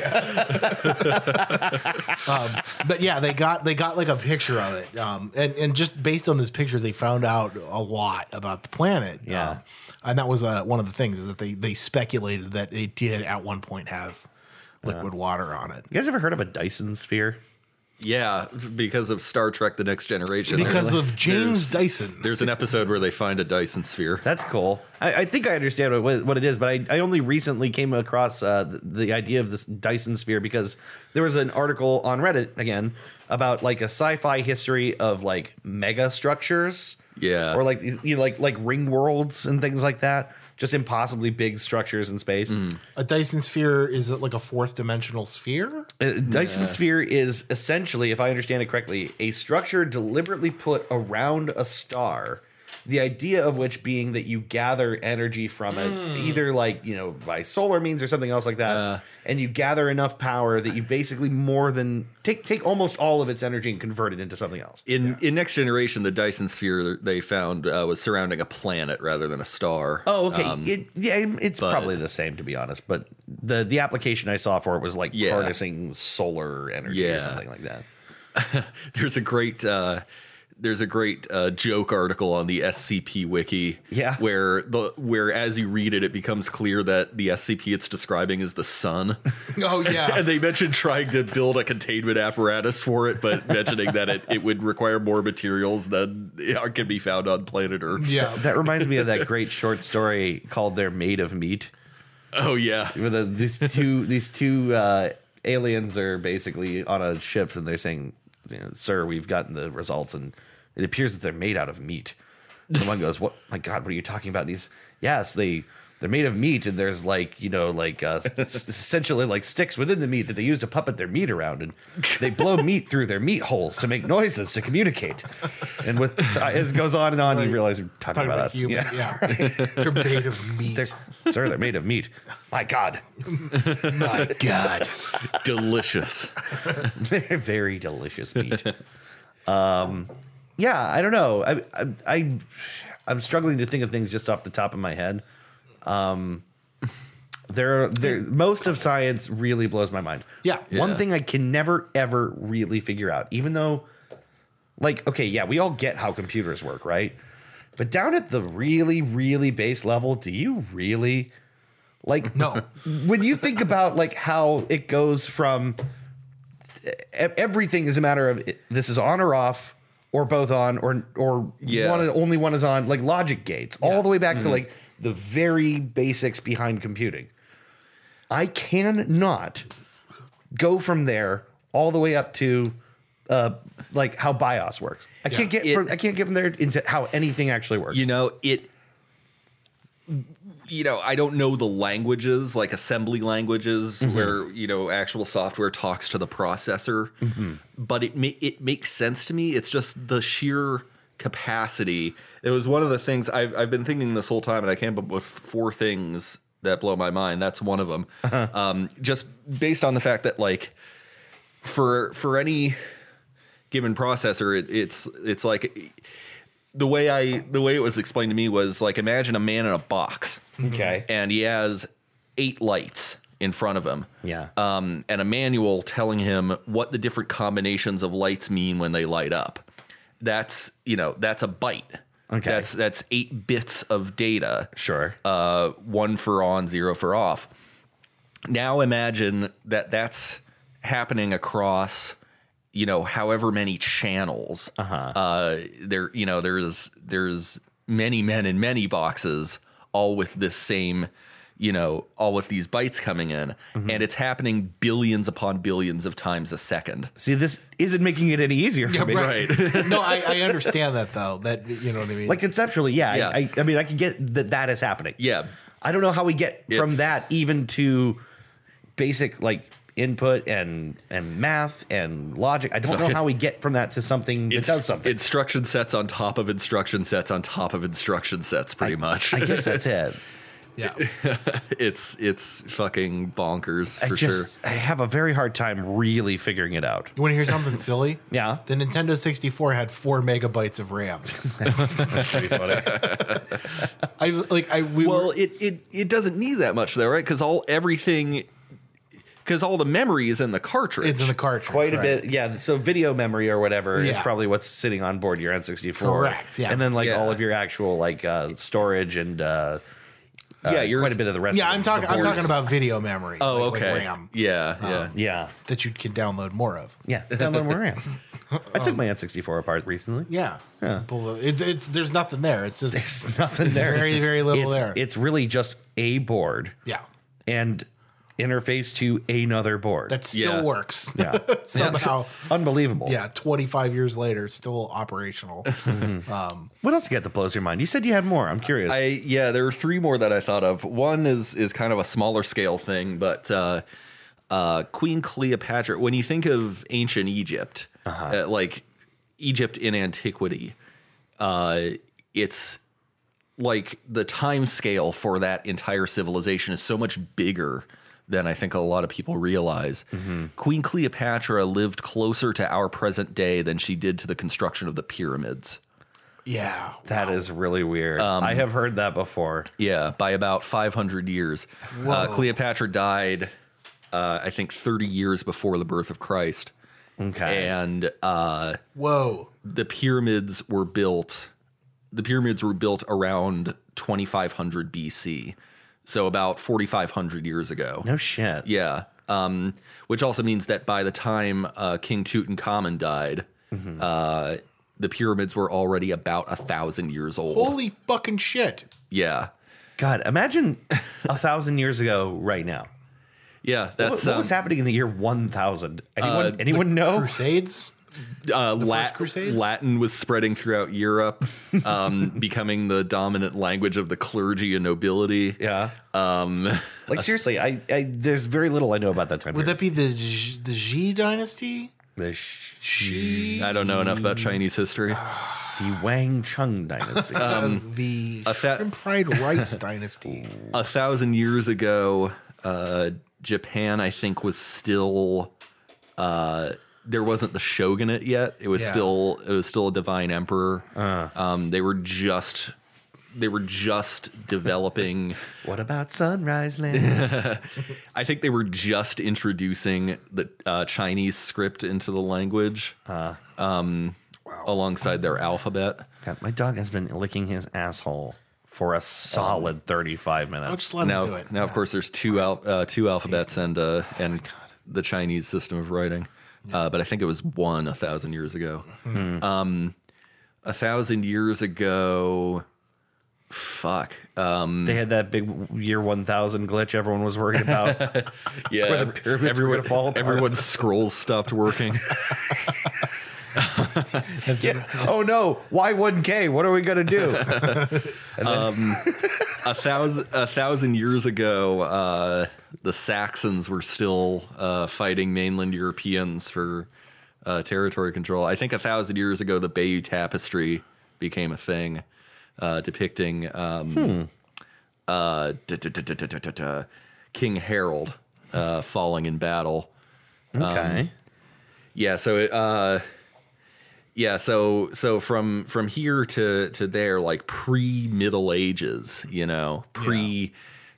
[SPEAKER 1] But yeah, they got they got like a picture of it, um, and and just based on this picture, they found out a lot about the planet.
[SPEAKER 5] Yeah.
[SPEAKER 1] Um, and that was uh, one of the things is that they they speculated that it did at one point have liquid water on it
[SPEAKER 5] You guys ever heard of a Dyson sphere?
[SPEAKER 3] Yeah, because of Star Trek The Next Generation.
[SPEAKER 1] because
[SPEAKER 3] There's-
[SPEAKER 1] of James
[SPEAKER 3] there's-
[SPEAKER 1] Dyson.
[SPEAKER 3] There's an episode where they find a Dyson sphere.
[SPEAKER 5] That's cool. I, I think I understand what, what it is, but I, I only recently came across uh, the, the idea of this Dyson sphere because there was an article on Reddit again about like a sci-fi history of like mega structures.
[SPEAKER 3] Yeah.
[SPEAKER 5] Or like you know, like like ring worlds and things like that. Just impossibly big structures in space.
[SPEAKER 1] A Dyson sphere is it like a fourth dimensional sphere?
[SPEAKER 5] A Dyson sphere is essentially, if I understand it correctly, a structure deliberately put around a star. The idea of which being that you gather energy from it,
[SPEAKER 3] Hmm.
[SPEAKER 5] either like, you know, by solar means or something else like that,
[SPEAKER 3] Uh.
[SPEAKER 5] and you gather enough power that you basically more than take take almost all of its energy and convert it into something else.
[SPEAKER 3] In in Next Generation, the Dyson sphere they found uh, was surrounding a planet rather than a star.
[SPEAKER 5] Oh, okay.
[SPEAKER 3] Um,
[SPEAKER 5] it, yeah, it's probably the same to be honest, but the the application I saw for it was like
[SPEAKER 3] Yeah.
[SPEAKER 5] harnessing solar energy
[SPEAKER 3] Yeah.
[SPEAKER 5] or something like that.
[SPEAKER 3] there's a great uh, there's a great uh, joke article on the SCP wiki.
[SPEAKER 5] Yeah.
[SPEAKER 3] Where the where as you read it, it becomes clear that the SCP it's describing is the sun.
[SPEAKER 1] Oh yeah.
[SPEAKER 3] and they mentioned trying to build a containment apparatus for it, but mentioning that it, it would require more materials than are- can be found on planet Earth.
[SPEAKER 1] yeah.
[SPEAKER 5] That reminds me of that great short story called "They're Made of Meat."
[SPEAKER 3] Oh yeah.
[SPEAKER 5] where the, these two these two uh, aliens are basically on a ship and they're saying, you know, "Sir, we've gotten the results, and it appears that they're made out of meat." And one goes, "What? My God, what are you talking about?" And he's, "Yes, they." They're made of meat, and there's like you know, like uh, s- essentially like sticks within the meat that they use to puppet their meat around, and they blow meat through their meat holes to make noises to communicate. And with uh, it goes on and on, you realize you're talking,
[SPEAKER 1] Talking
[SPEAKER 5] about,
[SPEAKER 1] about
[SPEAKER 5] us.
[SPEAKER 1] human.
[SPEAKER 5] Yeah.
[SPEAKER 1] Yeah. They're made of meat.
[SPEAKER 5] They're, sir, they're made of meat. My God,
[SPEAKER 1] My God.
[SPEAKER 3] Delicious.
[SPEAKER 5] very, very delicious meat. um, yeah, I don't know. I, I, I, I'm struggling to think of things just off the top of my head. Um, there, there, most of science really blows my mind.
[SPEAKER 1] Yeah.
[SPEAKER 5] One
[SPEAKER 3] Yeah.
[SPEAKER 5] thing I can never, ever really figure out, even though, like, okay, yeah, we all get how computers work, right? But down at the really, really base level, do you really, like,
[SPEAKER 1] No.
[SPEAKER 5] when you think about like how it goes from e- everything is a matter of i- this is on or off or both on or or
[SPEAKER 3] Yeah. Mm-hmm.
[SPEAKER 5] one only one is on like logic gates all the way back to like the very basics behind computing i cannot go from there all the way up to uh like how bios works i can't get
[SPEAKER 3] It-
[SPEAKER 5] from i can't get from there into how anything actually works
[SPEAKER 3] You know, it you know, I don't know the languages like assembly languages where, you know, actual software talks to the processor, but it ma- it makes sense to me. It's just the sheer capacity. It was one of the things I've I've been thinking this whole time and I came up with four things that blow my mind. That's one of them. Um just based on the fact that like for for any given processor, it, it's it's like the way I the way it was explained to me was like imagine a man in a box
[SPEAKER 5] okay
[SPEAKER 3] and he has eight lights in front of him.
[SPEAKER 5] Yeah.
[SPEAKER 3] Um, and a manual telling him what the different combinations of lights mean when they light up. That's you know that's a byte.
[SPEAKER 5] Okay.
[SPEAKER 3] That's that's eight bits of data
[SPEAKER 5] sure
[SPEAKER 3] uh, one for on, zero for off. Now imagine that that's happening across, you know, however many channels. Uh-huh. there, you know, there's there's many men in many boxes, all with this same, you know, all with these bytes coming in,
[SPEAKER 5] Mm-hmm.
[SPEAKER 3] and it's happening billions upon billions of times a second.
[SPEAKER 5] see this isn't making it any easier for me
[SPEAKER 1] no, I, I understand that though. That you know what I mean.
[SPEAKER 5] Like conceptually, yeah.
[SPEAKER 3] Yeah.
[SPEAKER 5] I, I, I mean, I can get that that is happening.
[SPEAKER 3] Yeah.
[SPEAKER 5] I don't know how we get from
[SPEAKER 3] It's-
[SPEAKER 5] that even to basic like input and and math and logic. I don't know how we get from that to something that does something.
[SPEAKER 3] Instruction sets on top of instruction sets on top of instruction sets, pretty much.
[SPEAKER 5] I guess that's
[SPEAKER 3] It's-
[SPEAKER 5] it.
[SPEAKER 1] yeah.
[SPEAKER 3] it's it's fucking bonkers
[SPEAKER 5] I
[SPEAKER 3] for sure.
[SPEAKER 5] just I have a very hard time really figuring it out.
[SPEAKER 1] You want to hear something silly?
[SPEAKER 5] Yeah.
[SPEAKER 1] The Nintendo 64 had four megabytes of RAM. I like I we
[SPEAKER 3] Well,
[SPEAKER 1] were,
[SPEAKER 3] it, it it doesn't need that much though, right? Because all everything, because all the memory is in the cartridge.
[SPEAKER 1] it's in the cartridge.
[SPEAKER 5] Quite a
[SPEAKER 1] right?
[SPEAKER 5] bit, yeah. So video memory or whatever is
[SPEAKER 1] Yeah.
[SPEAKER 5] probably what's sitting on board your N64.
[SPEAKER 1] Correct, yeah.
[SPEAKER 5] And then like
[SPEAKER 3] Yeah.
[SPEAKER 5] all of your actual like uh, storage and uh,
[SPEAKER 3] yeah, you're
[SPEAKER 5] quite a bit of the rest.
[SPEAKER 1] Yeah,
[SPEAKER 5] of
[SPEAKER 1] I'm
[SPEAKER 5] the-
[SPEAKER 1] talking.
[SPEAKER 5] the
[SPEAKER 1] I'm
[SPEAKER 5] boards.
[SPEAKER 1] talking about video memory.
[SPEAKER 3] Oh,
[SPEAKER 1] like- like
[SPEAKER 3] okay.
[SPEAKER 1] RAM Um,
[SPEAKER 3] Yeah, yeah.
[SPEAKER 5] Yeah.
[SPEAKER 1] that you can download more of.
[SPEAKER 5] Yeah, download where I am. I took my N64 apart recently.
[SPEAKER 1] Yeah. But It, it's there's nothing there. It's just
[SPEAKER 5] There's nothing there.
[SPEAKER 1] very, very little
[SPEAKER 5] it's,
[SPEAKER 1] there.
[SPEAKER 5] It's really just a board
[SPEAKER 1] yeah.
[SPEAKER 5] and interface to another board.
[SPEAKER 1] That still
[SPEAKER 3] Yeah.
[SPEAKER 1] works.
[SPEAKER 5] yeah.
[SPEAKER 1] Somehow.
[SPEAKER 5] Unbelievable.
[SPEAKER 1] Yeah. 25 years later, it's still operational. um,
[SPEAKER 5] What else you got that blows your mind? You said you had more. I'm curious.
[SPEAKER 3] I yeah, there are three more that I thought of. One is is kind of a smaller scale thing, but uh, uh, Queen Cleopatra. When you think of ancient Egypt, uh, like Egypt in antiquity, uh, it's like the time scale for that entire civilization is so much bigger than I think a lot of people realize. Queen Cleopatra lived closer to our present day than she did to the construction of the pyramids.
[SPEAKER 1] yeah.
[SPEAKER 5] that is really weird. I have heard that before.
[SPEAKER 3] Yeah, by about 500 years. Uh, Cleopatra died, uh, I think, 30 years before the birth of Christ.
[SPEAKER 5] Okay.
[SPEAKER 3] and uh,
[SPEAKER 1] Whoa.
[SPEAKER 3] the pyramids were built. The pyramids were built around 2500 BC, so about 4500 years ago.
[SPEAKER 5] No shit.
[SPEAKER 3] Yeah. Um, which also means that by the time uh, King Tutankhamun died,
[SPEAKER 5] Mm-hmm.
[SPEAKER 3] uh, the pyramids were already about a thousand years old.
[SPEAKER 1] Holy fucking shit.
[SPEAKER 3] Yeah.
[SPEAKER 5] God, imagine a thousand years ago right now.
[SPEAKER 3] Yeah.
[SPEAKER 5] What,
[SPEAKER 3] That's um,
[SPEAKER 5] what was happening in the year 1000? Anyone, anyone know?
[SPEAKER 1] Crusades?
[SPEAKER 3] um, uh,
[SPEAKER 1] First
[SPEAKER 3] Lat-
[SPEAKER 1] Crusades?
[SPEAKER 3] Latin was spreading throughout Europe, um, becoming the dominant language of the clergy and nobility.
[SPEAKER 5] yeah.
[SPEAKER 3] Um,
[SPEAKER 5] Like seriously, I, I there's very little I know about that time.
[SPEAKER 1] Would
[SPEAKER 5] period.
[SPEAKER 1] that be the Z- the Xi dynasty?
[SPEAKER 5] the Sh-
[SPEAKER 1] Xi,
[SPEAKER 3] I don't know enough about Chinese history.
[SPEAKER 5] the Wang Chung dynasty.
[SPEAKER 1] uh, the
[SPEAKER 3] that-
[SPEAKER 1] shrimp fried rice dynasty.
[SPEAKER 3] a thousand years ago, uh, Japan, I think, was still uh, there wasn't the shogunate yet. It was
[SPEAKER 1] Yeah. Uh.
[SPEAKER 3] still it was still a divine emperor. Um, they were just they were just developing.
[SPEAKER 5] what about Sunrise Land?
[SPEAKER 3] I think they were just introducing the uh, Chinese script into the language. Um, Alongside their alphabet,
[SPEAKER 5] God, my dog has been licking his asshole for a solid 35
[SPEAKER 1] I'll
[SPEAKER 5] minutes.
[SPEAKER 1] just let him do
[SPEAKER 3] now,
[SPEAKER 1] it.
[SPEAKER 3] now of course, there's two al- uh, two alphabets and uh, and the Chinese system of writing, uh, but I think it was one a thousand years ago. Um, a thousand years ago, fuck. Um,
[SPEAKER 5] They had that big year 1000 glitch everyone was worried about.
[SPEAKER 3] yeah,
[SPEAKER 5] the pyramids were
[SPEAKER 3] everyone,
[SPEAKER 5] gonna fall apart.
[SPEAKER 3] everyone's scrolls stopped working.
[SPEAKER 5] Yeah. Oh no, why 1K? What are we going to do?
[SPEAKER 3] a thousand a thousand years ago, uh, the Saxons were still uh, fighting mainland Europeans for uh, territory control. I think a thousand years ago, the Bayeux Tapestry became a thing, uh, depicting um, uh, da- da- da- da- da- da- da- da, King Harold uh, falling in battle.
[SPEAKER 5] Okay.
[SPEAKER 3] Yeah. So, uh, yeah. So, so from from here to to there, like pre Middle Ages, you know, pre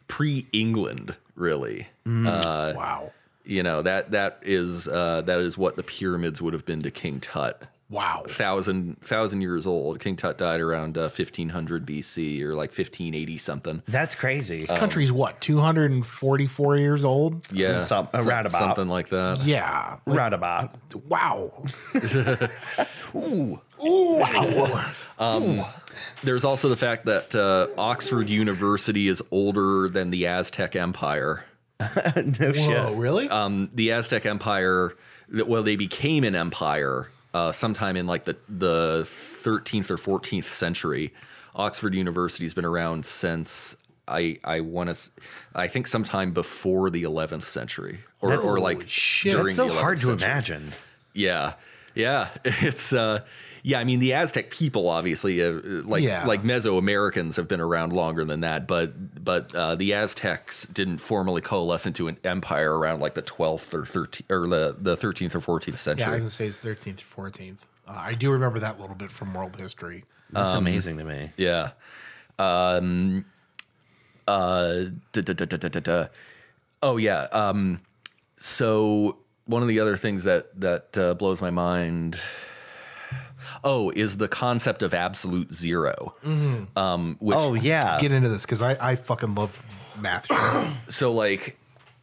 [SPEAKER 3] pre England, really.
[SPEAKER 1] wow.
[SPEAKER 3] You know that that is uh, that is what the pyramids would have been to King Tut.
[SPEAKER 1] Wow.
[SPEAKER 3] Thousand thousand years old. King Tut died around uh, fifteen hundred BC or like fifteen eighty something.
[SPEAKER 5] That's crazy.
[SPEAKER 1] Country's what, 244 years old?
[SPEAKER 3] Yeah,
[SPEAKER 5] Some-
[SPEAKER 3] so-
[SPEAKER 5] around about.
[SPEAKER 3] something like that.
[SPEAKER 1] Yeah. Like,
[SPEAKER 5] Roundabout.
[SPEAKER 1] wow. Ooh. Ooh, wow.
[SPEAKER 3] There's also the fact that uh, Oxford University is older than the Aztec Empire.
[SPEAKER 5] No
[SPEAKER 1] Whoa,
[SPEAKER 5] shit.
[SPEAKER 1] really?
[SPEAKER 3] um, the Aztec Empire, th- well, they became an empire uh, sometime in like the, the 13th or 14th century. Oxford University's been around since I I want to I think sometime before the 11th century or, or like
[SPEAKER 1] Holy shit.
[SPEAKER 3] during
[SPEAKER 5] That's so
[SPEAKER 3] the 11th
[SPEAKER 5] hard to
[SPEAKER 3] century.
[SPEAKER 5] imagine.
[SPEAKER 3] Yeah. Yeah, it's uh yeah, I mean the Aztec people obviously uh, like
[SPEAKER 1] Yeah.
[SPEAKER 3] like Mesoamericans have been around longer than that, but but uh, the Aztecs didn't formally coalesce into an empire around like the 12th or 13th or the, the 13th or 14th
[SPEAKER 1] yeah, I
[SPEAKER 3] century.
[SPEAKER 1] was going to say it's 13th to 14th. Uh, I do remember that little bit from world history.
[SPEAKER 5] That's amazing to me.
[SPEAKER 3] Yeah. Um uh da, da, da, da, da, da, da. Oh yeah. Um so one of the other things that that uh, blows my mind oh is the concept of absolute 0 Um which
[SPEAKER 5] Oh yeah.
[SPEAKER 1] Get into this because I, I fucking love math. shit.
[SPEAKER 3] so like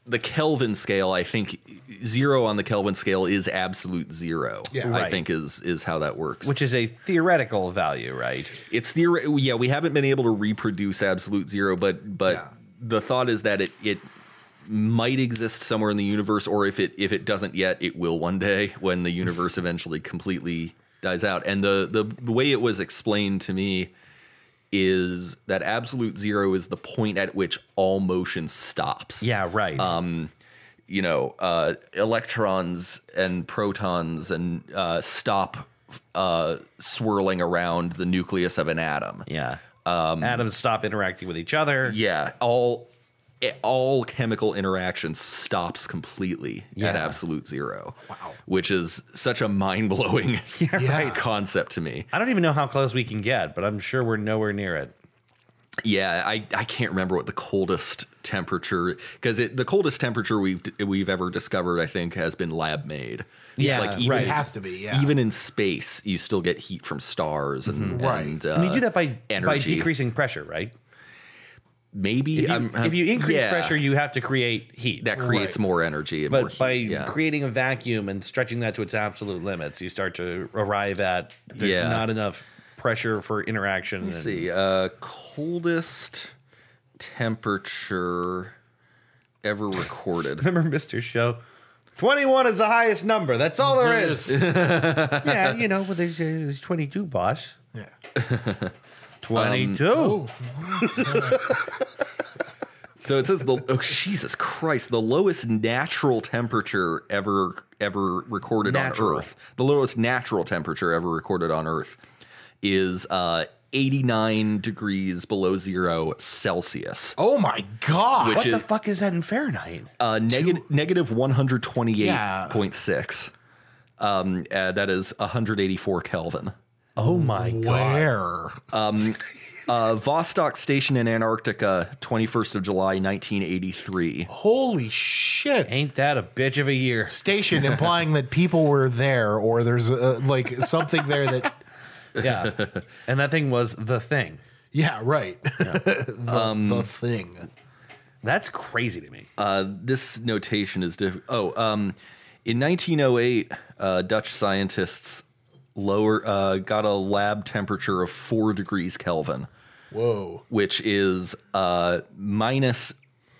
[SPEAKER 3] the Kelvin scale, I think zero on the Kelvin scale is absolute zero.
[SPEAKER 1] Yeah.
[SPEAKER 3] I
[SPEAKER 1] Right.
[SPEAKER 3] think is is how that works.
[SPEAKER 5] Which is a theoretical value, right?
[SPEAKER 3] it's theory yeah we haven't been able to reproduce absolute zero but but
[SPEAKER 1] Yeah.
[SPEAKER 3] the thought is that it it might exist somewhere in the universe or if it if it doesn't yet it will one day when the universe eventually completely dies out and the the, the way it was explained to me is that absolute zero is the point at which all motion stops
[SPEAKER 5] Yeah, right.
[SPEAKER 3] you know uh, electrons and protons and uh, stop uh, swirling around the nucleus of an atom
[SPEAKER 5] yeah. Atoms stop interacting with each other.
[SPEAKER 3] yeah all it- all chemical interaction stops completely at
[SPEAKER 5] Yeah.
[SPEAKER 3] absolute zero
[SPEAKER 1] Wow.
[SPEAKER 3] which is such a mind-blowing
[SPEAKER 1] Yeah.
[SPEAKER 3] concept to me
[SPEAKER 5] I don't even know how close we can get, but I'm sure we're nowhere near it.
[SPEAKER 3] Yeah, I, I can't remember what the coldest temperature because the coldest temperature we've we've ever discovered I think has been lab made.
[SPEAKER 5] Yeah,
[SPEAKER 3] like even,
[SPEAKER 5] right.
[SPEAKER 1] It has to be, yeah.
[SPEAKER 3] Even in space, you still get heat from stars and
[SPEAKER 1] Right.
[SPEAKER 3] and, uh,
[SPEAKER 5] Mm-hmm. And you do that by by
[SPEAKER 3] energy.
[SPEAKER 5] decreasing pressure, right?
[SPEAKER 3] maybe
[SPEAKER 5] If you,
[SPEAKER 3] I'm- I'm-
[SPEAKER 5] if you increase
[SPEAKER 3] uh, yeah,
[SPEAKER 5] pressure, you have to create heat.
[SPEAKER 3] that creates
[SPEAKER 1] Right.
[SPEAKER 3] more energy. And more
[SPEAKER 5] but
[SPEAKER 3] heat,
[SPEAKER 5] by
[SPEAKER 3] yeah.
[SPEAKER 5] creating a vacuum and stretching that to its absolute limits, you start to arrive at there's
[SPEAKER 3] Yeah.
[SPEAKER 5] not enough pressure for interaction.
[SPEAKER 3] Let's see. Uh, coldest temperature ever recorded.
[SPEAKER 5] Remember Mr. Show? 21 is the highest number. That's all there is. yeah, you know, well, there's, uh, there's 22, boss.
[SPEAKER 1] Yeah.
[SPEAKER 5] 22.
[SPEAKER 3] Um, oh. so it says the oh Jesus Christ, the lowest natural temperature ever ever recorded
[SPEAKER 5] Natural.
[SPEAKER 3] on Earth. The lowest natural temperature ever recorded on Earth is uh 89 degrees below zero Celsius,
[SPEAKER 1] Oh my god.
[SPEAKER 3] which
[SPEAKER 5] what the
[SPEAKER 3] is
[SPEAKER 5] fuck is that in Fahrenheit?
[SPEAKER 3] uh, neg- negative 128.6. Um, uh, that is 184 Kelvin.
[SPEAKER 5] Oh my God.
[SPEAKER 1] Where?
[SPEAKER 3] Uh, Vostok Station in Antarctica, 21st of July, 1983.
[SPEAKER 1] Holy shit.
[SPEAKER 5] Ain't that a bitch of a year?
[SPEAKER 1] Station implying that people were there or there's uh like something there that
[SPEAKER 5] Yeah. and that thing was the thing.
[SPEAKER 1] Yeah, right. the,
[SPEAKER 5] Um,
[SPEAKER 1] the thing.
[SPEAKER 5] That's crazy to me.
[SPEAKER 3] Uh, this notation is different. Oh, um, in 1908, uh, Dutch scientists lower uh, got a lab temperature of four degrees Kelvin,
[SPEAKER 1] Whoa.
[SPEAKER 3] which is uh, minus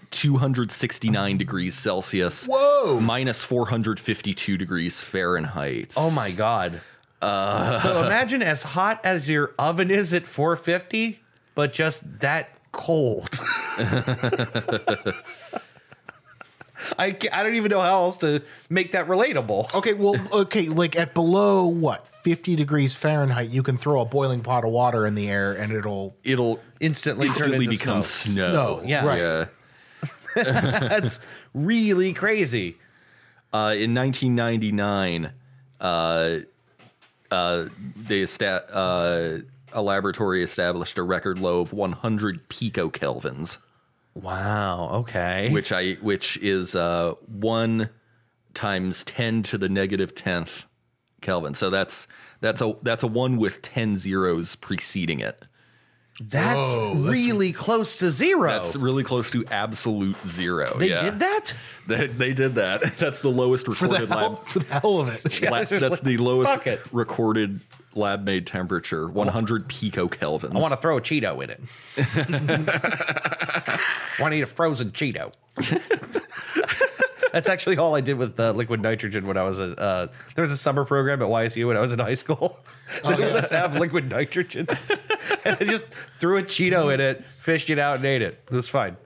[SPEAKER 3] 269 degrees Celsius.
[SPEAKER 1] Whoa.
[SPEAKER 3] Minus 452 degrees Fahrenheit.
[SPEAKER 5] oh my God.
[SPEAKER 3] Uh,
[SPEAKER 5] so imagine as hot as your oven is at 450, but just that cold. I, ca- I don't even know how else to make that relatable.
[SPEAKER 3] Oh,
[SPEAKER 1] Okay, well, okay, like at below what, 50 degrees Fahrenheit, you can throw a boiling pot of water in the air and it'll
[SPEAKER 3] It'll
[SPEAKER 5] instantly turn
[SPEAKER 3] instantly
[SPEAKER 5] into
[SPEAKER 3] become
[SPEAKER 1] no.
[SPEAKER 5] snow.
[SPEAKER 3] snow.
[SPEAKER 5] Oh, yeah.
[SPEAKER 1] Right.
[SPEAKER 3] Yeah.
[SPEAKER 5] That's really crazy.
[SPEAKER 3] Uh, in 1999, uh, uh, they esta- uh, a laboratory established a record low of 100 picokelvins,
[SPEAKER 5] Wow. Okay.
[SPEAKER 3] which I which is uh, one times 10 to the negative 10th Kelvin. So that's that's a that's a one with 10 zeros preceding it.
[SPEAKER 5] that's
[SPEAKER 1] Whoa, that's-
[SPEAKER 5] really close to zero.
[SPEAKER 3] That's really close to absolute zero.
[SPEAKER 5] Oh. they
[SPEAKER 3] yeah.
[SPEAKER 5] did that.
[SPEAKER 3] They, they did that. That's the lowest
[SPEAKER 1] for the
[SPEAKER 3] recorded
[SPEAKER 1] hell,
[SPEAKER 3] lab
[SPEAKER 1] for the hell of it.
[SPEAKER 3] La-
[SPEAKER 5] it's just
[SPEAKER 3] that's
[SPEAKER 5] like,
[SPEAKER 3] the lowest
[SPEAKER 5] fuck it. Oh.
[SPEAKER 3] recorded lab made temperature 100 picokelvins.
[SPEAKER 5] I want to throw a Cheeto in it. want to eat a frozen Cheeto. That's actually all I did with uh, liquid nitrogen when I was a. Uh, there was a summer program at YSU when I was in high school.
[SPEAKER 1] Oh,
[SPEAKER 5] They would Let's have liquid nitrogen. and I just threw a Cheeto in it, fished it out, and ate it. It was fine.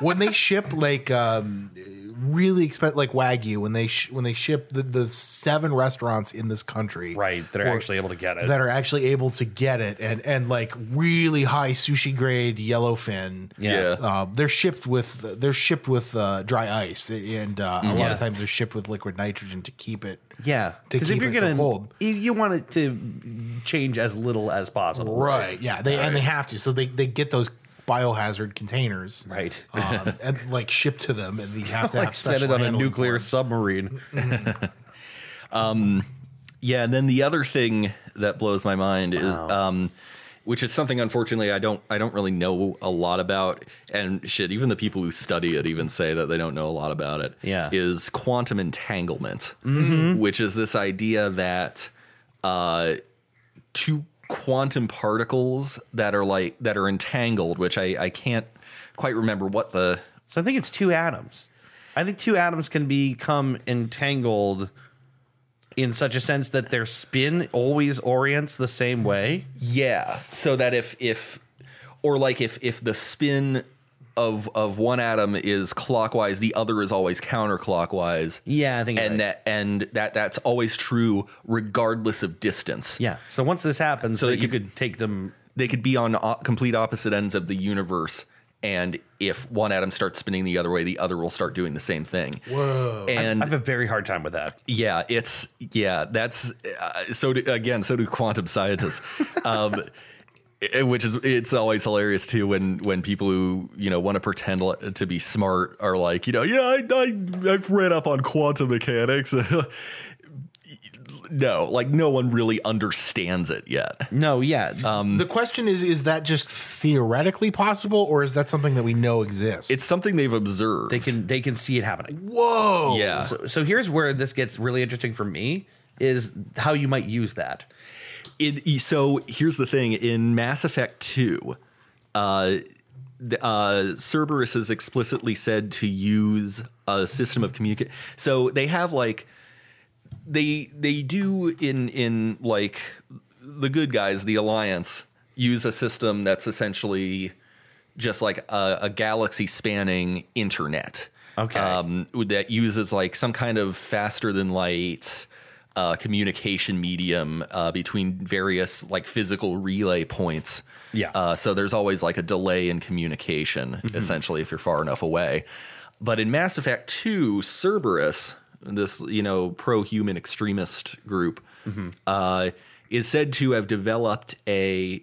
[SPEAKER 1] when they ship like um really expensive like wagyu when they sh- when they ship the, the seven restaurants in this country
[SPEAKER 5] Right, that are actually able to get it.
[SPEAKER 1] that are actually able to get it and and like really high sushi grade yellowfin
[SPEAKER 3] yeah.
[SPEAKER 5] Oh.
[SPEAKER 1] um, they're shipped with they're shipped with uh, dry ice and uh, a lot of times they're shipped with liquid nitrogen to keep it
[SPEAKER 5] Yeah,
[SPEAKER 1] to
[SPEAKER 5] because if
[SPEAKER 1] keep
[SPEAKER 5] you're
[SPEAKER 1] it from
[SPEAKER 5] gonna,
[SPEAKER 1] cold.
[SPEAKER 5] you- you want it to change as little as possible,
[SPEAKER 1] right yeah they and they have to so they, they get those biohazard containers
[SPEAKER 5] Right.
[SPEAKER 1] um, and like shipped to them and you have to
[SPEAKER 5] Like
[SPEAKER 1] have
[SPEAKER 5] set
[SPEAKER 1] special
[SPEAKER 5] it on a
[SPEAKER 1] handling for
[SPEAKER 5] nuclear
[SPEAKER 1] them.
[SPEAKER 5] submarine.
[SPEAKER 3] Yeah, and then the other thing that blows my mind is um which is something unfortunately I don't I don't really know a lot about and shit even the people who study it even say that they don't know a lot about it.
[SPEAKER 5] Yeah. Mm-hmm.
[SPEAKER 3] Is quantum entanglement, which is this idea that uh two quantum particles that are like that are entangled, which I I can't quite remember what the
[SPEAKER 5] So I think it's two atoms. I think two atoms can become entangled in such a sense that their spin always orients the same way.
[SPEAKER 3] Yeah, so that if if or like if if the spin of of one atom is clockwise, the other is always counterclockwise.
[SPEAKER 5] Yeah, I think.
[SPEAKER 3] And that and that that's always true regardless of distance.
[SPEAKER 5] yeah. So once this happens, so
[SPEAKER 3] So
[SPEAKER 5] that
[SPEAKER 3] they
[SPEAKER 5] you
[SPEAKER 3] could-
[SPEAKER 5] could take them.
[SPEAKER 3] They could be on o- complete opposite ends of the universe and if one atom starts spinning the other way, the other will start doing the same thing. Whoa. And
[SPEAKER 5] I have a very hard time with that.
[SPEAKER 3] yeah, it's yeah. That's uh, so. Do, again, so do quantum scientists. Um, Eh, which is it's always hilarious too when when people who you know want to pretend li- to be smart are like you know yeah I, I I've read up on quantum mechanics. no, like no one really understands it yet.
[SPEAKER 5] No, yeah.
[SPEAKER 3] Um,
[SPEAKER 1] the question is is that just theoretically possible or is that something that we know exists?
[SPEAKER 3] It's something they've observed.
[SPEAKER 5] they can they can see it happening.
[SPEAKER 1] whoa.
[SPEAKER 3] yeah.
[SPEAKER 5] So, so here's where this gets really interesting for me is how you might use that.
[SPEAKER 3] it, e, so here's the thing in Mass Effect 2, uh, the- uh, Cerberus is explicitly said to use a system of communication. So they have like they they do in in like the good guys, the Alliance, use a system that's essentially just like a, a galaxy spanning internet.
[SPEAKER 5] Okay.
[SPEAKER 3] Um, that uses like some kind of faster than light uh, communication medium uh, between various like physical relay points.
[SPEAKER 5] Yeah.
[SPEAKER 3] Uh, so there's always like a delay in communication, essentially, if you're far enough away. But in Mass Effect 2, Cerberus, this, you know, pro human extremist group, uh, is said to have developed a,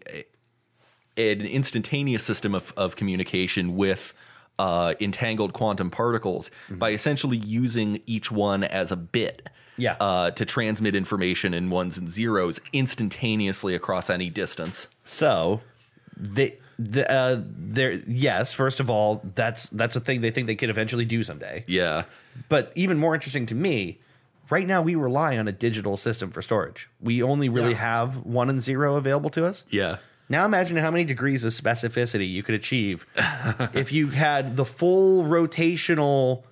[SPEAKER 3] an instantaneous system of, of communication with uh, entangled quantum particles by essentially using each one as a bit
[SPEAKER 5] Yeah.
[SPEAKER 3] uh, to transmit information in ones and zeros instantaneously across any distance.
[SPEAKER 5] So the the uh there yes, first of all, that's that's a thing they think they could eventually do someday.
[SPEAKER 3] Yeah.
[SPEAKER 5] But even more interesting to me, right now we rely on a digital system for storage. We only really have 1 and 0 available to us.
[SPEAKER 3] Yeah.
[SPEAKER 5] Now imagine how many degrees of specificity you could achieve if you had the full rotational,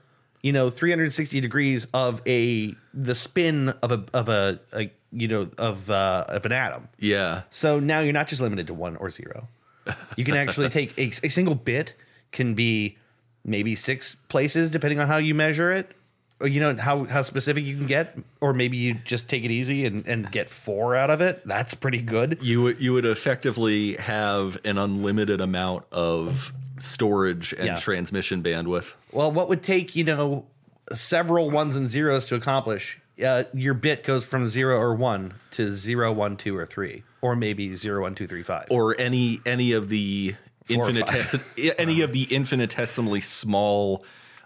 [SPEAKER 5] you know, 360 degrees of a the spin of a of a, a you know of uh, of an atom.
[SPEAKER 3] Yeah.
[SPEAKER 5] So now you're not just limited to one or zero. You can actually take a, a single bit can be maybe six places depending on how you measure it, or you know how how specific you can get, or maybe you just take it easy and and get four out of it. That's pretty good.
[SPEAKER 3] You would you would effectively have an unlimited amount of storage and
[SPEAKER 5] Yeah.
[SPEAKER 3] transmission bandwidth.
[SPEAKER 5] Well, what would take you know several ones and zeros to accomplish? Uh, your bit goes from zero or one to zero, one, two, or three, or maybe zero, one, two, three, five.
[SPEAKER 3] or any any of the
[SPEAKER 5] Four or
[SPEAKER 3] infinitesim- any of the infinitesimally small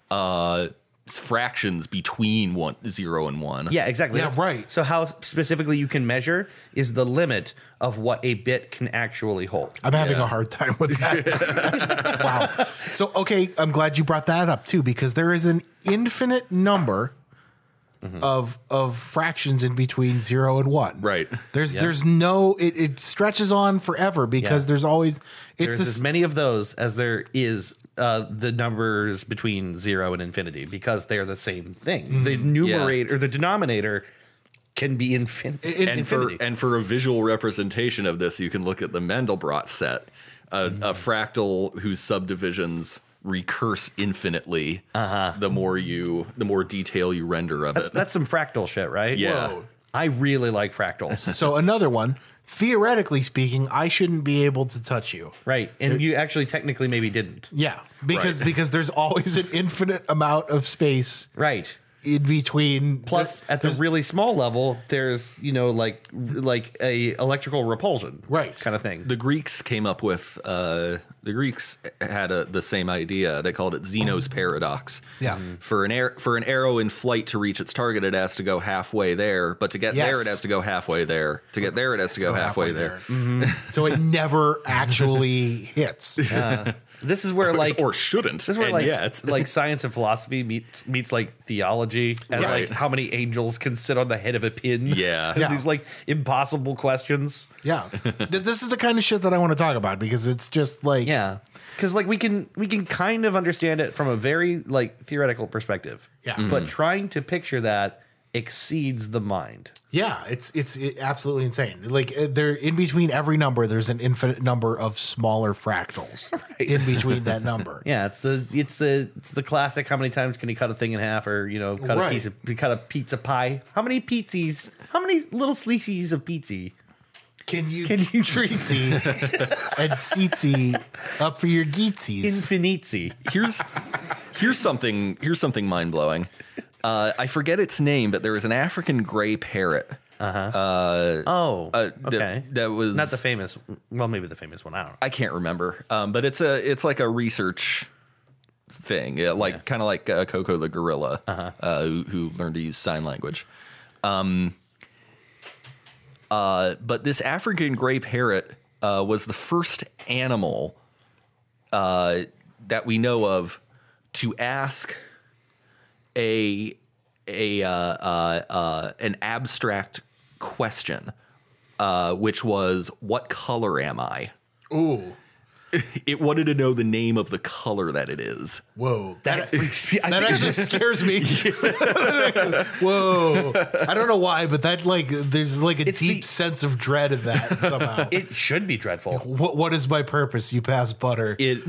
[SPEAKER 3] uh fractions between one zero and one
[SPEAKER 5] Yeah, exactly.
[SPEAKER 1] Yeah, right.
[SPEAKER 5] So how specifically you can measure is the limit of what a bit can actually hold.
[SPEAKER 1] I'm having a hard time with that. That's- wow. So, okay, I'm glad you brought that up too, because there is an infinite number of of fractions in between zero and one.
[SPEAKER 3] Right.
[SPEAKER 1] There's there's no it, it stretches on forever because
[SPEAKER 5] Yeah.
[SPEAKER 1] there's always it's
[SPEAKER 5] There's
[SPEAKER 1] this
[SPEAKER 5] as many of those as there is uh, the numbers between zero and infinity because they are the same thing.
[SPEAKER 1] Mm-hmm.
[SPEAKER 5] The numerator or the denominator can be infin-
[SPEAKER 1] in-
[SPEAKER 3] and
[SPEAKER 5] infinity.
[SPEAKER 3] for and for a visual representation of this you can look at the Mandelbrot set a, a
[SPEAKER 5] Mm-hmm.
[SPEAKER 3] fractal whose subdivisions recurse infinitely uh-huh. the more you the more detail you render of it
[SPEAKER 5] That's some fractal shit, right?
[SPEAKER 3] yeah
[SPEAKER 5] I really like fractals.
[SPEAKER 1] so another one. Theoretically speaking, I shouldn't be able to touch you.
[SPEAKER 5] right. And you actually technically maybe didn't.
[SPEAKER 1] Yeah, because because there's always an infinite amount of space
[SPEAKER 5] Right.
[SPEAKER 1] in between.
[SPEAKER 5] Plus, at the really small level, there's you know like like a electrical repulsion,
[SPEAKER 1] Right.
[SPEAKER 5] kind of thing.
[SPEAKER 3] the Greeks came up with uh, the Greeks had a, the same idea. They called it Zeno's paradox.
[SPEAKER 1] Yeah. Mhm.
[SPEAKER 3] For an air, for an arrow in flight to reach its target, it has to go halfway there. But to get there,
[SPEAKER 1] Yes.
[SPEAKER 3] it has to go halfway there. To get there, it has to go, halfway, there.
[SPEAKER 1] so it never actually hits.
[SPEAKER 5] This is where like
[SPEAKER 3] or shouldn't.
[SPEAKER 5] this is where
[SPEAKER 3] and
[SPEAKER 5] like
[SPEAKER 3] yet.
[SPEAKER 5] like science and philosophy meets meets like theology and
[SPEAKER 3] Right.
[SPEAKER 5] like how many angels can sit on the head of a pin.
[SPEAKER 3] Yeah.
[SPEAKER 5] And
[SPEAKER 1] Yeah.
[SPEAKER 5] these like impossible questions.
[SPEAKER 1] Yeah. Th- this is the kind of shit that I want to talk about because it's just like
[SPEAKER 5] Yeah, because like we can we can kind of understand it from a very like theoretical perspective.
[SPEAKER 1] Yeah.
[SPEAKER 3] Mm-hmm.
[SPEAKER 5] but trying to picture that exceeds the mind.
[SPEAKER 1] yeah, it's it's it- absolutely insane. Like uh, there in between every number there's an infinite number of smaller fractals in between that number.
[SPEAKER 5] Yeah, it's the it's the it's the classic. How many times can you cut a thing in half, or you know, cut
[SPEAKER 1] Right.
[SPEAKER 5] a piece of cut a pizza pie? How many pizzas? How many little sleeces of pizza?
[SPEAKER 1] Can you
[SPEAKER 5] Can you-
[SPEAKER 1] treatsy and tsitsi up for your geetsies?
[SPEAKER 5] Infinizzi.
[SPEAKER 3] here's here's something here's something mind blowing. Uh, I forget its name, but there was an African gray parrot
[SPEAKER 5] Oh,
[SPEAKER 3] Uh, that-
[SPEAKER 5] okay.
[SPEAKER 3] That, was
[SPEAKER 5] Not the famous. Well, maybe the famous one. I don't know.
[SPEAKER 3] I can't remember. Um, but it's a it's like a research thing, yeah, like kind of like uh, Coco the gorilla, uh who, who learned to use sign language. Um, uh, but this African gray parrot uh, was the first animal uh, that we know of to ask a a uh, uh, uh, an abstract question, uh, which was, "What color am I?"
[SPEAKER 1] Ooh.
[SPEAKER 3] it wanted to know the name of the color that it is.
[SPEAKER 1] Whoa.
[SPEAKER 5] That freaks me. I
[SPEAKER 1] that
[SPEAKER 5] think-
[SPEAKER 1] actually scares me. Whoa! I don't know why, but that like there's like a
[SPEAKER 5] It's
[SPEAKER 1] deep
[SPEAKER 5] the-
[SPEAKER 1] sense of dread in that somehow.
[SPEAKER 5] it should be dreadful.
[SPEAKER 1] what what is my purpose? You pass butter.
[SPEAKER 3] It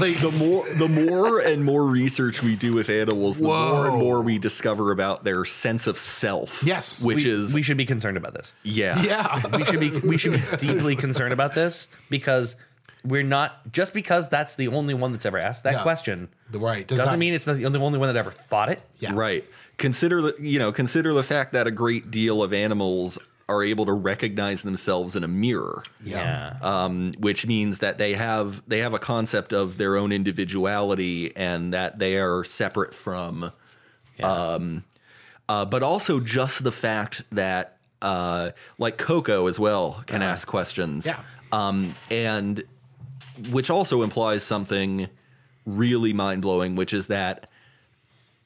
[SPEAKER 3] like the more the more and more research we do with animals, the more and
[SPEAKER 1] Whoa.
[SPEAKER 3] more we discover about their sense of self.
[SPEAKER 1] Yes.
[SPEAKER 3] which
[SPEAKER 5] We,
[SPEAKER 3] is
[SPEAKER 5] we should be concerned about this.
[SPEAKER 3] yeah,
[SPEAKER 1] yeah.
[SPEAKER 5] We should be we should be deeply concerned about this because we're not just because that's the only one that's ever asked that
[SPEAKER 1] Yeah.
[SPEAKER 5] question
[SPEAKER 1] Right. Does
[SPEAKER 5] doesn't
[SPEAKER 1] not-
[SPEAKER 5] mean it's not the only only one that ever thought it.
[SPEAKER 1] Yeah.
[SPEAKER 3] right. Consider the you know consider the fact that a great deal of animals are able to recognize themselves in a mirror.
[SPEAKER 1] Yeah.
[SPEAKER 3] um, which means that they have they have a concept of their own individuality and that they are separate from um, uh, but also just the fact that uh, like coco as well can
[SPEAKER 5] Uh-huh.
[SPEAKER 3] ask questions
[SPEAKER 1] Yeah.
[SPEAKER 3] um, and which also implies something really mind-blowing which is that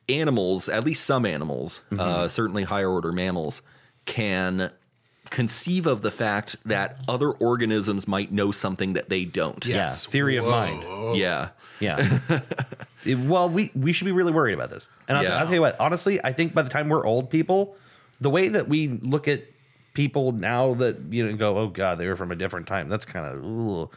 [SPEAKER 3] animals at least some animals
[SPEAKER 5] Mm-hmm.
[SPEAKER 3] uh, certainly higher order mammals can conceive of the fact that other organisms might know something that they don't
[SPEAKER 1] Yes.
[SPEAKER 5] Yeah, theory of
[SPEAKER 1] Whoa.
[SPEAKER 5] mind.
[SPEAKER 3] yeah
[SPEAKER 5] Yeah. It- well, we we should be really worried about this. And I'll,
[SPEAKER 3] Yeah.
[SPEAKER 5] I'll tell you what, honestly, I think by the time we're old people, the way that we look at people now that you know go, oh god, they were from a different time. That's kind of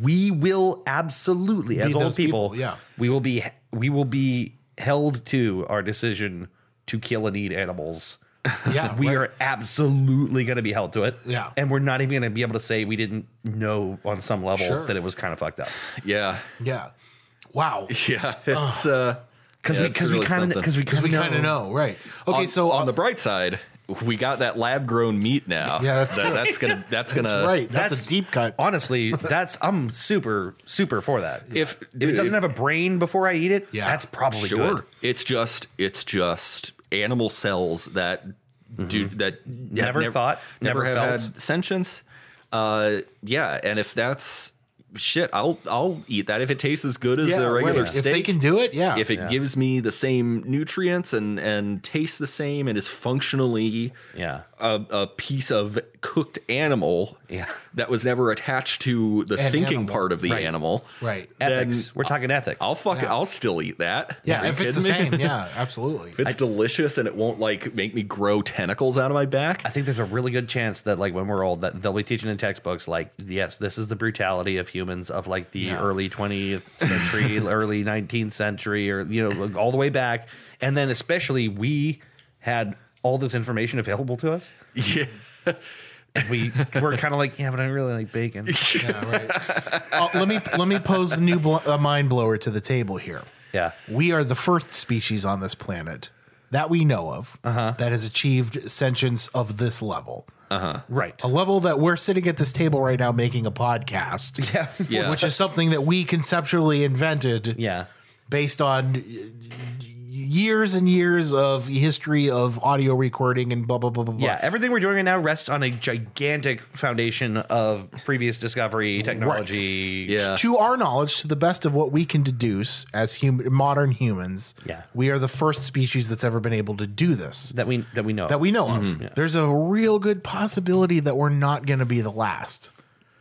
[SPEAKER 5] we will absolutely as old
[SPEAKER 1] those
[SPEAKER 5] people,
[SPEAKER 1] people, yeah.
[SPEAKER 5] we will be we will be held to our decision to kill and eat animals.
[SPEAKER 1] Yeah.
[SPEAKER 5] We
[SPEAKER 1] right.
[SPEAKER 5] are absolutely going to be held to it.
[SPEAKER 1] Yeah.
[SPEAKER 5] And we're not even going to be able to say we didn't know on some level
[SPEAKER 1] Sure.
[SPEAKER 5] that it was kind of fucked up.
[SPEAKER 3] yeah
[SPEAKER 1] Yeah. Wow.
[SPEAKER 3] yeah it's uh
[SPEAKER 5] because
[SPEAKER 3] Yeah,
[SPEAKER 5] we
[SPEAKER 3] it's
[SPEAKER 5] because we
[SPEAKER 3] really
[SPEAKER 5] kind of
[SPEAKER 3] something.
[SPEAKER 5] because we
[SPEAKER 1] Because we kind of know, right? Okay.
[SPEAKER 3] on,
[SPEAKER 1] so uh,
[SPEAKER 3] on the bright side, we got that lab grown meat now.
[SPEAKER 1] Yeah, that's
[SPEAKER 3] That-
[SPEAKER 1] right.
[SPEAKER 3] that's gonna uh, that's gonna
[SPEAKER 1] right. That's, a deep cut.
[SPEAKER 5] Honestly, that's I'm super super for that.
[SPEAKER 3] If
[SPEAKER 5] if it doesn't have a brain before I eat it,
[SPEAKER 1] Yeah.
[SPEAKER 5] that's probably
[SPEAKER 3] sure,
[SPEAKER 5] good.
[SPEAKER 3] it's just it's just animal cells that do that have
[SPEAKER 5] Mm-hmm. Never thought,
[SPEAKER 3] never,
[SPEAKER 5] never
[SPEAKER 3] have
[SPEAKER 5] felt.
[SPEAKER 3] had sentience. Uh, yeah, and if that's shit, I'll I'll eat that if it tastes as good as
[SPEAKER 1] Yeah,
[SPEAKER 3] a regular
[SPEAKER 1] right.
[SPEAKER 3] steak.
[SPEAKER 1] If they can do it, yeah.
[SPEAKER 3] if it gives me the same nutrients and and tastes the same and is functionally
[SPEAKER 5] Yeah.
[SPEAKER 3] a, a piece of cooked animal
[SPEAKER 5] Yeah.
[SPEAKER 3] that was never attached to the
[SPEAKER 1] An
[SPEAKER 3] thinking
[SPEAKER 1] animal.
[SPEAKER 3] part of the
[SPEAKER 5] Right.
[SPEAKER 3] animal
[SPEAKER 1] right.
[SPEAKER 3] Then
[SPEAKER 5] Ethics. We're talking ethics.
[SPEAKER 3] I'll fuck I'll still eat that
[SPEAKER 1] Yeah.
[SPEAKER 3] Are you
[SPEAKER 1] If it's the
[SPEAKER 3] kidding me?
[SPEAKER 1] same, yeah, absolutely.
[SPEAKER 3] if it's delicious and it won't like make me grow tentacles out of my back
[SPEAKER 1] Uh,
[SPEAKER 5] I think there's a really good chance that like when we're old that they'll be teaching in textbooks like yes this is the brutality of humans of like the early 20th century early 19th century or you know like, all the way back and then especially we had all this information available to us
[SPEAKER 3] yeah
[SPEAKER 5] we were kind of like yeah but I really like bacon
[SPEAKER 1] Yeah, right. Uh, let me let me pose a new bl- a mind blower to the table here.
[SPEAKER 5] yeah
[SPEAKER 1] We are the first species on this planet that we know of
[SPEAKER 3] Uh-huh.
[SPEAKER 1] that has achieved sentience of this level.
[SPEAKER 5] right
[SPEAKER 1] A level that we're sitting at this table right now making a podcast. Yeah.
[SPEAKER 3] Yeah.
[SPEAKER 1] Which is something that we conceptually invented
[SPEAKER 5] yeah
[SPEAKER 1] based on y- years and years of history of audio recording and blah blah blah blah blah.
[SPEAKER 5] Yeah, everything we're doing right now rests on a gigantic foundation of previous discovery, technology.
[SPEAKER 3] yeah
[SPEAKER 1] to our knowledge, to the best of what we can deduce as human, modern humans,
[SPEAKER 5] Yeah.
[SPEAKER 1] we are the first species that's ever been able to do this
[SPEAKER 5] that we that we know.
[SPEAKER 1] that we know of.
[SPEAKER 5] Mm-hmm.
[SPEAKER 1] There's a real good possibility that we're not going to be the last.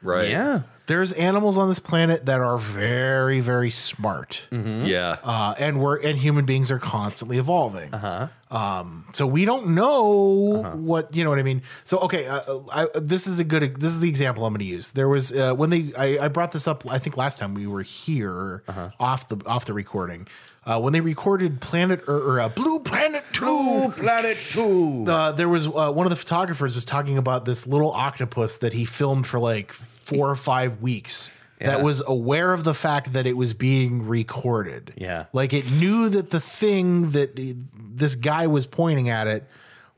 [SPEAKER 3] right
[SPEAKER 5] yeah,
[SPEAKER 1] There's animals on this planet that are very, very smart,
[SPEAKER 3] yeah
[SPEAKER 1] uh, and we're and human beings are constantly evolving. Uh-huh. Um, so we don't know what you know what I mean. So okay, uh, I, this is a good this is the example I'm going to use. There was uh, when they I, I brought this up I think last time we were here off the off the recording uh, when they recorded Planet Ear- or, uh, Blue Planet Two
[SPEAKER 5] planet two.
[SPEAKER 1] uh, there was uh, one of the photographers was talking about this little octopus that he filmed for like four or five weeks. That
[SPEAKER 5] Yeah.
[SPEAKER 1] was aware of the fact that it was being recorded.
[SPEAKER 5] Yeah.
[SPEAKER 1] like it knew that the thing that this guy was pointing at it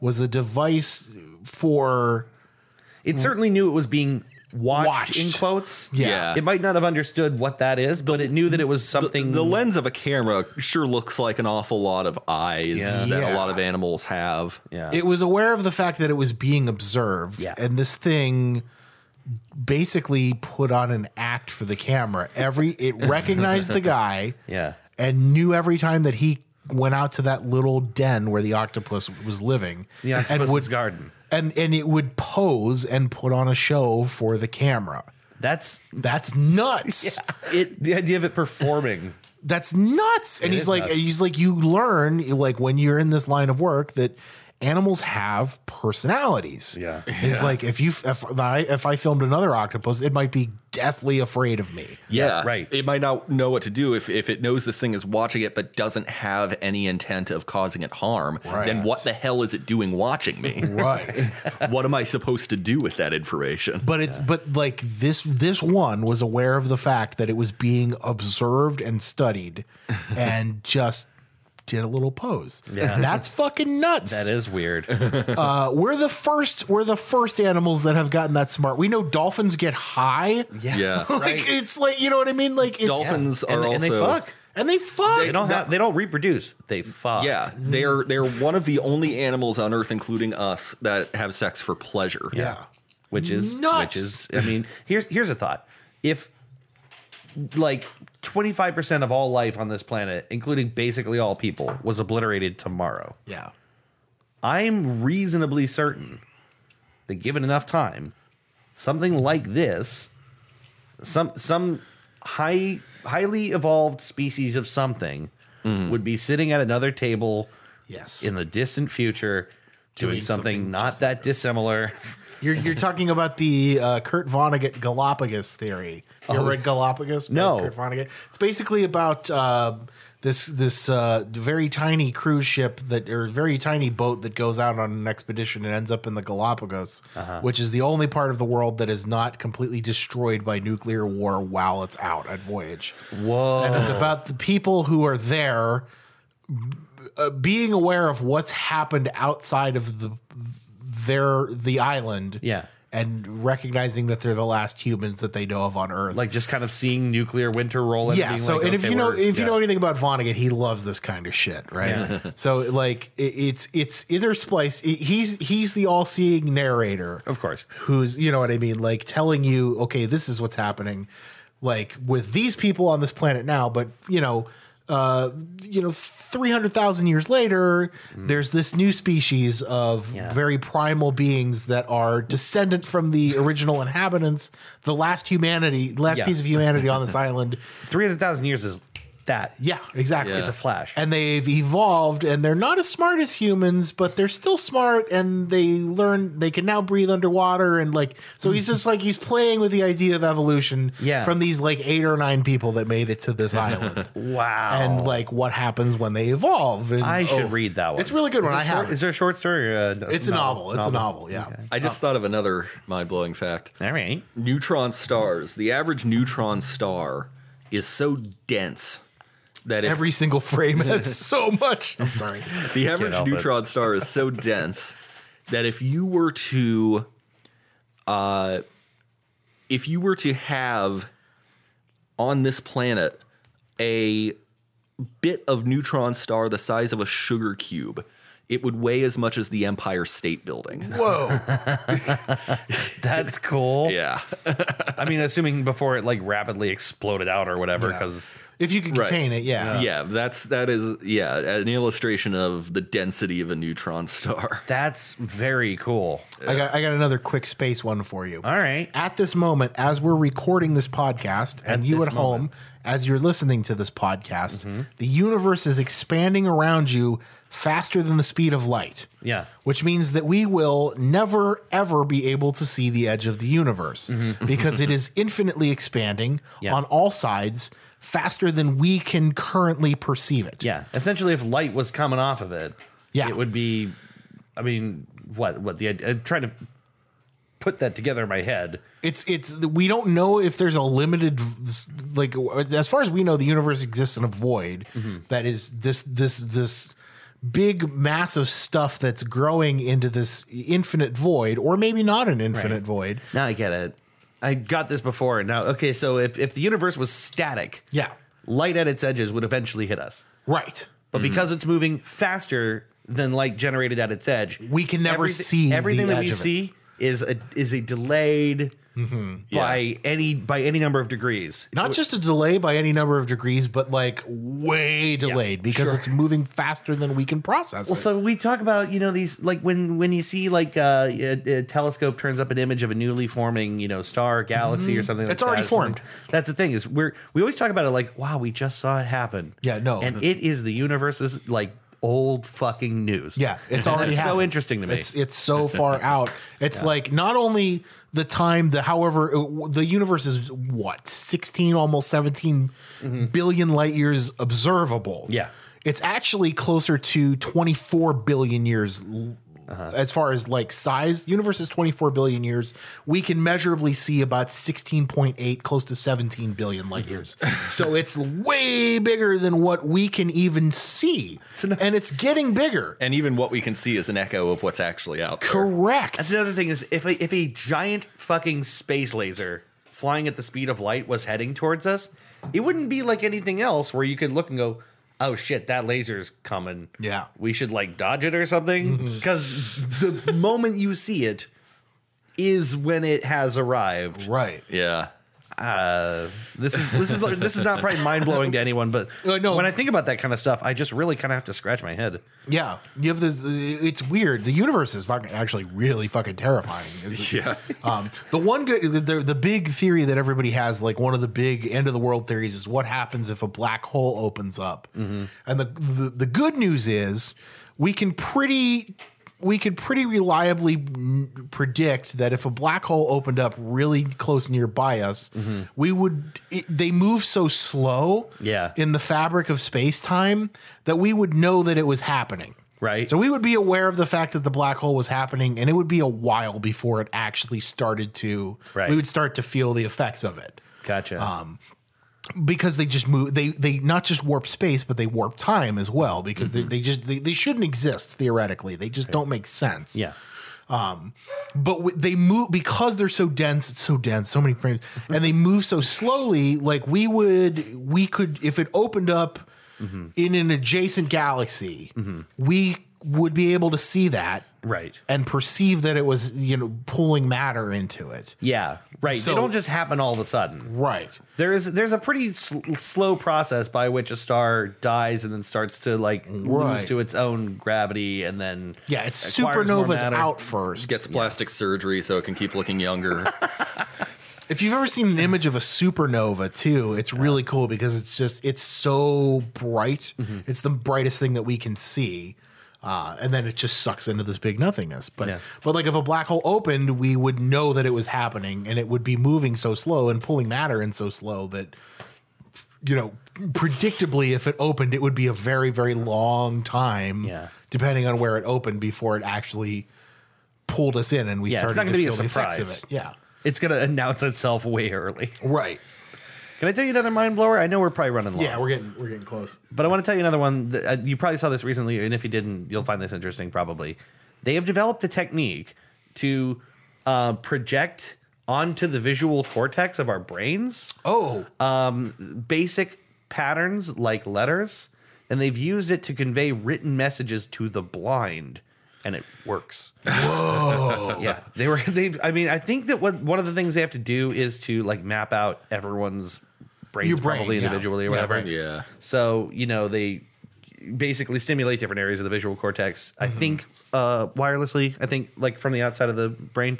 [SPEAKER 1] was a device for
[SPEAKER 5] It certainly knew it was being watched,
[SPEAKER 1] Watched.
[SPEAKER 5] in quotes.
[SPEAKER 1] Yeah.
[SPEAKER 5] It might not have understood what that is, but it knew that it was something.
[SPEAKER 3] The lens of a camera sure looks like an awful lot of eyes
[SPEAKER 5] Yeah.
[SPEAKER 3] that
[SPEAKER 1] Yeah.
[SPEAKER 3] a lot of animals have.
[SPEAKER 5] yeah.
[SPEAKER 1] it was aware of the fact that it was being observed
[SPEAKER 5] Yeah.
[SPEAKER 1] and this thing basically put on an act for the camera every it recognized the guy
[SPEAKER 5] yeah.
[SPEAKER 1] and knew every time that he went out to that little den where the octopus was living
[SPEAKER 5] The
[SPEAKER 1] and
[SPEAKER 5] octopus's
[SPEAKER 1] would
[SPEAKER 5] garden.
[SPEAKER 1] and and it would pose and put on a show for the camera
[SPEAKER 5] That's
[SPEAKER 1] that's nuts
[SPEAKER 5] it. The idea of it performing.
[SPEAKER 1] that's nuts and he's
[SPEAKER 5] is
[SPEAKER 1] like
[SPEAKER 5] nuts.
[SPEAKER 1] he's like you learn like when you're in this line of work that animals have personalities
[SPEAKER 5] Yeah.
[SPEAKER 1] it's like if you if I if I filmed another octopus it might be deathly afraid of me
[SPEAKER 3] Yeah,
[SPEAKER 5] right.
[SPEAKER 3] It might not know what to do if, if it knows this thing is watching it, but doesn't have any intent of causing it harm.
[SPEAKER 1] Right.
[SPEAKER 3] Then what the hell is it doing watching me?
[SPEAKER 1] right
[SPEAKER 3] what am I supposed to do with that information?
[SPEAKER 1] but it's but like this this one was aware of the fact that it was being observed and studied and just did a little pose
[SPEAKER 5] Yeah.
[SPEAKER 1] that's fucking nuts
[SPEAKER 5] That is weird.
[SPEAKER 1] Uh, we're the first we're the first animals that have gotten that smart we know dolphins get high
[SPEAKER 3] Yeah.
[SPEAKER 1] like it's like you know what I mean. Like it's
[SPEAKER 3] Dolphins
[SPEAKER 5] And-
[SPEAKER 3] are also
[SPEAKER 5] and they fuck.
[SPEAKER 1] and they fuck.
[SPEAKER 5] They don't have. They don't reproduce. They
[SPEAKER 1] uh,
[SPEAKER 5] fuck.
[SPEAKER 3] Yeah,
[SPEAKER 1] mm.
[SPEAKER 3] they're they're one of the only animals on Earth, including us, that have sex for pleasure.
[SPEAKER 1] yeah,
[SPEAKER 5] which is
[SPEAKER 1] Nuts.
[SPEAKER 5] which is I mean, here's here's a thought. If like 25% of all life on this planet, including basically all people, was obliterated tomorrow,
[SPEAKER 1] yeah.
[SPEAKER 5] I'm reasonably certain that given enough time, something like this, some some high highly evolved species of something would be sitting at another table
[SPEAKER 1] Yes.
[SPEAKER 5] in the distant future doing,
[SPEAKER 1] Doing
[SPEAKER 5] something,
[SPEAKER 1] something
[SPEAKER 5] not that dissimilar.
[SPEAKER 1] you're you're talking about the uh, Kurt Vonnegut Galapagos theory. You ever read Galapagos? by
[SPEAKER 5] No.
[SPEAKER 1] Kurt Vonnegut. It's basically about uh, this this uh, very tiny cruise ship that or very tiny boat that goes out on an expedition and ends up in the Galapagos, which is the only part of the world that is not completely destroyed by nuclear war while it's out at voyage.
[SPEAKER 5] Whoa.
[SPEAKER 1] It's about the people who are there uh, being aware of what's happened outside of the their the island.
[SPEAKER 5] Yeah.
[SPEAKER 1] And recognizing that they're the last humans that they know of on Earth.
[SPEAKER 5] like just kind of seeing nuclear winter roll in.
[SPEAKER 1] yeah.
[SPEAKER 5] being
[SPEAKER 1] So,
[SPEAKER 5] like,
[SPEAKER 1] and if
[SPEAKER 5] okay,
[SPEAKER 1] you know
[SPEAKER 5] we're-
[SPEAKER 1] if you
[SPEAKER 5] yeah.
[SPEAKER 1] know anything about Vonnegut, he loves this kind of shit, right? so, like, it, it's it's interspliced. It- He's he's the all seeing narrator,
[SPEAKER 5] of course,
[SPEAKER 1] who's you know what I mean, like telling you, okay, this is what's happening, like with these people on this planet now, but you know, uh, you know, three hundred thousand years later, there's this new species of
[SPEAKER 5] Mm. Yeah.
[SPEAKER 1] very primal beings that are descendant from the original inhabitants, the last humanity, last
[SPEAKER 5] Yeah.
[SPEAKER 1] piece of humanity on this island.
[SPEAKER 5] three hundred thousand years is that.
[SPEAKER 1] Yeah, exactly.
[SPEAKER 3] Yeah.
[SPEAKER 5] It's a flash.
[SPEAKER 1] And they've evolved, and they're not as smart as humans, but they're still smart, and they learn they can now breathe underwater, and like so he's just like he's playing with the idea of evolution
[SPEAKER 5] Yeah.
[SPEAKER 1] from these like eight or nine people that made it to this island,
[SPEAKER 5] wow.
[SPEAKER 1] and like what happens when they evolve. And,
[SPEAKER 5] I should
[SPEAKER 1] oh,
[SPEAKER 5] read that one.
[SPEAKER 1] It's a really good
[SPEAKER 5] Is
[SPEAKER 1] one.
[SPEAKER 5] it
[SPEAKER 1] I
[SPEAKER 5] short-
[SPEAKER 1] have.
[SPEAKER 5] Is
[SPEAKER 1] it.
[SPEAKER 5] there a short story? Or a
[SPEAKER 1] It's a novel. It's a novel. Yeah.
[SPEAKER 3] I just
[SPEAKER 1] Oh.
[SPEAKER 3] thought of another mind blowing fact.
[SPEAKER 5] All right.
[SPEAKER 3] Neutron stars. The average neutron star is so dense that if
[SPEAKER 1] Every single frame has so much. I'm sorry.
[SPEAKER 3] the average
[SPEAKER 5] help it.
[SPEAKER 3] neutron star is so dense that if you were to, uh, if you were to have on this planet a bit of neutron star the size of a sugar cube, it would weigh as much as the Empire State Building.
[SPEAKER 1] Whoa.
[SPEAKER 5] That's cool.
[SPEAKER 3] Yeah.
[SPEAKER 5] I mean, assuming before it like rapidly exploded out or whatever, because
[SPEAKER 1] If you can
[SPEAKER 3] Right.
[SPEAKER 1] contain it, yeah.
[SPEAKER 3] yeah, that's that is yeah, an illustration of the density of a neutron star.
[SPEAKER 5] that's very cool.
[SPEAKER 1] I got I got another quick space one for you.
[SPEAKER 5] All right.
[SPEAKER 1] At this moment, as we're recording this podcast, and you
[SPEAKER 5] this Mm-hmm.
[SPEAKER 1] at home, as you're listening to this podcast, the universe is expanding around you faster than the speed of light.
[SPEAKER 5] Yeah.
[SPEAKER 1] Which means that we will never, ever be able to see the edge of the universe because it is infinitely expanding
[SPEAKER 5] Mm-hmm. Yeah.
[SPEAKER 1] on all sides faster than we can currently perceive it.
[SPEAKER 5] Yeah. Essentially, if light was coming off of it,
[SPEAKER 1] Yeah.
[SPEAKER 5] it would be. I mean, what? What the? I'm trying to put that together in my head.
[SPEAKER 1] It's it's we don't know if there's a limited
[SPEAKER 5] Mm-hmm.
[SPEAKER 1] like as far as we know the universe exists in a void that is this this this big mass of stuff that's growing into this infinite void, or maybe not an infinite void.
[SPEAKER 5] Now I get it. I got this before. and Now, okay, so if, if the universe was static,
[SPEAKER 1] Yeah.
[SPEAKER 5] light at its edges would eventually hit us.
[SPEAKER 1] Right.
[SPEAKER 5] But because it's moving faster than light generated at its edge,
[SPEAKER 1] We can never see the
[SPEAKER 5] everything that
[SPEAKER 1] edge
[SPEAKER 5] we
[SPEAKER 1] of it.
[SPEAKER 5] see is a is a delayed by any by any number of degrees.
[SPEAKER 1] Not just a delay by any number of degrees, but like way delayed because
[SPEAKER 5] sure.
[SPEAKER 1] it's moving faster than we can process.
[SPEAKER 5] Well,
[SPEAKER 1] it.
[SPEAKER 5] so we talk about you know these like when when you see like uh, a, a telescope turns up an image of a newly forming you know star galaxy or something
[SPEAKER 1] Mm-hmm. It's
[SPEAKER 5] like
[SPEAKER 1] already
[SPEAKER 5] that, or
[SPEAKER 1] formed.
[SPEAKER 5] something. That's the thing is we're we always talk about it like wow we just saw it happen.
[SPEAKER 1] Yeah, no.
[SPEAKER 5] and it is the universe's like old fucking news.
[SPEAKER 1] Yeah, it's
[SPEAKER 5] And
[SPEAKER 1] already
[SPEAKER 5] that's so
[SPEAKER 1] happened.
[SPEAKER 5] interesting to me.
[SPEAKER 1] It's it's so far out. It's like not only the time, the however uh, the universe is what sixteen, almost seventeen billion light years observable.
[SPEAKER 5] Mm-hmm. Yeah.
[SPEAKER 1] it's actually closer to twenty four billion years. l-
[SPEAKER 5] Uh-huh.
[SPEAKER 1] As far as like size, universe is 24 billion years. We can measurably see about 16.8, close to 17 billion light years. so it's way bigger than what we can even see. and it's getting bigger.
[SPEAKER 3] And even what we can see is an echo of what's actually out there.
[SPEAKER 1] Correct.
[SPEAKER 5] That's another thing is if a, if a giant fucking space laser flying at the speed of light was heading towards us, it wouldn't be like anything else where you could look and go, "Oh shit, that laser's coming."
[SPEAKER 1] Yeah. Mm-hmm.
[SPEAKER 5] we should like dodge it or something because the moment you see it is when it has arrived.
[SPEAKER 1] Right.
[SPEAKER 3] Yeah.
[SPEAKER 5] Uh, this is this is this is not probably mind blowing to anyone, but
[SPEAKER 1] Uh, no.
[SPEAKER 5] when I think about that kind of stuff, I just really kind of have to scratch my head.
[SPEAKER 1] Yeah. You have this. It's weird. The universe is fucking actually really fucking terrifying. yeah. Um, the one good, the, the the big theory that everybody has, like one of the big end of the world theories, is what happens if a black hole opens up.
[SPEAKER 5] Mm-hmm.
[SPEAKER 1] And the, the the good news is we can pretty we could pretty reliably mm, predict that if a black hole opened up really close nearby us,
[SPEAKER 5] Mm-hmm.
[SPEAKER 1] we would. It, they move so slow,
[SPEAKER 5] Yeah.
[SPEAKER 1] in the fabric of space time that we would know that it was happening.
[SPEAKER 5] Right.
[SPEAKER 1] So we would be aware of the fact that the black hole was happening, and it would be a while before it actually started to.
[SPEAKER 5] Right.
[SPEAKER 1] We would start to feel the effects of it
[SPEAKER 5] Gotcha.
[SPEAKER 1] because they just move they they not just warp space but they warp time as well because
[SPEAKER 5] Mm-hmm.
[SPEAKER 1] they, they just they, they shouldn't exist theoretically they just don't make sense Um,
[SPEAKER 5] yeah.
[SPEAKER 1] but w- they move because they're so dense it's so dense so many frames and they move so slowly like we would we could if it opened up
[SPEAKER 5] Mm-hmm.
[SPEAKER 1] in an adjacent galaxy we would be able to see that
[SPEAKER 5] Right.
[SPEAKER 1] and perceive that it was you know pulling matter into it
[SPEAKER 5] Yeah. Right.
[SPEAKER 1] So-
[SPEAKER 5] they don't just happen all of a sudden.
[SPEAKER 1] right
[SPEAKER 5] There is there's a pretty sl- slow process by which a star dies and then starts to like
[SPEAKER 1] Right.
[SPEAKER 5] lose to its own gravity and then
[SPEAKER 1] yeah it's
[SPEAKER 5] acquires more
[SPEAKER 1] supernovas
[SPEAKER 5] matter.
[SPEAKER 1] out first
[SPEAKER 3] Gets plastic surgery so it can keep looking younger.
[SPEAKER 1] If you've ever seen an image of a supernova too, it's really cool because it's just it's so bright.
[SPEAKER 5] Mm-hmm.
[SPEAKER 1] It's the brightest thing that we can see. Uh, and then it just sucks into this big nothingness. But
[SPEAKER 5] Yeah.
[SPEAKER 1] but like if a black hole opened, we would know that it was happening and it would be moving so slow and pulling matter in so slow that you know, predictably if it opened, it would be a very, very long time
[SPEAKER 5] Yeah.
[SPEAKER 1] depending on where it opened before it actually pulled us in and we
[SPEAKER 5] Yeah, it's
[SPEAKER 1] started
[SPEAKER 5] not
[SPEAKER 1] to
[SPEAKER 5] gonna be a
[SPEAKER 1] feel the effects of
[SPEAKER 5] surprise.
[SPEAKER 1] it. Yeah.
[SPEAKER 5] It's gonna announce itself way early.
[SPEAKER 1] Right.
[SPEAKER 5] Can I tell you another mind blower? I know we're probably running long.
[SPEAKER 1] Yeah, we're getting we're getting close.
[SPEAKER 5] But I want to tell you another one. That, uh, you probably saw this recently, and if you didn't, you'll find this interesting. Probably, they have developed a technique to uh, project onto the visual cortex of our brains
[SPEAKER 1] Oh,
[SPEAKER 5] um, basic patterns like letters, and they've used it to convey written messages to the blind, and it works. Whoa! yeah, they were. They. have I mean, I think that what one of the things they have to do is to like map out everyone's brains,
[SPEAKER 1] Your brain,
[SPEAKER 5] probably
[SPEAKER 1] yeah.
[SPEAKER 5] individually
[SPEAKER 1] Yeah,
[SPEAKER 5] or whatever.
[SPEAKER 1] right.
[SPEAKER 3] yeah.
[SPEAKER 5] So you know they basically stimulate different areas of the visual cortex. I think uh, wirelessly. I think like from the outside of the brain,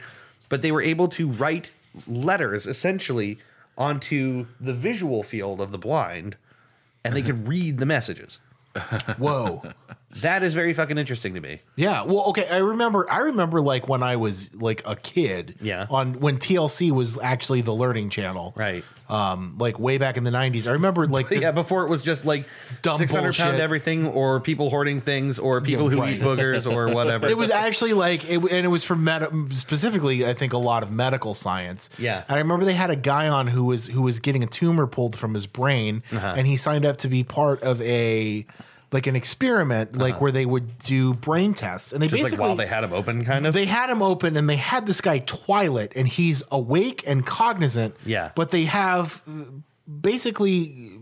[SPEAKER 5] but they were able to write letters essentially onto the visual field of the blind, and they could read the messages.
[SPEAKER 1] whoa.
[SPEAKER 5] That is very fucking interesting to me.
[SPEAKER 1] yeah. Well, okay. I remember. I remember like when I was like a kid.
[SPEAKER 5] Yeah.
[SPEAKER 1] On when TLC was actually the Learning Channel.
[SPEAKER 5] Right.
[SPEAKER 1] Um, like way back in the '90s. I remember like this.
[SPEAKER 5] yeah, before it was just like
[SPEAKER 1] Dumb
[SPEAKER 5] six hundred pound
[SPEAKER 1] bullshit.
[SPEAKER 5] everything, or people hoarding things, or people who
[SPEAKER 1] right.
[SPEAKER 5] eat boogers, or whatever.
[SPEAKER 1] it was actually like, it, and it was for med- specifically, I think, a lot of medical science.
[SPEAKER 5] Yeah.
[SPEAKER 1] and I remember they had a guy on who
[SPEAKER 5] Uh-huh.
[SPEAKER 1] was who was getting a tumor pulled from his brain, and he signed up to be part of a like an experiment, like where they would do brain tests, and they
[SPEAKER 5] Uh-huh. Just like
[SPEAKER 1] basically
[SPEAKER 5] while they had him open, kind of.
[SPEAKER 1] they had him open and they had this guy Twilight and he's awake and cognizant.
[SPEAKER 5] Yeah.
[SPEAKER 1] But they have uh, basically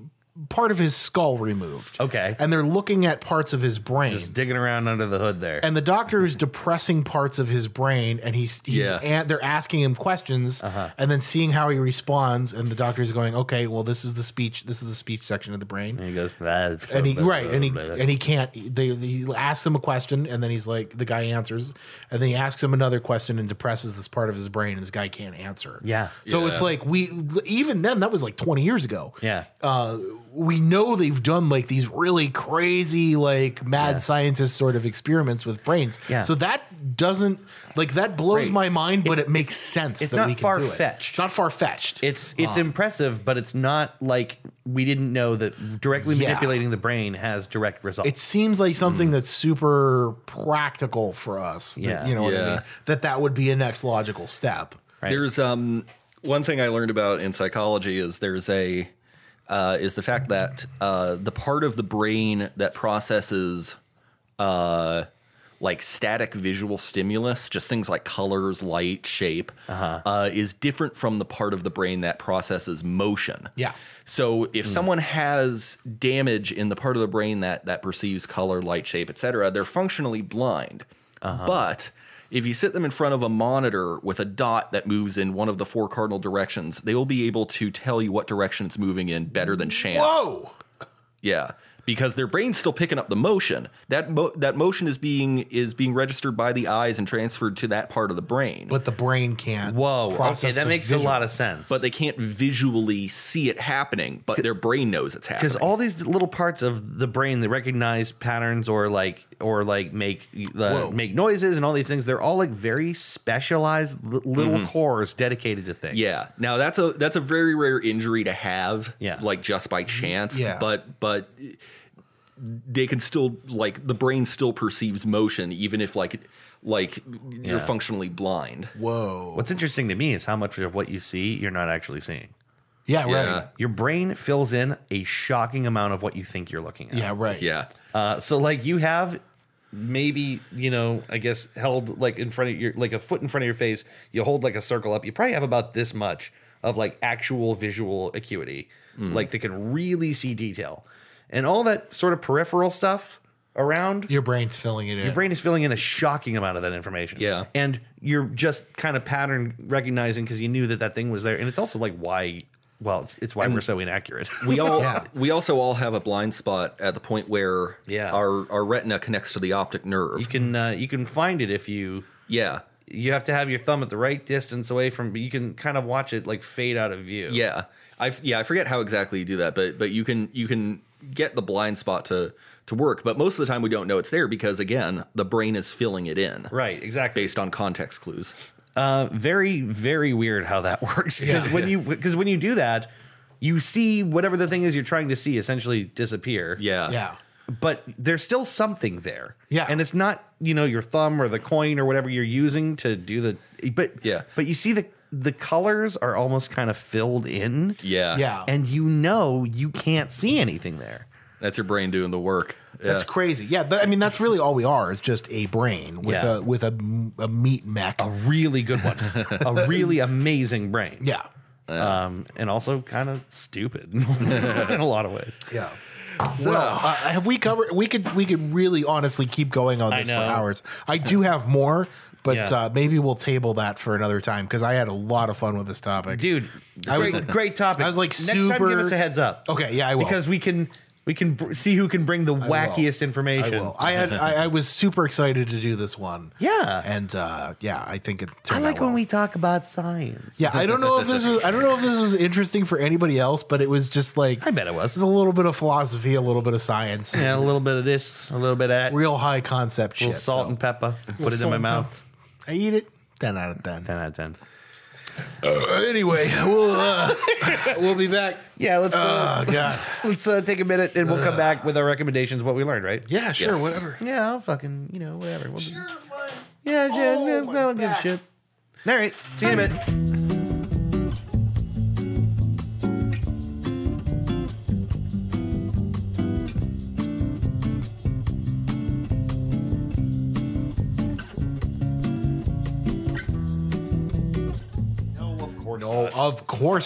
[SPEAKER 1] part of his skull removed.
[SPEAKER 5] Okay.
[SPEAKER 1] And they're looking at parts of his brain.
[SPEAKER 5] Just digging around under the hood there.
[SPEAKER 1] and the doctor is depressing parts of his brain and he's, he's
[SPEAKER 3] Yeah.
[SPEAKER 1] and they're asking him questions
[SPEAKER 5] Uh-huh.
[SPEAKER 1] and then seeing how he responds and the doctor's going, "Okay, well this is the speech this is the speech section of the brain."
[SPEAKER 5] he goes, "Blah,
[SPEAKER 1] and he
[SPEAKER 5] blah, blah,
[SPEAKER 1] right and he
[SPEAKER 5] blah, blah."
[SPEAKER 1] and he can't they he asks him a question and then he's like the guy answers and then he asks him another question and depresses this part of his brain and this guy can't answer
[SPEAKER 5] Yeah.
[SPEAKER 1] so it's
[SPEAKER 3] Yeah.
[SPEAKER 1] like we even then that was like 20 years ago
[SPEAKER 5] yeah.
[SPEAKER 1] uh we know they've done like these really crazy like mad scientist sort of experiments with brains
[SPEAKER 5] Yeah.
[SPEAKER 1] so that doesn't like that blows
[SPEAKER 5] Right.
[SPEAKER 1] my mind but it makes sense
[SPEAKER 5] it's
[SPEAKER 1] that
[SPEAKER 5] not
[SPEAKER 1] we can do it
[SPEAKER 5] far-fetched.
[SPEAKER 1] it's not far-fetched
[SPEAKER 5] It's it's impressive, but it's not like we didn't know that directly
[SPEAKER 1] Yeah.
[SPEAKER 5] manipulating the brain has direct results.
[SPEAKER 1] it seems like something that's super practical for us. that-
[SPEAKER 5] Hmm. Yeah.
[SPEAKER 1] you know what I
[SPEAKER 3] Yeah.
[SPEAKER 1] mean. That that would be a next logical step.
[SPEAKER 3] There's um one thing I learned about in psychology is there's a uh, is the fact that uh, the part of the brain that processes uh, like static visual stimulus, just things like colors, light, shape,
[SPEAKER 1] Uh-huh.
[SPEAKER 3] uh is different from the part of the brain that processes motion.
[SPEAKER 1] Yeah. Hmm.
[SPEAKER 3] So if someone has damage in the part of the brain that that perceives color, light, shape, etc., they're functionally blind.
[SPEAKER 1] Uh-huh.
[SPEAKER 3] But if you sit them in front of a monitor with a dot that moves in one of the four cardinal directions, they will be able to tell you what direction it's moving in better than chance.
[SPEAKER 1] Whoa!
[SPEAKER 3] Yeah, because their brain's still picking up the motion. That mo- that motion is being is being registered by the eyes and transferred to that part of the brain.
[SPEAKER 1] But the brain can't.
[SPEAKER 5] Whoa, okay, that
[SPEAKER 1] the
[SPEAKER 5] makes a
[SPEAKER 1] visual.
[SPEAKER 5] lot of sense.
[SPEAKER 3] but they can't visually see it happening, but their brain knows it's happening.
[SPEAKER 5] because all these little parts of the brain that recognize patterns or like or like make uh, make noises and all these things, they're all like very specialized li- little cores dedicated to things.
[SPEAKER 3] Mm-hmm. Yeah. Now that's a that's a very rare injury to have.
[SPEAKER 5] Yeah.
[SPEAKER 3] Like just by chance.
[SPEAKER 1] Yeah.
[SPEAKER 3] But but they can still like the brain still perceives motion even if like like you're
[SPEAKER 5] Yeah.
[SPEAKER 3] functionally blind.
[SPEAKER 1] Whoa.
[SPEAKER 5] What's interesting to me is how much of what you see you're not actually seeing.
[SPEAKER 1] Yeah. Right. Yeah.
[SPEAKER 3] Yeah.
[SPEAKER 5] Your brain fills in a shocking amount of what you think you're looking at.
[SPEAKER 1] right.
[SPEAKER 3] Yeah.
[SPEAKER 5] Uh, so like you have maybe you know I guess held like in front of your like a foot in front of your face. You hold like a circle up. You probably have about this much of like actual visual acuity,
[SPEAKER 3] Mm.
[SPEAKER 5] like they can really see detail, and all that sort of peripheral stuff around.
[SPEAKER 1] Your brain's filling it in.
[SPEAKER 5] Your brain is filling in a shocking amount of that information.
[SPEAKER 3] Yeah.
[SPEAKER 5] and you're just kind of pattern recognizing because you knew that that thing was there, and it's also like why. Well, it's, it's why we're so inaccurate.
[SPEAKER 3] We all
[SPEAKER 1] Yeah.
[SPEAKER 3] we also all have a blind spot at the point where
[SPEAKER 5] Yeah.
[SPEAKER 3] our our retina connects to the optic nerve.
[SPEAKER 5] you can uh, you can find it if you
[SPEAKER 3] yeah.
[SPEAKER 5] you have to have your thumb at the right distance away from but you can kind of watch it like fade out of view
[SPEAKER 3] Yeah, I f- yeah I forget how exactly you do that, but but you can you can get the blind spot to to work, but most of the time we don't know it's there because again the brain is filling it in
[SPEAKER 5] right exactly
[SPEAKER 3] based on context clues.
[SPEAKER 5] uh very very weird how that works because when you because when you do that you see whatever the thing is you're trying to see essentially disappear
[SPEAKER 3] Yeah,
[SPEAKER 1] Yeah.
[SPEAKER 5] but there's still something there
[SPEAKER 1] Yeah.
[SPEAKER 5] and it's not you know your thumb or the coin or whatever you're using to do the but
[SPEAKER 3] Yeah.
[SPEAKER 5] but you see the the colors are almost kind of filled in
[SPEAKER 3] yeah,
[SPEAKER 1] Yeah.
[SPEAKER 5] and you know you can't see anything there
[SPEAKER 3] That's your brain doing the work.
[SPEAKER 1] That's crazy. Yeah. But, I mean, that's really all we are. It's just a brain with
[SPEAKER 5] Yeah. Oh.
[SPEAKER 1] a with a, a meat mech.
[SPEAKER 5] really good one, a really amazing brain.
[SPEAKER 1] yeah.
[SPEAKER 5] Um, and also kind of stupid in a lot of ways.
[SPEAKER 1] Yeah. So uh, have we covered? We could we could really honestly keep going on this for
[SPEAKER 5] know.
[SPEAKER 1] hours. I do have more, but
[SPEAKER 5] Yeah.
[SPEAKER 1] uh, maybe we'll table that for another time because I had a lot of fun with this topic,
[SPEAKER 5] Dude,
[SPEAKER 1] I
[SPEAKER 5] great,
[SPEAKER 1] was-
[SPEAKER 5] great topic.
[SPEAKER 1] I was like
[SPEAKER 5] next time,
[SPEAKER 1] super-
[SPEAKER 5] give us a heads up.
[SPEAKER 1] Okay, yeah, I will.
[SPEAKER 5] because we can we can br- see who can bring the wackiest
[SPEAKER 1] I
[SPEAKER 5] information.
[SPEAKER 1] will. I had I, I was super excited to do this one.
[SPEAKER 5] Yeah.
[SPEAKER 1] and uh, yeah, I think it.
[SPEAKER 5] I
[SPEAKER 1] Turned
[SPEAKER 5] like
[SPEAKER 1] out
[SPEAKER 5] when
[SPEAKER 1] well.
[SPEAKER 5] we talk about science.
[SPEAKER 1] Yeah, I don't know if this was I don't know if this was interesting for anybody else, but it was just like
[SPEAKER 5] I bet it
[SPEAKER 1] It's
[SPEAKER 5] was.
[SPEAKER 1] a little bit of philosophy, a little bit of science,
[SPEAKER 5] Yeah, a little bit of this, a little bit of that,
[SPEAKER 1] real high concept
[SPEAKER 5] little
[SPEAKER 1] shit.
[SPEAKER 5] salt
[SPEAKER 1] so
[SPEAKER 5] and pepper. Put it in
[SPEAKER 1] salt
[SPEAKER 5] my
[SPEAKER 1] and
[SPEAKER 5] mouth.
[SPEAKER 1] I eat it. Ten out of ten.
[SPEAKER 5] Ten out of ten.
[SPEAKER 1] Anyway, we'll uh, we'll be back.
[SPEAKER 5] Yeah, let's
[SPEAKER 1] Oh
[SPEAKER 5] uh,
[SPEAKER 1] god.
[SPEAKER 5] let's uh, take a minute and we'll come back with our recommendations. What we learned, right?
[SPEAKER 1] Yeah, sure,
[SPEAKER 3] Yes.
[SPEAKER 1] whatever.
[SPEAKER 5] Yeah, I'll fucking, you know, whatever. We'll sure, Yeah, yeah, no, I don't give a shit. All right, see you in a bit.
[SPEAKER 1] Of course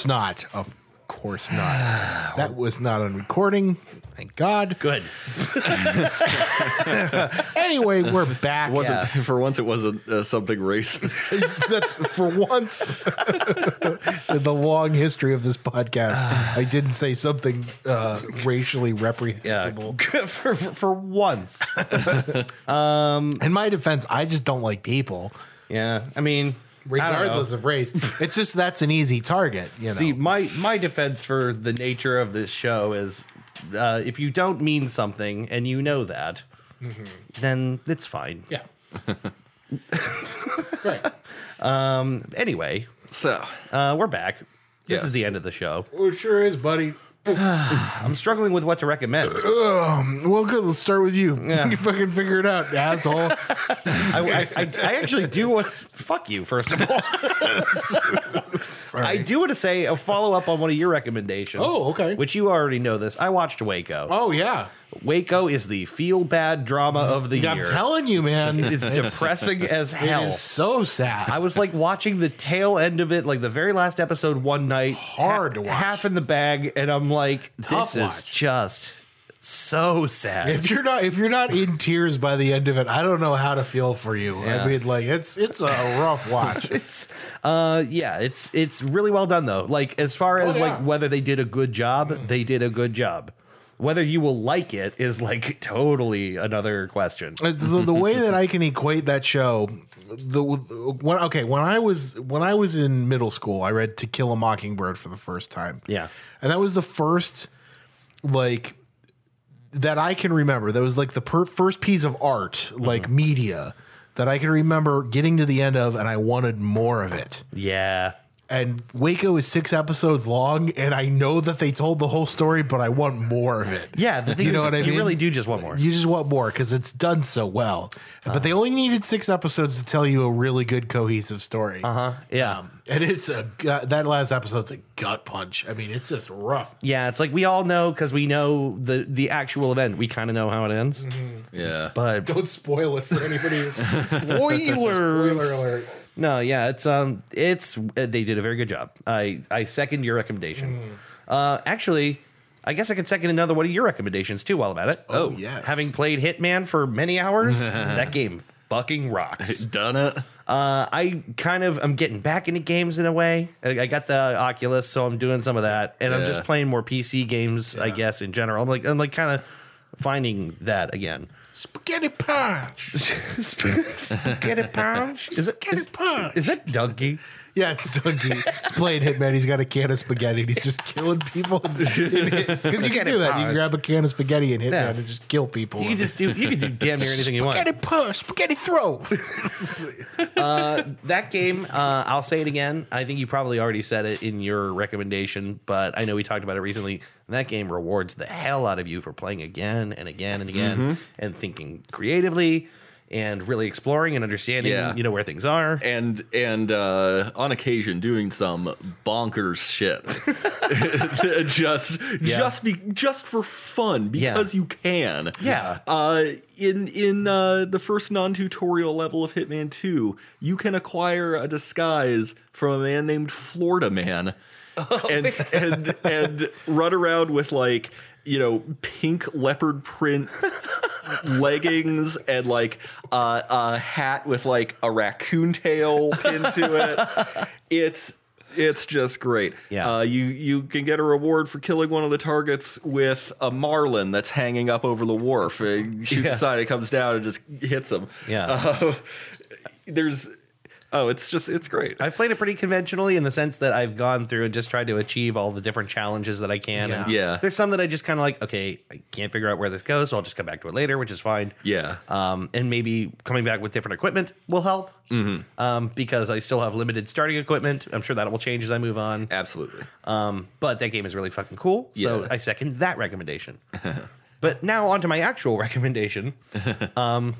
[SPEAKER 1] not. Of course not. That was not on recording. Thank God.
[SPEAKER 5] Good.
[SPEAKER 1] Anyway, we're back.
[SPEAKER 3] Wasn't for once it wasn't uh, something racist.
[SPEAKER 1] That's for once in the long history of this podcast. I didn't say something uh, racially
[SPEAKER 5] Yeah.
[SPEAKER 1] reprehensible.
[SPEAKER 5] for, for, for once.
[SPEAKER 1] In my defense, I just don't like people,
[SPEAKER 5] Yeah. I mean,
[SPEAKER 1] regardless of race. It's just that's an easy target. You know,
[SPEAKER 5] See, my my defense for the nature of this show is, uh, if you don't mean something and you know that, then it's fine.
[SPEAKER 1] Mm-hmm. yeah, right.
[SPEAKER 5] Anyway,
[SPEAKER 3] so
[SPEAKER 5] uh, we're back. This
[SPEAKER 3] Yeah.
[SPEAKER 5] is the end of the show.
[SPEAKER 1] Well, it sure is, buddy.
[SPEAKER 5] I'm struggling with what to recommend.
[SPEAKER 1] Um, Well, good. Let's start with you. You fucking figure it out, asshole.
[SPEAKER 5] I, I, I, I actually do want to fuck you first of all. I do want to say a follow up on one of your recommendations.
[SPEAKER 1] Oh, okay.
[SPEAKER 5] Which you already know this. I watched Waco.
[SPEAKER 1] oh yeah,
[SPEAKER 5] Waco is the feel bad drama of the
[SPEAKER 1] I'm
[SPEAKER 5] year.
[SPEAKER 1] telling you, man.
[SPEAKER 5] it's depressing as hell.
[SPEAKER 1] It is so sad.
[SPEAKER 5] I was like watching the tail end of it, like the very last episode one night.
[SPEAKER 1] Hard to watch.
[SPEAKER 5] Half in the bag, and I'm like,
[SPEAKER 1] Tough
[SPEAKER 5] this is
[SPEAKER 1] watch.
[SPEAKER 5] just so sad.
[SPEAKER 1] if you're not if you're not in tears by the end of it, I don't know how to feel for you.
[SPEAKER 5] Yeah.
[SPEAKER 1] I mean, like it's it's a rough watch.
[SPEAKER 5] it's uh yeah it's it's really well done though like as far
[SPEAKER 1] Oh,
[SPEAKER 5] as
[SPEAKER 1] yeah. Hmm.
[SPEAKER 5] like whether they did a good job they did a good job whether you will like it is like totally another question
[SPEAKER 1] It's the, the way that I can equate that show, the when okay when I was when I was in middle school, I read To Kill a Mockingbird for the first time.
[SPEAKER 5] Yeah.
[SPEAKER 1] and that was the first like that I can remember. That was like the per- first piece of art, like media, that I can remember getting to the end of, and I wanted more of it.
[SPEAKER 5] yeah
[SPEAKER 1] and Waco is six episodes long, and I know that they told the whole story, but I want more of it.
[SPEAKER 5] yeah the thing
[SPEAKER 1] you know
[SPEAKER 5] is,
[SPEAKER 1] what I
[SPEAKER 5] you
[SPEAKER 1] mean.
[SPEAKER 5] really do just want more
[SPEAKER 1] You just want more because it's done so well. but they only needed six episodes to tell you a really good cohesive story. Uh huh.
[SPEAKER 5] yeah
[SPEAKER 1] And it's a gut- that last episode's a gut punch. I mean, it's just rough.
[SPEAKER 5] yeah it's like we all know because we know the the actual event we kind of know how it ends
[SPEAKER 1] Mm-hmm.
[SPEAKER 3] yeah,
[SPEAKER 5] but
[SPEAKER 1] Don't spoil it for anybody. Spoiler
[SPEAKER 5] spoilers
[SPEAKER 1] alert.
[SPEAKER 5] no yeah it's um it's uh, they did a very good job i i second your recommendation
[SPEAKER 1] Hmm.
[SPEAKER 5] uh actually i guess i could second another one of your recommendations too while i'm at it
[SPEAKER 1] Oh, yes.
[SPEAKER 5] having played Hitman for many hours, that game fucking rocks.
[SPEAKER 3] done it.
[SPEAKER 5] Uh, I kind of I'm getting back into games in a way. I, I got the Oculus, so I'm doing some of that, and I'm
[SPEAKER 3] Yeah.
[SPEAKER 5] just playing more PC games, I guess, in general. I'm like I'm like kind of finding that again.
[SPEAKER 1] spaghetti punch.
[SPEAKER 5] Get it, Punch? Is it
[SPEAKER 1] Spaghetti punch.
[SPEAKER 5] is it Donkey?
[SPEAKER 1] Yeah, it's Donkey. He's playing Hitman. He's got a can of spaghetti and he's just killing people. Because you can do that. You can grab a can of spaghetti and Hitman
[SPEAKER 5] Yeah.
[SPEAKER 1] and just kill people.
[SPEAKER 5] You can just do you can do damn near anything you want.
[SPEAKER 1] punch, spaghetti throw.
[SPEAKER 5] That game, uh, I'll say it again. I think you probably already said it in your recommendation, but I know we talked about it recently. That game rewards the hell out of you for playing again and again and again
[SPEAKER 3] Mm-hmm.
[SPEAKER 5] and thinking creatively and really exploring and understanding,
[SPEAKER 3] Yeah.
[SPEAKER 5] you know, where things are.
[SPEAKER 3] and and uh, on occasion doing some bonkers shit, just just be just for fun because you can.
[SPEAKER 5] Yeah.
[SPEAKER 3] Uh, in in uh, the first non-tutorial level of Hitman Two, you can acquire a disguise from a man named Florida Man,
[SPEAKER 5] Oh,
[SPEAKER 3] and, and and run around with like you know pink leopard print leggings and like uh, a hat with like a raccoon tail pinned to it. It's it's just great.
[SPEAKER 5] Yeah.
[SPEAKER 3] Uh, you you can get a reward for killing one of the targets with a marlin that's hanging up over the wharf. Uh, You shoot
[SPEAKER 5] Yeah.
[SPEAKER 3] the side, it comes down and just hits him.
[SPEAKER 5] Yeah.
[SPEAKER 3] Uh, there's oh, it's just it's great.
[SPEAKER 5] I've played it pretty conventionally in the sense that I've gone through and just tried to achieve all the different challenges that I can. And
[SPEAKER 3] Yeah. Yeah.
[SPEAKER 5] There's some that I just kind of like, okay, I can't figure out where this goes, so I'll just come back to it later, which is fine.
[SPEAKER 3] Yeah.
[SPEAKER 5] Um, and maybe coming back with different equipment will help um, because I still have limited starting equipment. I'm sure that will change as I move on.
[SPEAKER 3] Absolutely.
[SPEAKER 5] Um, but that game is really fucking cool. So
[SPEAKER 3] Yeah.
[SPEAKER 5] I second that recommendation. but now on to my actual recommendation. um,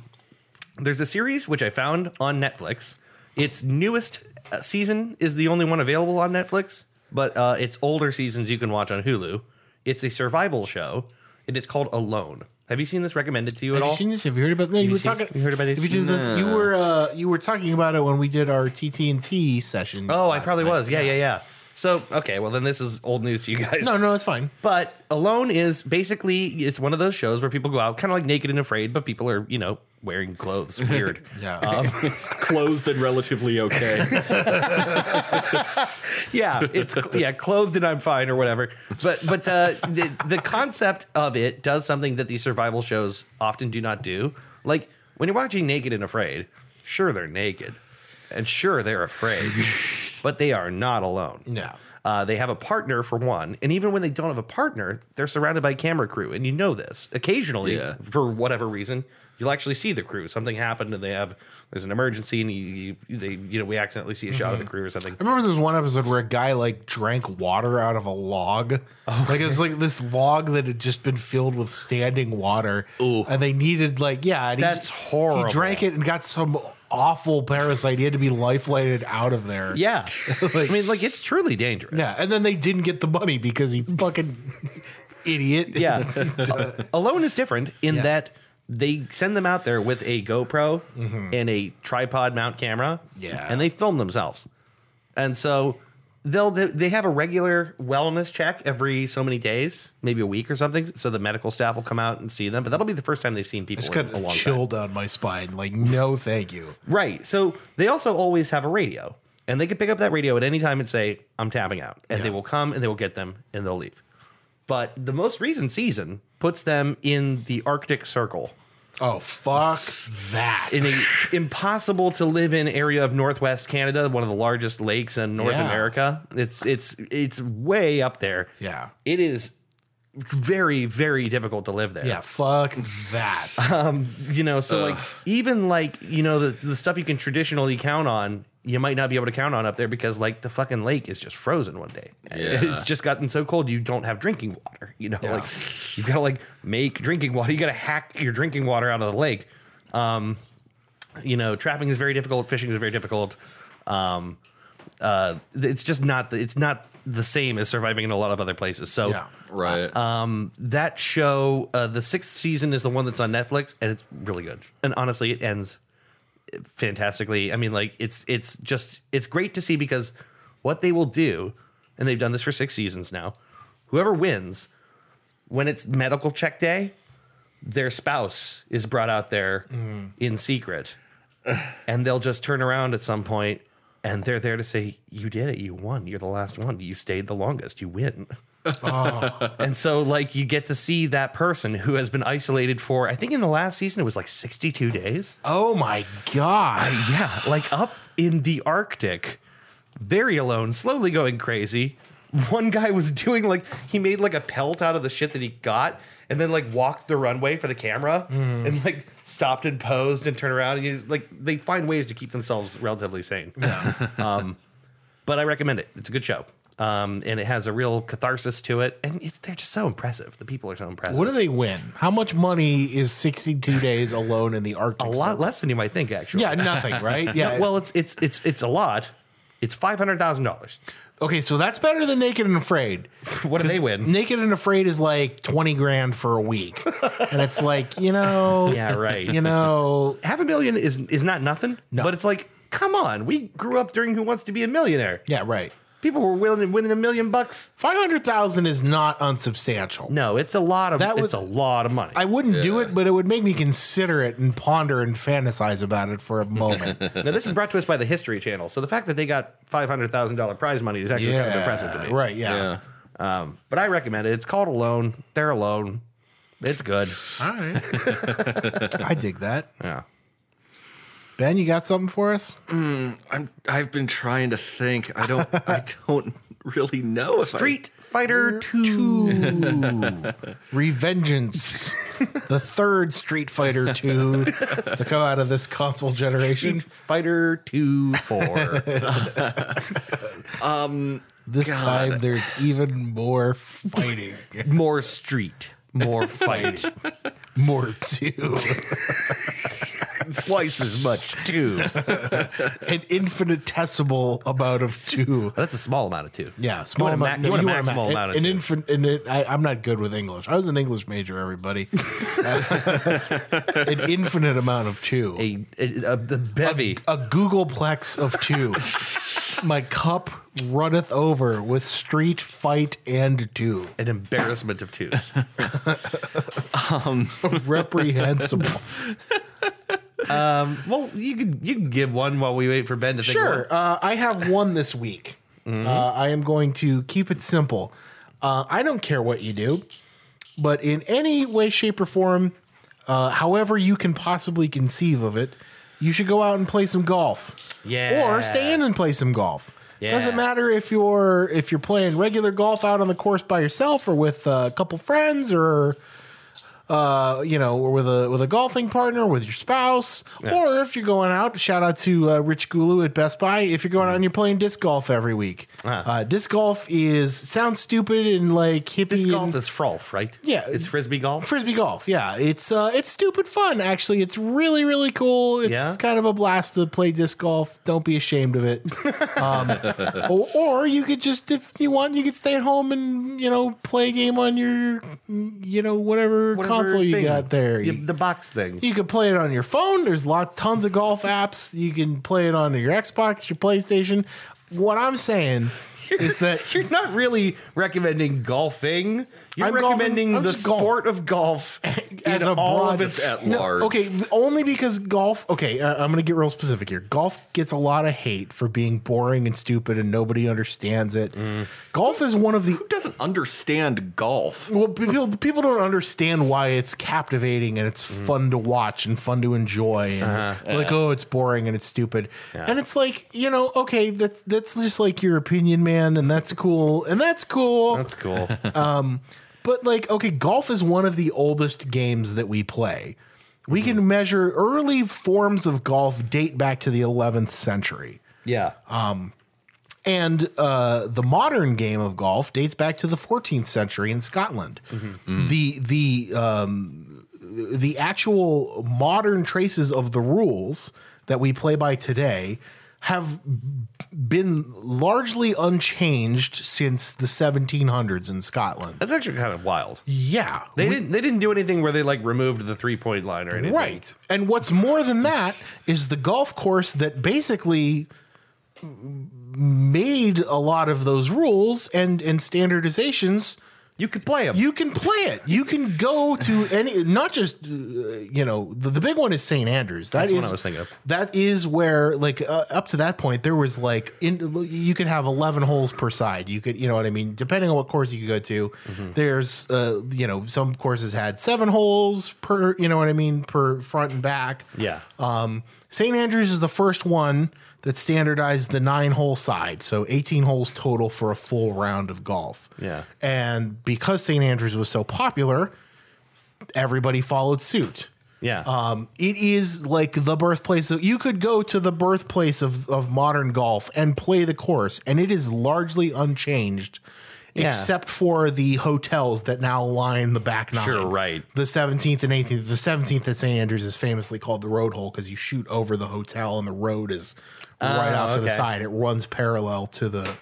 [SPEAKER 5] there's a series which I found on Netflix. Its newest uh, season is the only one available on Netflix, but uh, its older seasons you can watch on Hulu. It's a survival show, and it's called Alone. Have you seen this recommended to you at
[SPEAKER 1] Have you
[SPEAKER 5] all?
[SPEAKER 1] seen this? Have you heard about? No, you, were
[SPEAKER 5] seen-
[SPEAKER 1] talking.
[SPEAKER 5] you heard about this?
[SPEAKER 1] Have you, did this? you were uh, you were talking about it when we did our TT and T session.
[SPEAKER 5] Oh, I
[SPEAKER 1] last
[SPEAKER 5] probably
[SPEAKER 1] night.
[SPEAKER 5] was. Yeah, yeah, yeah. So okay, well then this is old news to you guys.
[SPEAKER 1] No, no, it's fine.
[SPEAKER 5] But Alone is basically it's one of those shows where people go out kind of like Naked and Afraid, but people are you know wearing clothes. Weird. Um,
[SPEAKER 1] Yeah.
[SPEAKER 3] Clothed and relatively okay.
[SPEAKER 5] yeah, it's yeah, clothed and I'm fine or whatever. But but uh, the the concept of it does something that these survival shows often do not do. Like when you're watching Naked and Afraid, sure they're naked, and sure they're afraid, but they are not alone.
[SPEAKER 1] Yeah.
[SPEAKER 5] Uh, they have a partner for one, and even when they don't have a partner, they're surrounded by camera crew, and you know this. Occasionally,
[SPEAKER 3] Yeah.
[SPEAKER 5] for whatever reason, you'll actually see the crew. Something happened, and they have there's an emergency, and you, you they you know we accidentally see a shot of the crew or something.
[SPEAKER 1] I remember there was one episode where a guy like drank water out of a log.
[SPEAKER 5] Oh,
[SPEAKER 1] Like it was like this log that had just been filled with standing water. And they needed like yeah, and he-
[SPEAKER 5] That's horrible.
[SPEAKER 1] He drank it and got some awful parasite. He had to be lifelighted out of there.
[SPEAKER 5] Yeah.
[SPEAKER 1] Like-
[SPEAKER 5] I mean, like, it's truly dangerous.
[SPEAKER 1] Yeah, and then they didn't get the money because he fucking idiot.
[SPEAKER 5] Yeah.
[SPEAKER 1] uh,
[SPEAKER 5] A- Alone is different in that they send them out there with a GoPro and a tripod mount camera.
[SPEAKER 1] Mm-hmm. Yeah.
[SPEAKER 5] And they film themselves. And so they'll they have a regular wellness check every so many days, maybe a week or something. So the medical staff will come out and see them, but that'll be the first time they've seen people
[SPEAKER 1] Just
[SPEAKER 5] in
[SPEAKER 1] got
[SPEAKER 5] a
[SPEAKER 1] a
[SPEAKER 5] long time.
[SPEAKER 1] chill down my spine. Like, no, thank you.
[SPEAKER 5] Right. So they also always have a radio, and they can pick up that radio at any time and say, "I'm tapping out," and they will come and they will get them and they'll leave. But the most recent season puts them in the Arctic Circle,
[SPEAKER 1] Oh fuck that.
[SPEAKER 5] in an impossible to live in area of Northwest Canada, one of the largest lakes in North
[SPEAKER 1] Yeah.
[SPEAKER 5] America. It's it's it's way up there.
[SPEAKER 1] Yeah.
[SPEAKER 5] It is very very difficult to live there
[SPEAKER 1] yeah, fuck that.
[SPEAKER 5] you know so like even like you know the, the stuff you can traditionally count on you might not be able to count on up there because like the fucking lake is just frozen one day
[SPEAKER 3] Yeah.
[SPEAKER 5] it's just gotten so cold you don't have drinking water you know like you've got to like make drinking water you got to hack your drinking water out of the lake um you know trapping is very difficult fishing is very difficult um uh it's just not the, it's not the same as surviving in a lot of other places so
[SPEAKER 1] Yeah.
[SPEAKER 3] Right.
[SPEAKER 5] that show, uh, the sixth season is the one that's on Netflix, and it's really good. And honestly, it ends fantastically. I mean, like it's it's just it's great to see because what they will do, and they've done this for six seasons now. Whoever wins, when it's medical check day, their spouse is brought out there in secret, and they'll just turn around at some point, and they're there to say, "You did it. You won. You're the last one. You stayed the longest. You win." and so like you get to see that person who has been isolated for I think in the last season it was like 62 days.
[SPEAKER 1] Oh my god.
[SPEAKER 5] Yeah, like up in the Arctic, very alone, slowly going crazy. One guy was doing like he made like a pelt out of the shit that he got and then like walked the runway for the camera
[SPEAKER 1] Hmm.
[SPEAKER 5] and like stopped and posed and turned around and he's like they find ways to keep themselves relatively sane. um but I recommend it. It's a good show. Um, and it has a real catharsis to it, and it's they're just so impressive. The people are so impressive.
[SPEAKER 1] What do they win? How much money is 62 days alone in the Arctic?
[SPEAKER 5] a lot less than you might think, actually.
[SPEAKER 1] Yeah, nothing, right? Yeah.
[SPEAKER 5] Well, it's it's it's it's a lot. It's five hundred thousand dollars.
[SPEAKER 1] okay, so that's better than Naked and Afraid.
[SPEAKER 5] What do they win?
[SPEAKER 1] Naked and Afraid is like 20 grand for a week. and it's like, you know,
[SPEAKER 5] Yeah, right.
[SPEAKER 1] you know,
[SPEAKER 5] half a million is is not nothing, but it's like, come on, we grew up during Who Wants to Be a Millionaire.
[SPEAKER 1] yeah, right.
[SPEAKER 5] People were willing winning a million bucks.
[SPEAKER 1] 500,000 is not unsubstantial.
[SPEAKER 5] No, it's a lot of
[SPEAKER 1] That was-
[SPEAKER 5] it's a lot of money.
[SPEAKER 1] I wouldn't do
[SPEAKER 3] Yeah.
[SPEAKER 1] it, but it would make me consider it and ponder and fantasize about it for a moment.
[SPEAKER 5] now this is brought to us by the History Channel, so the fact that they got five hundred thousand dollar prize money is actually kind of impressive to me.
[SPEAKER 1] Right, yeah.
[SPEAKER 3] yeah.
[SPEAKER 5] Um, but I recommend it. It's called Alone. They're alone. It's good.
[SPEAKER 1] All right. I dig that.
[SPEAKER 5] Yeah.
[SPEAKER 1] Ben, you got something for us?
[SPEAKER 3] I'm. I've been trying to think. I don't. I don't really know. If I-
[SPEAKER 5] Street Fighter Two.
[SPEAKER 1] Ooh. Revengeance. the third Street Fighter 2 to come out of this console generation.
[SPEAKER 5] Fighter Two Four.
[SPEAKER 1] This time there's even more fighting.
[SPEAKER 5] more street, more fight,
[SPEAKER 1] more too.
[SPEAKER 5] twice as much two.
[SPEAKER 1] An infinitesimal amount of two.
[SPEAKER 5] That's a small amount of two.
[SPEAKER 1] Yeah, small
[SPEAKER 5] want a ma-
[SPEAKER 1] amount.
[SPEAKER 5] you want a
[SPEAKER 1] no, ma-
[SPEAKER 5] maximal amount of
[SPEAKER 1] an
[SPEAKER 5] two.
[SPEAKER 1] infant. An, I, I'm not good with English. I was an English major. Everybody, an infinite amount of two.
[SPEAKER 5] A, a, a- the bevy.
[SPEAKER 1] A Googleplex of two. My cup runneth over with Street Fight and Two.
[SPEAKER 5] An embarrassment of twos.
[SPEAKER 1] Reprehensible.
[SPEAKER 5] well, you could you can give one while we wait for Ben to think. of
[SPEAKER 1] Sure.
[SPEAKER 5] one. Mm-hmm.
[SPEAKER 1] Uh, I have one this week. Uh, I am going to keep it simple. Uh, I don't care what you do, but in any way, shape, or form, uh, however you can possibly conceive of it, you should go out and play some golf.
[SPEAKER 5] Yeah.
[SPEAKER 1] Or stay in and play some golf. Doesn't
[SPEAKER 5] Yeah.
[SPEAKER 1] matter if you're if you're playing regular golf out on the course by yourself or with a couple friends or uh, you know, or with a with a golfing partner, with your spouse, or if you're going out. Shout out to uh, Rich Gulu at Best Buy. If you're going out and you're playing disc golf every week,
[SPEAKER 5] Ah.
[SPEAKER 1] uh, disc golf is sounds stupid and like hippie.
[SPEAKER 5] Disc golf
[SPEAKER 1] and-
[SPEAKER 5] is frolf, right?
[SPEAKER 1] Yeah.
[SPEAKER 5] It's frisbee golf.
[SPEAKER 1] frisbee golf. Yeah, it's uh, it's stupid fun. Actually, it's really really cool. It's
[SPEAKER 5] Yeah?
[SPEAKER 1] kind of a blast to play disc golf. Don't be ashamed of it. Um, or, or you could just, if you want, you could stay at home and you know play a game on your, you know whatever,
[SPEAKER 5] Whatever
[SPEAKER 1] console you
[SPEAKER 5] thing.
[SPEAKER 1] got there.
[SPEAKER 5] Yeah,
[SPEAKER 1] You-
[SPEAKER 5] the box thing.
[SPEAKER 1] you can play it on your phone. There's lots, tons of golf apps. You can play it on your Xbox, your PlayStation. What I'm saying is that
[SPEAKER 5] You're not really recommending golfing. You're
[SPEAKER 1] I'm golfing-
[SPEAKER 5] recommending
[SPEAKER 1] I'm
[SPEAKER 5] the
[SPEAKER 1] just golf.
[SPEAKER 5] sport of golf
[SPEAKER 1] As
[SPEAKER 5] as
[SPEAKER 1] a
[SPEAKER 5] all
[SPEAKER 1] broad-
[SPEAKER 5] of its.
[SPEAKER 3] at
[SPEAKER 1] No,
[SPEAKER 3] large.
[SPEAKER 1] okay, only because golf. Okay, uh, I'm going to get real specific here. Golf gets a lot of hate for being boring and stupid, and nobody understands it.
[SPEAKER 5] Mm.
[SPEAKER 1] Golf is one of the
[SPEAKER 3] Doesn't understand golf.
[SPEAKER 1] well, people people don't understand why it's captivating and it's fun to watch and fun to enjoy. And Like, oh, it's boring and it's stupid, and it's like you know, okay, that's that's just like your opinion, man, and that's cool, and that's cool.
[SPEAKER 5] That's cool.
[SPEAKER 1] But like, okay, golf is one of the oldest games that we play. We can measure early forms of golf date back to the 11th century.
[SPEAKER 5] yeah.
[SPEAKER 1] And uh, the modern game of golf dates back to the 14th century in Scotland. The the um, the actual modern traces of the rules that we play by today have been largely unchanged since the 1700s in Scotland.
[SPEAKER 5] That's actually kind of wild.
[SPEAKER 1] Yeah,
[SPEAKER 5] They didn't. They didn't do anything where they like removed the three point line or anything.
[SPEAKER 1] Right. And what's more than that is the golf course that basically made a lot of those rules and and standardizations
[SPEAKER 5] You could play them.
[SPEAKER 1] you can play it you can go to any not just uh, you know the, the big one is st andrews That
[SPEAKER 5] That's
[SPEAKER 1] is
[SPEAKER 5] what I was thinking of.
[SPEAKER 1] that is where like uh, up to that point there was like in, you could have 11 holes per side you could you know what i mean depending on what course you could go to
[SPEAKER 5] Mm-hmm.
[SPEAKER 1] there's uh, you know some courses had seven holes per you know what i mean per front and back
[SPEAKER 5] yeah.
[SPEAKER 1] um, St. Andrews is the first one that standardized the nine hole side. So 18 holes total for a full round of golf.
[SPEAKER 5] Yeah.
[SPEAKER 1] And because St. Andrews was so popular, everybody followed suit.
[SPEAKER 5] yeah.
[SPEAKER 1] Um, it is like the birthplace of, you could go to the birthplace of, of modern golf and play the course, and it is largely unchanged. Except for the hotels that now line the back nine.
[SPEAKER 5] Sure, right.
[SPEAKER 1] The 17th and 18th. The 17th at St. Andrews is famously called the road hole because you shoot over the hotel and the road is right off to the
[SPEAKER 5] Oh, okay.
[SPEAKER 1] side. It runs parallel to the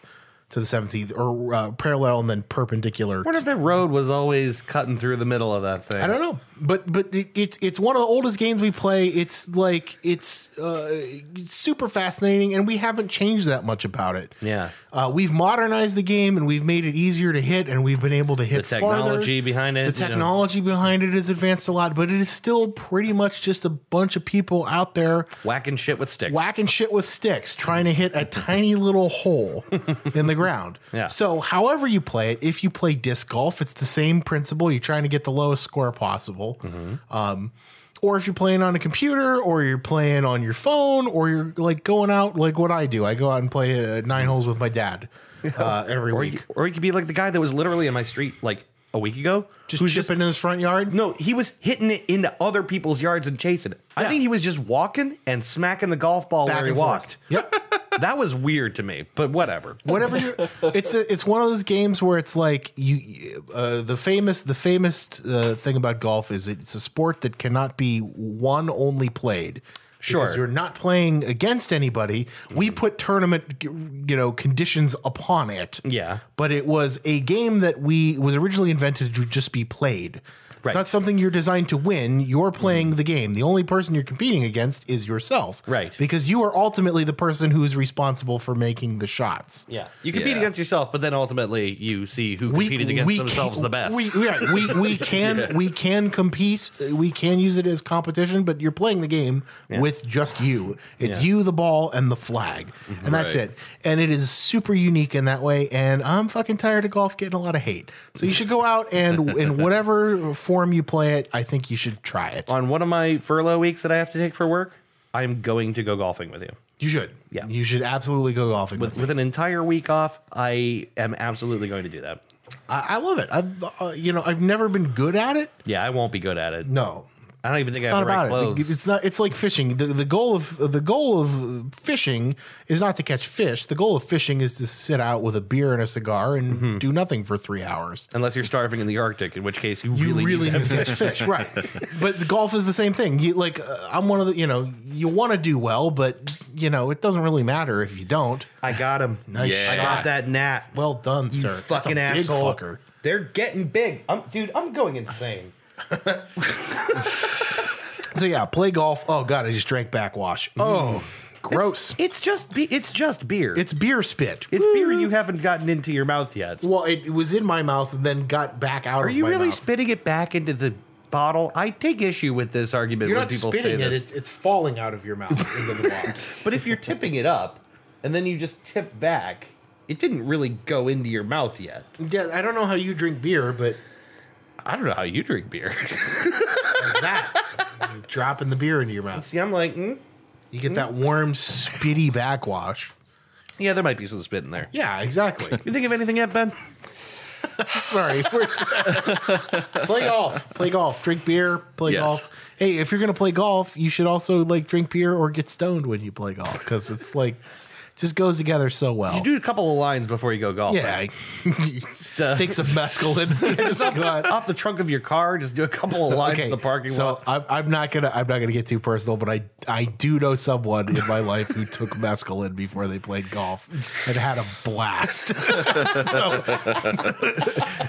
[SPEAKER 1] to the 17th or uh, parallel and then perpendicular.
[SPEAKER 5] what if the road was always cutting through the middle of that thing?
[SPEAKER 1] I don't know, but but it, it's it's one of the oldest games we play. It's like it's, uh, it's super fascinating, and we haven't changed that much about it.
[SPEAKER 5] Yeah.
[SPEAKER 1] uh, we've modernized the game, and we've made it easier to hit, and we've been able to hit
[SPEAKER 5] The technology
[SPEAKER 1] farther.
[SPEAKER 5] behind it.
[SPEAKER 1] The
[SPEAKER 5] you know.
[SPEAKER 1] technology behind it has advanced a lot, but it is still pretty much just a bunch of people out there
[SPEAKER 5] whacking shit with sticks.
[SPEAKER 1] whacking shit with sticks, trying to hit a tiny little hole in the ground.
[SPEAKER 5] Yeah.
[SPEAKER 1] So, however you play it, if you play disc golf, it's the same principle. You're trying to get the lowest score possible.
[SPEAKER 5] Mm-hmm.
[SPEAKER 1] Um, or if you're playing on a computer, or you're playing on your phone, or you're like going out, like what I do, I go out and play uh, nine holes with my dad uh, every
[SPEAKER 5] Or
[SPEAKER 1] week.
[SPEAKER 5] you, or you could be like the guy that was literally in my street like a week ago.
[SPEAKER 1] Just chipping in his front yard.
[SPEAKER 5] No, he was hitting it into other people's yards and chasing it. I
[SPEAKER 1] Yeah.
[SPEAKER 5] think he was just walking and smacking the golf ball where he
[SPEAKER 1] forth.
[SPEAKER 5] walked.
[SPEAKER 1] Yep.
[SPEAKER 5] that was weird to me, but whatever.
[SPEAKER 1] whatever you it's a, it's one of those games where it's like you uh, the famous the famous uh, thing about golf is it's a sport that cannot be one only played because
[SPEAKER 5] Sure. Mm-hmm.
[SPEAKER 1] you're not playing against anybody. We put tournament, g- you know, conditions upon it.
[SPEAKER 5] Yeah.
[SPEAKER 1] but it was a game that we was originally invented to just be played.
[SPEAKER 5] Right. Mm-hmm.
[SPEAKER 1] It's not something you're designed to win. You're playing the game. The only person you're competing against is yourself.
[SPEAKER 5] Right.
[SPEAKER 1] Because you are ultimately the person who's responsible for making the shots.
[SPEAKER 5] Yeah, you compete
[SPEAKER 3] Yeah.
[SPEAKER 5] against yourself, but then ultimately you see who competed against
[SPEAKER 1] ca-
[SPEAKER 5] themselves the best.
[SPEAKER 1] We, yeah, we, we can we can compete. uh, We can use it as competition, but you're playing the game with just you. It's you, the ball, and the flag, and that's
[SPEAKER 3] Right.
[SPEAKER 1] it. And it is super unique in that way. And I'm fucking tired of golf getting a lot of hate. So you should go out and in whatever form you play it, I think you should try it.
[SPEAKER 5] On one of my furlough weeks that I have to take for work, I'm going to go golfing with you.
[SPEAKER 1] You should.
[SPEAKER 5] Yeah.
[SPEAKER 1] You should absolutely go golfing with.
[SPEAKER 5] With, with an entire week off, I am absolutely going to do that.
[SPEAKER 1] I, I love it. I've uh, you know I've never been good at it.
[SPEAKER 5] Yeah, I won't be good at it.
[SPEAKER 1] No,
[SPEAKER 5] I don't even think
[SPEAKER 1] it's
[SPEAKER 5] I
[SPEAKER 1] not
[SPEAKER 5] have the
[SPEAKER 1] about
[SPEAKER 5] right
[SPEAKER 1] it.
[SPEAKER 5] clothes.
[SPEAKER 1] It's not. It's like fishing. The, the goal of the goal of fishing is not to catch fish. The goal of fishing is to sit out with a beer and a cigar and
[SPEAKER 5] Mm-hmm.
[SPEAKER 1] do nothing for three hours.
[SPEAKER 5] Unless you're starving in the Arctic, in which case you,
[SPEAKER 1] You
[SPEAKER 5] really,
[SPEAKER 1] really,
[SPEAKER 5] need
[SPEAKER 1] need to catch fish, right? But the golf is the same thing. You like, uh, I'm one of the. You know, you want to do well, but you know, it doesn't really matter if you don't.
[SPEAKER 5] I got him.
[SPEAKER 1] Nice
[SPEAKER 5] I
[SPEAKER 1] shot.
[SPEAKER 5] got that gnat.
[SPEAKER 1] Well done,
[SPEAKER 5] You
[SPEAKER 1] sir. That's a
[SPEAKER 5] fucking
[SPEAKER 1] big
[SPEAKER 5] asshole.
[SPEAKER 1] fucker.
[SPEAKER 5] They're getting big. I'm, dude, I'm going insane.
[SPEAKER 1] So yeah, play golf. Oh god, I just drank backwash. Oh, gross. It's,
[SPEAKER 5] It's just be- it's just beer.
[SPEAKER 1] beer spit.
[SPEAKER 5] it's beer you haven't gotten into your mouth yet.
[SPEAKER 1] well, it, it was in my mouth and then got back out.
[SPEAKER 5] Are you really spitting it back into the bottle? I take issue with this argument
[SPEAKER 1] You're
[SPEAKER 5] when
[SPEAKER 1] not
[SPEAKER 5] people
[SPEAKER 1] spitting
[SPEAKER 5] say
[SPEAKER 1] it;
[SPEAKER 5] this.
[SPEAKER 1] it's, it's falling out of your mouth into the box.
[SPEAKER 5] but if you're tipping it up and then you just tip back, it didn't really go into your mouth yet.
[SPEAKER 1] yeah, I don't know how you drink beer, but
[SPEAKER 5] I don't know how you drink beer.
[SPEAKER 1] that you're dropping the beer into your mouth,
[SPEAKER 5] See, I'm like, mm,
[SPEAKER 1] you get that warm, spitty backwash.
[SPEAKER 5] yeah, there might be some spit in there.
[SPEAKER 1] Yeah, exactly.
[SPEAKER 5] You think of anything yet, Ben?
[SPEAKER 1] Sorry, we're- play golf, play golf, drink beer, play
[SPEAKER 3] Yes.
[SPEAKER 1] golf. Hey, if you're gonna play golf, you should also like drink beer or get stoned when you play golf because it's like just goes together so well.
[SPEAKER 5] You do a couple of lines before you go golfing.
[SPEAKER 1] yeah,
[SPEAKER 5] Just, uh,
[SPEAKER 1] take some mescaline. just go out.
[SPEAKER 5] off the trunk of your car, just do a couple of lines in the parking
[SPEAKER 1] so
[SPEAKER 5] lot.
[SPEAKER 1] I'm, I'm not gonna I'm not gonna get too personal, but I I do know someone in my life who took mescaline before they played golf and had a blast. so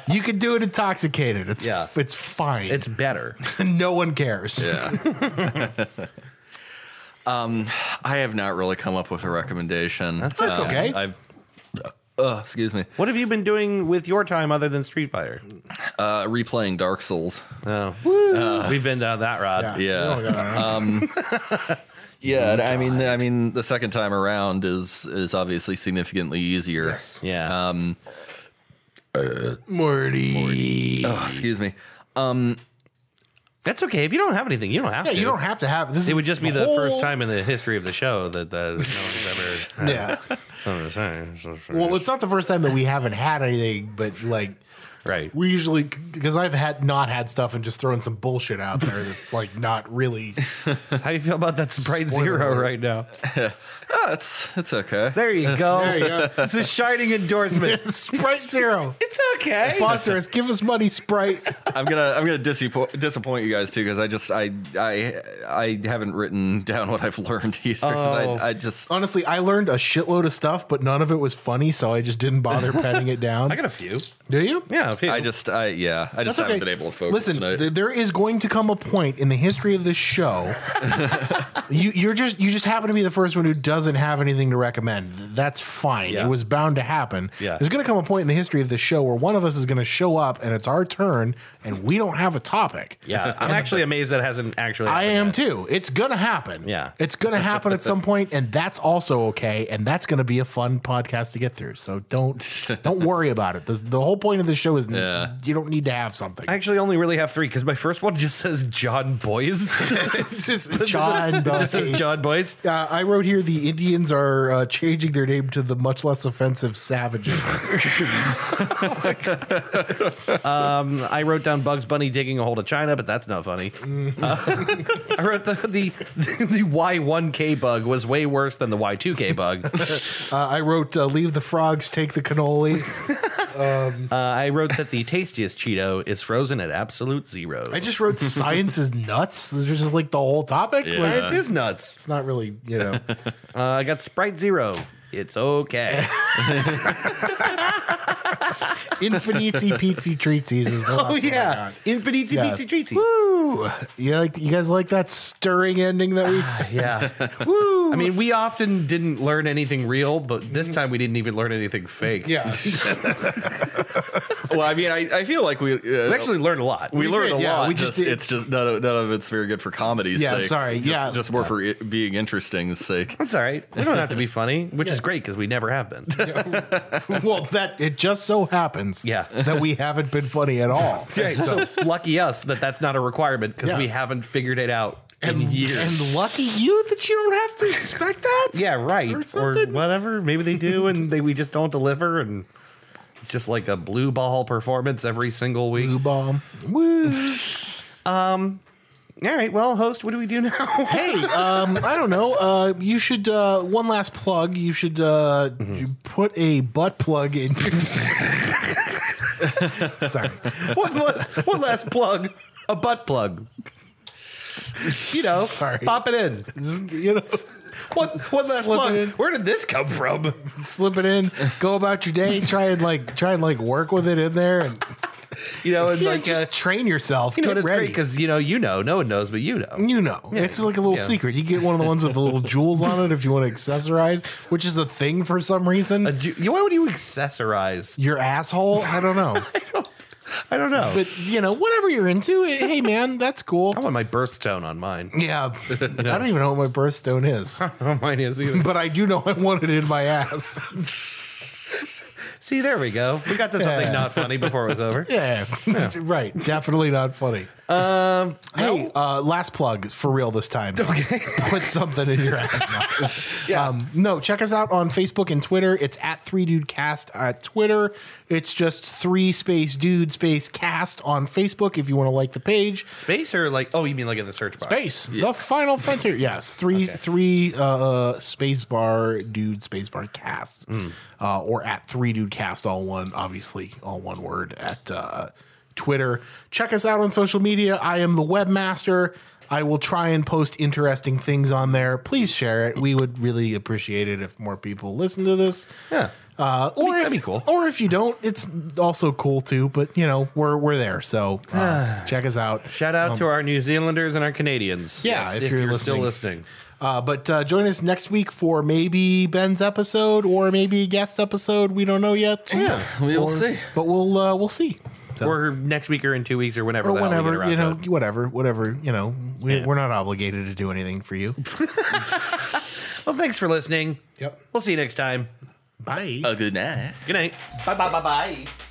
[SPEAKER 1] you can do it intoxicated. It's
[SPEAKER 5] Yeah.
[SPEAKER 1] it's fine.
[SPEAKER 5] It's better.
[SPEAKER 1] no one cares.
[SPEAKER 3] Yeah. um, I have not really come up with a recommendation. That's,
[SPEAKER 1] That's okay.
[SPEAKER 3] I've, uh, excuse me.
[SPEAKER 5] What have you been doing with your time other than Street Fighter?
[SPEAKER 3] Uh, replaying Dark Souls.
[SPEAKER 5] Oh, we've been down that rod.
[SPEAKER 3] Uh, Yeah.
[SPEAKER 1] Oh, God.
[SPEAKER 5] Uh,
[SPEAKER 3] Yeah, and I mean, I mean, the second time around is is obviously significantly easier.
[SPEAKER 1] Yes.
[SPEAKER 5] Yeah.
[SPEAKER 3] Um,
[SPEAKER 1] Morty.
[SPEAKER 3] oh, excuse me.
[SPEAKER 5] That's okay. If you don't have anything, you don't have
[SPEAKER 1] Yeah,
[SPEAKER 5] to.
[SPEAKER 1] you don't have to have this.
[SPEAKER 5] it
[SPEAKER 1] is
[SPEAKER 5] would just be the
[SPEAKER 1] whole-
[SPEAKER 5] first time in the history of the show that that no one's ever.
[SPEAKER 1] Yeah.
[SPEAKER 5] I'm just saying, so- so-
[SPEAKER 1] Well, it's not the first time that we haven't had anything, but like
[SPEAKER 5] right.
[SPEAKER 1] we usually because I've had not had stuff and just thrown some bullshit out there that's like not really
[SPEAKER 5] How do you feel about that Sprite
[SPEAKER 1] Spoiler
[SPEAKER 5] Zero
[SPEAKER 1] alert.
[SPEAKER 5] right now?
[SPEAKER 3] Oh, it's it's okay.
[SPEAKER 5] There you go.
[SPEAKER 1] There you go.
[SPEAKER 5] It's a shining endorsement.
[SPEAKER 1] Sprite Zero.
[SPEAKER 5] it's okay.
[SPEAKER 1] Sponsor us, give us money, Sprite.
[SPEAKER 3] I'm gonna I'm gonna disappoint disappoint you guys too because I just I I I haven't written down what I've learned either. 'cause I, I just
[SPEAKER 1] Honestly, I learned a shitload of stuff, but none of it was funny, so I just didn't bother petting it down.
[SPEAKER 5] I got a few.
[SPEAKER 1] Do you?
[SPEAKER 5] Yeah, a few.
[SPEAKER 3] I just I yeah I
[SPEAKER 1] That's
[SPEAKER 3] just haven't
[SPEAKER 1] okay.
[SPEAKER 3] been able to focus.
[SPEAKER 1] Listen,
[SPEAKER 3] tonight.
[SPEAKER 1] th- there is going to come a point in the history of this show. you, you're just you just happen to be the first one who doesn't have anything to recommend. That's fine.
[SPEAKER 5] Yeah.
[SPEAKER 1] It was bound to happen.
[SPEAKER 5] Yeah.
[SPEAKER 1] There's going to come a point in the history of this show where one of us is going to show up and it's our turn, and we don't have a topic.
[SPEAKER 5] yeah, I'm actually amazed that hasn't actually.
[SPEAKER 1] I
[SPEAKER 5] happened
[SPEAKER 1] am
[SPEAKER 5] yet.
[SPEAKER 1] too. It's gonna happen.
[SPEAKER 5] Yeah.
[SPEAKER 1] It's gonna happen at some point, and that's also okay. And that's gonna be a fun podcast to get through. So don't don't worry about it. This, the whole point of this show is n-
[SPEAKER 3] Yeah.
[SPEAKER 1] you don't need to have something.
[SPEAKER 5] I actually only really have three because my first one just says John Boys.
[SPEAKER 1] it's just John.
[SPEAKER 5] it just says
[SPEAKER 1] Boyce.
[SPEAKER 5] John Boys.
[SPEAKER 1] Uh, I wrote here the Indians are uh, changing their name to the much less offensive savages.
[SPEAKER 5] I wrote down Bugs Bunny digging a hole to China, but that's not funny.
[SPEAKER 1] Mm.
[SPEAKER 5] Uh, I wrote the, the the Y1K bug was way worse than the Y2K bug.
[SPEAKER 1] Uh, I wrote uh, leave the frogs, take the cannoli.
[SPEAKER 5] Uh, I wrote that the tastiest Cheeto is frozen at absolute zero.
[SPEAKER 1] I just wrote science is nuts. They're just like the whole topic.
[SPEAKER 3] Yeah.
[SPEAKER 1] Like,
[SPEAKER 5] Science Uh, is nuts.
[SPEAKER 1] it's not really, you know.
[SPEAKER 5] Uh, I got Sprite Zero. It's okay.
[SPEAKER 1] Infinity PT treatsies is the last
[SPEAKER 5] oh
[SPEAKER 1] one I
[SPEAKER 5] yeah,
[SPEAKER 1] got.
[SPEAKER 5] infinity
[SPEAKER 1] Yeah.
[SPEAKER 5] pizza treatsies.
[SPEAKER 1] Woo! You like you guys like that stirring ending that we
[SPEAKER 5] Yeah. Woo. I mean, we often didn't learn anything real, but this time we didn't even learn anything fake.
[SPEAKER 1] Mm. Yeah.
[SPEAKER 3] well, I mean, I, I feel like we, uh,
[SPEAKER 5] We actually learned a lot.
[SPEAKER 3] we, learned
[SPEAKER 1] did,
[SPEAKER 3] a
[SPEAKER 1] yeah,
[SPEAKER 3] lot.
[SPEAKER 1] we
[SPEAKER 3] We
[SPEAKER 1] just
[SPEAKER 3] just,
[SPEAKER 1] did.
[SPEAKER 3] it's just none of, none of it's very good for comedy's
[SPEAKER 1] Yeah,
[SPEAKER 3] sake.
[SPEAKER 1] sorry,
[SPEAKER 3] Just-
[SPEAKER 1] yeah.
[SPEAKER 3] just more for it being interesting's sake.
[SPEAKER 5] That's all right. We don't have to be funny, which is great because we never have been.
[SPEAKER 1] well, that it just so happens
[SPEAKER 5] Yeah.
[SPEAKER 1] that we haven't been funny at all.
[SPEAKER 5] Right, so lucky us that that's not a requirement because
[SPEAKER 1] Yeah.
[SPEAKER 5] we haven't figured it out in
[SPEAKER 1] And,
[SPEAKER 5] years.
[SPEAKER 1] and lucky you that you don't have to expect that.
[SPEAKER 5] yeah, right.
[SPEAKER 1] Or
[SPEAKER 5] Or,
[SPEAKER 1] something.
[SPEAKER 5] whatever. Maybe they do, and they we just don't deliver, and it's just like a blue ball performance every single week.
[SPEAKER 1] Blue bomb. Woo.
[SPEAKER 5] All right. Well, host, what do we do now?
[SPEAKER 1] hey, um, I don't know. Uh, you should uh, one last plug. You should uh,
[SPEAKER 5] Mm-hmm.
[SPEAKER 1] you put a butt plug in. Sorry,
[SPEAKER 5] one, last, one last plug, a butt plug. You know,
[SPEAKER 1] Sorry.
[SPEAKER 5] pop it in.
[SPEAKER 1] you know,
[SPEAKER 5] One, one last
[SPEAKER 1] Slip it
[SPEAKER 5] plug.
[SPEAKER 1] in.
[SPEAKER 5] Where did this come from?
[SPEAKER 1] slip it in. Go about your day. Try and like try and like work with it in there, and
[SPEAKER 5] You know, it's
[SPEAKER 1] Yeah,
[SPEAKER 5] like
[SPEAKER 1] just
[SPEAKER 5] uh,
[SPEAKER 1] train yourself.
[SPEAKER 5] you know,
[SPEAKER 1] Get
[SPEAKER 5] it's
[SPEAKER 1] ready.
[SPEAKER 5] great because you know, you know, no one knows, but you know.
[SPEAKER 1] You know, it's like a little
[SPEAKER 5] yeah.
[SPEAKER 1] secret. You get one of the ones with the little jewels on it if you want to accessorize, which is a thing for some reason.
[SPEAKER 5] A ju- you- why would you accessorize?
[SPEAKER 1] your asshole? I don't know.
[SPEAKER 5] I don't know.
[SPEAKER 1] but, you know, whatever you're into, eh, hey, man, that's cool.
[SPEAKER 5] I want my birthstone on mine.
[SPEAKER 1] Yeah. I don't even know what my birthstone is,
[SPEAKER 5] I don't know mine is either.
[SPEAKER 1] but I do know I want it in my ass.
[SPEAKER 5] See, there we go. We got to something
[SPEAKER 1] Yeah.
[SPEAKER 5] not funny before it was over.
[SPEAKER 1] Yeah. right. Definitely not funny.
[SPEAKER 5] Um,
[SPEAKER 1] Hey, uh, last plug for real this time. Okay. Put something in your ass. yeah. um, no, check us out on Facebook and Twitter. It's at 3 Dude Cast at Twitter. It's just 3 space dude space cast on Facebook if you want to like the page.
[SPEAKER 5] space or like? Oh, you mean like in the search box?
[SPEAKER 1] Space, the final frontier. Yes, 3 3 uh, uh, space bar dude space bar cast.
[SPEAKER 5] Hmm.
[SPEAKER 1] Uh, or at 3 Dude Cast, all one, obviously, all one word at uh, Twitter. Check us out on social media. I am the webmaster. I will try and post interesting things on there. Please share it. We would really appreciate it if more people listen to this.
[SPEAKER 5] Yeah.
[SPEAKER 1] Uh, or
[SPEAKER 5] that'd be cool.
[SPEAKER 1] Or if you don't, it's also cool too. But you know, we're we're there, so uh, check us out.
[SPEAKER 5] Shout out to our New Zealanders and our Canadians.
[SPEAKER 1] Um, Yeah,
[SPEAKER 5] Yes,
[SPEAKER 1] if
[SPEAKER 5] if,
[SPEAKER 1] you're
[SPEAKER 5] you're, still listening.
[SPEAKER 1] Uh, but uh, join us next week for maybe Ben's episode or maybe a guest episode. We don't know yet.
[SPEAKER 5] Yeah,
[SPEAKER 3] we will
[SPEAKER 1] Or-
[SPEAKER 3] see.
[SPEAKER 1] But we'll uh, we'll see. So,
[SPEAKER 5] or next week or in two weeks or whenever.
[SPEAKER 1] or
[SPEAKER 5] the hell we get
[SPEAKER 1] whenever
[SPEAKER 5] around
[SPEAKER 1] you
[SPEAKER 5] to
[SPEAKER 1] know,
[SPEAKER 5] it.
[SPEAKER 1] whatever, whatever you know. We, We're not obligated to do anything for you.
[SPEAKER 5] Well, thanks for listening.
[SPEAKER 1] yep.
[SPEAKER 5] We'll see you next time.
[SPEAKER 1] Bye.
[SPEAKER 3] A good night.
[SPEAKER 5] Good night. Bye bye bye bye.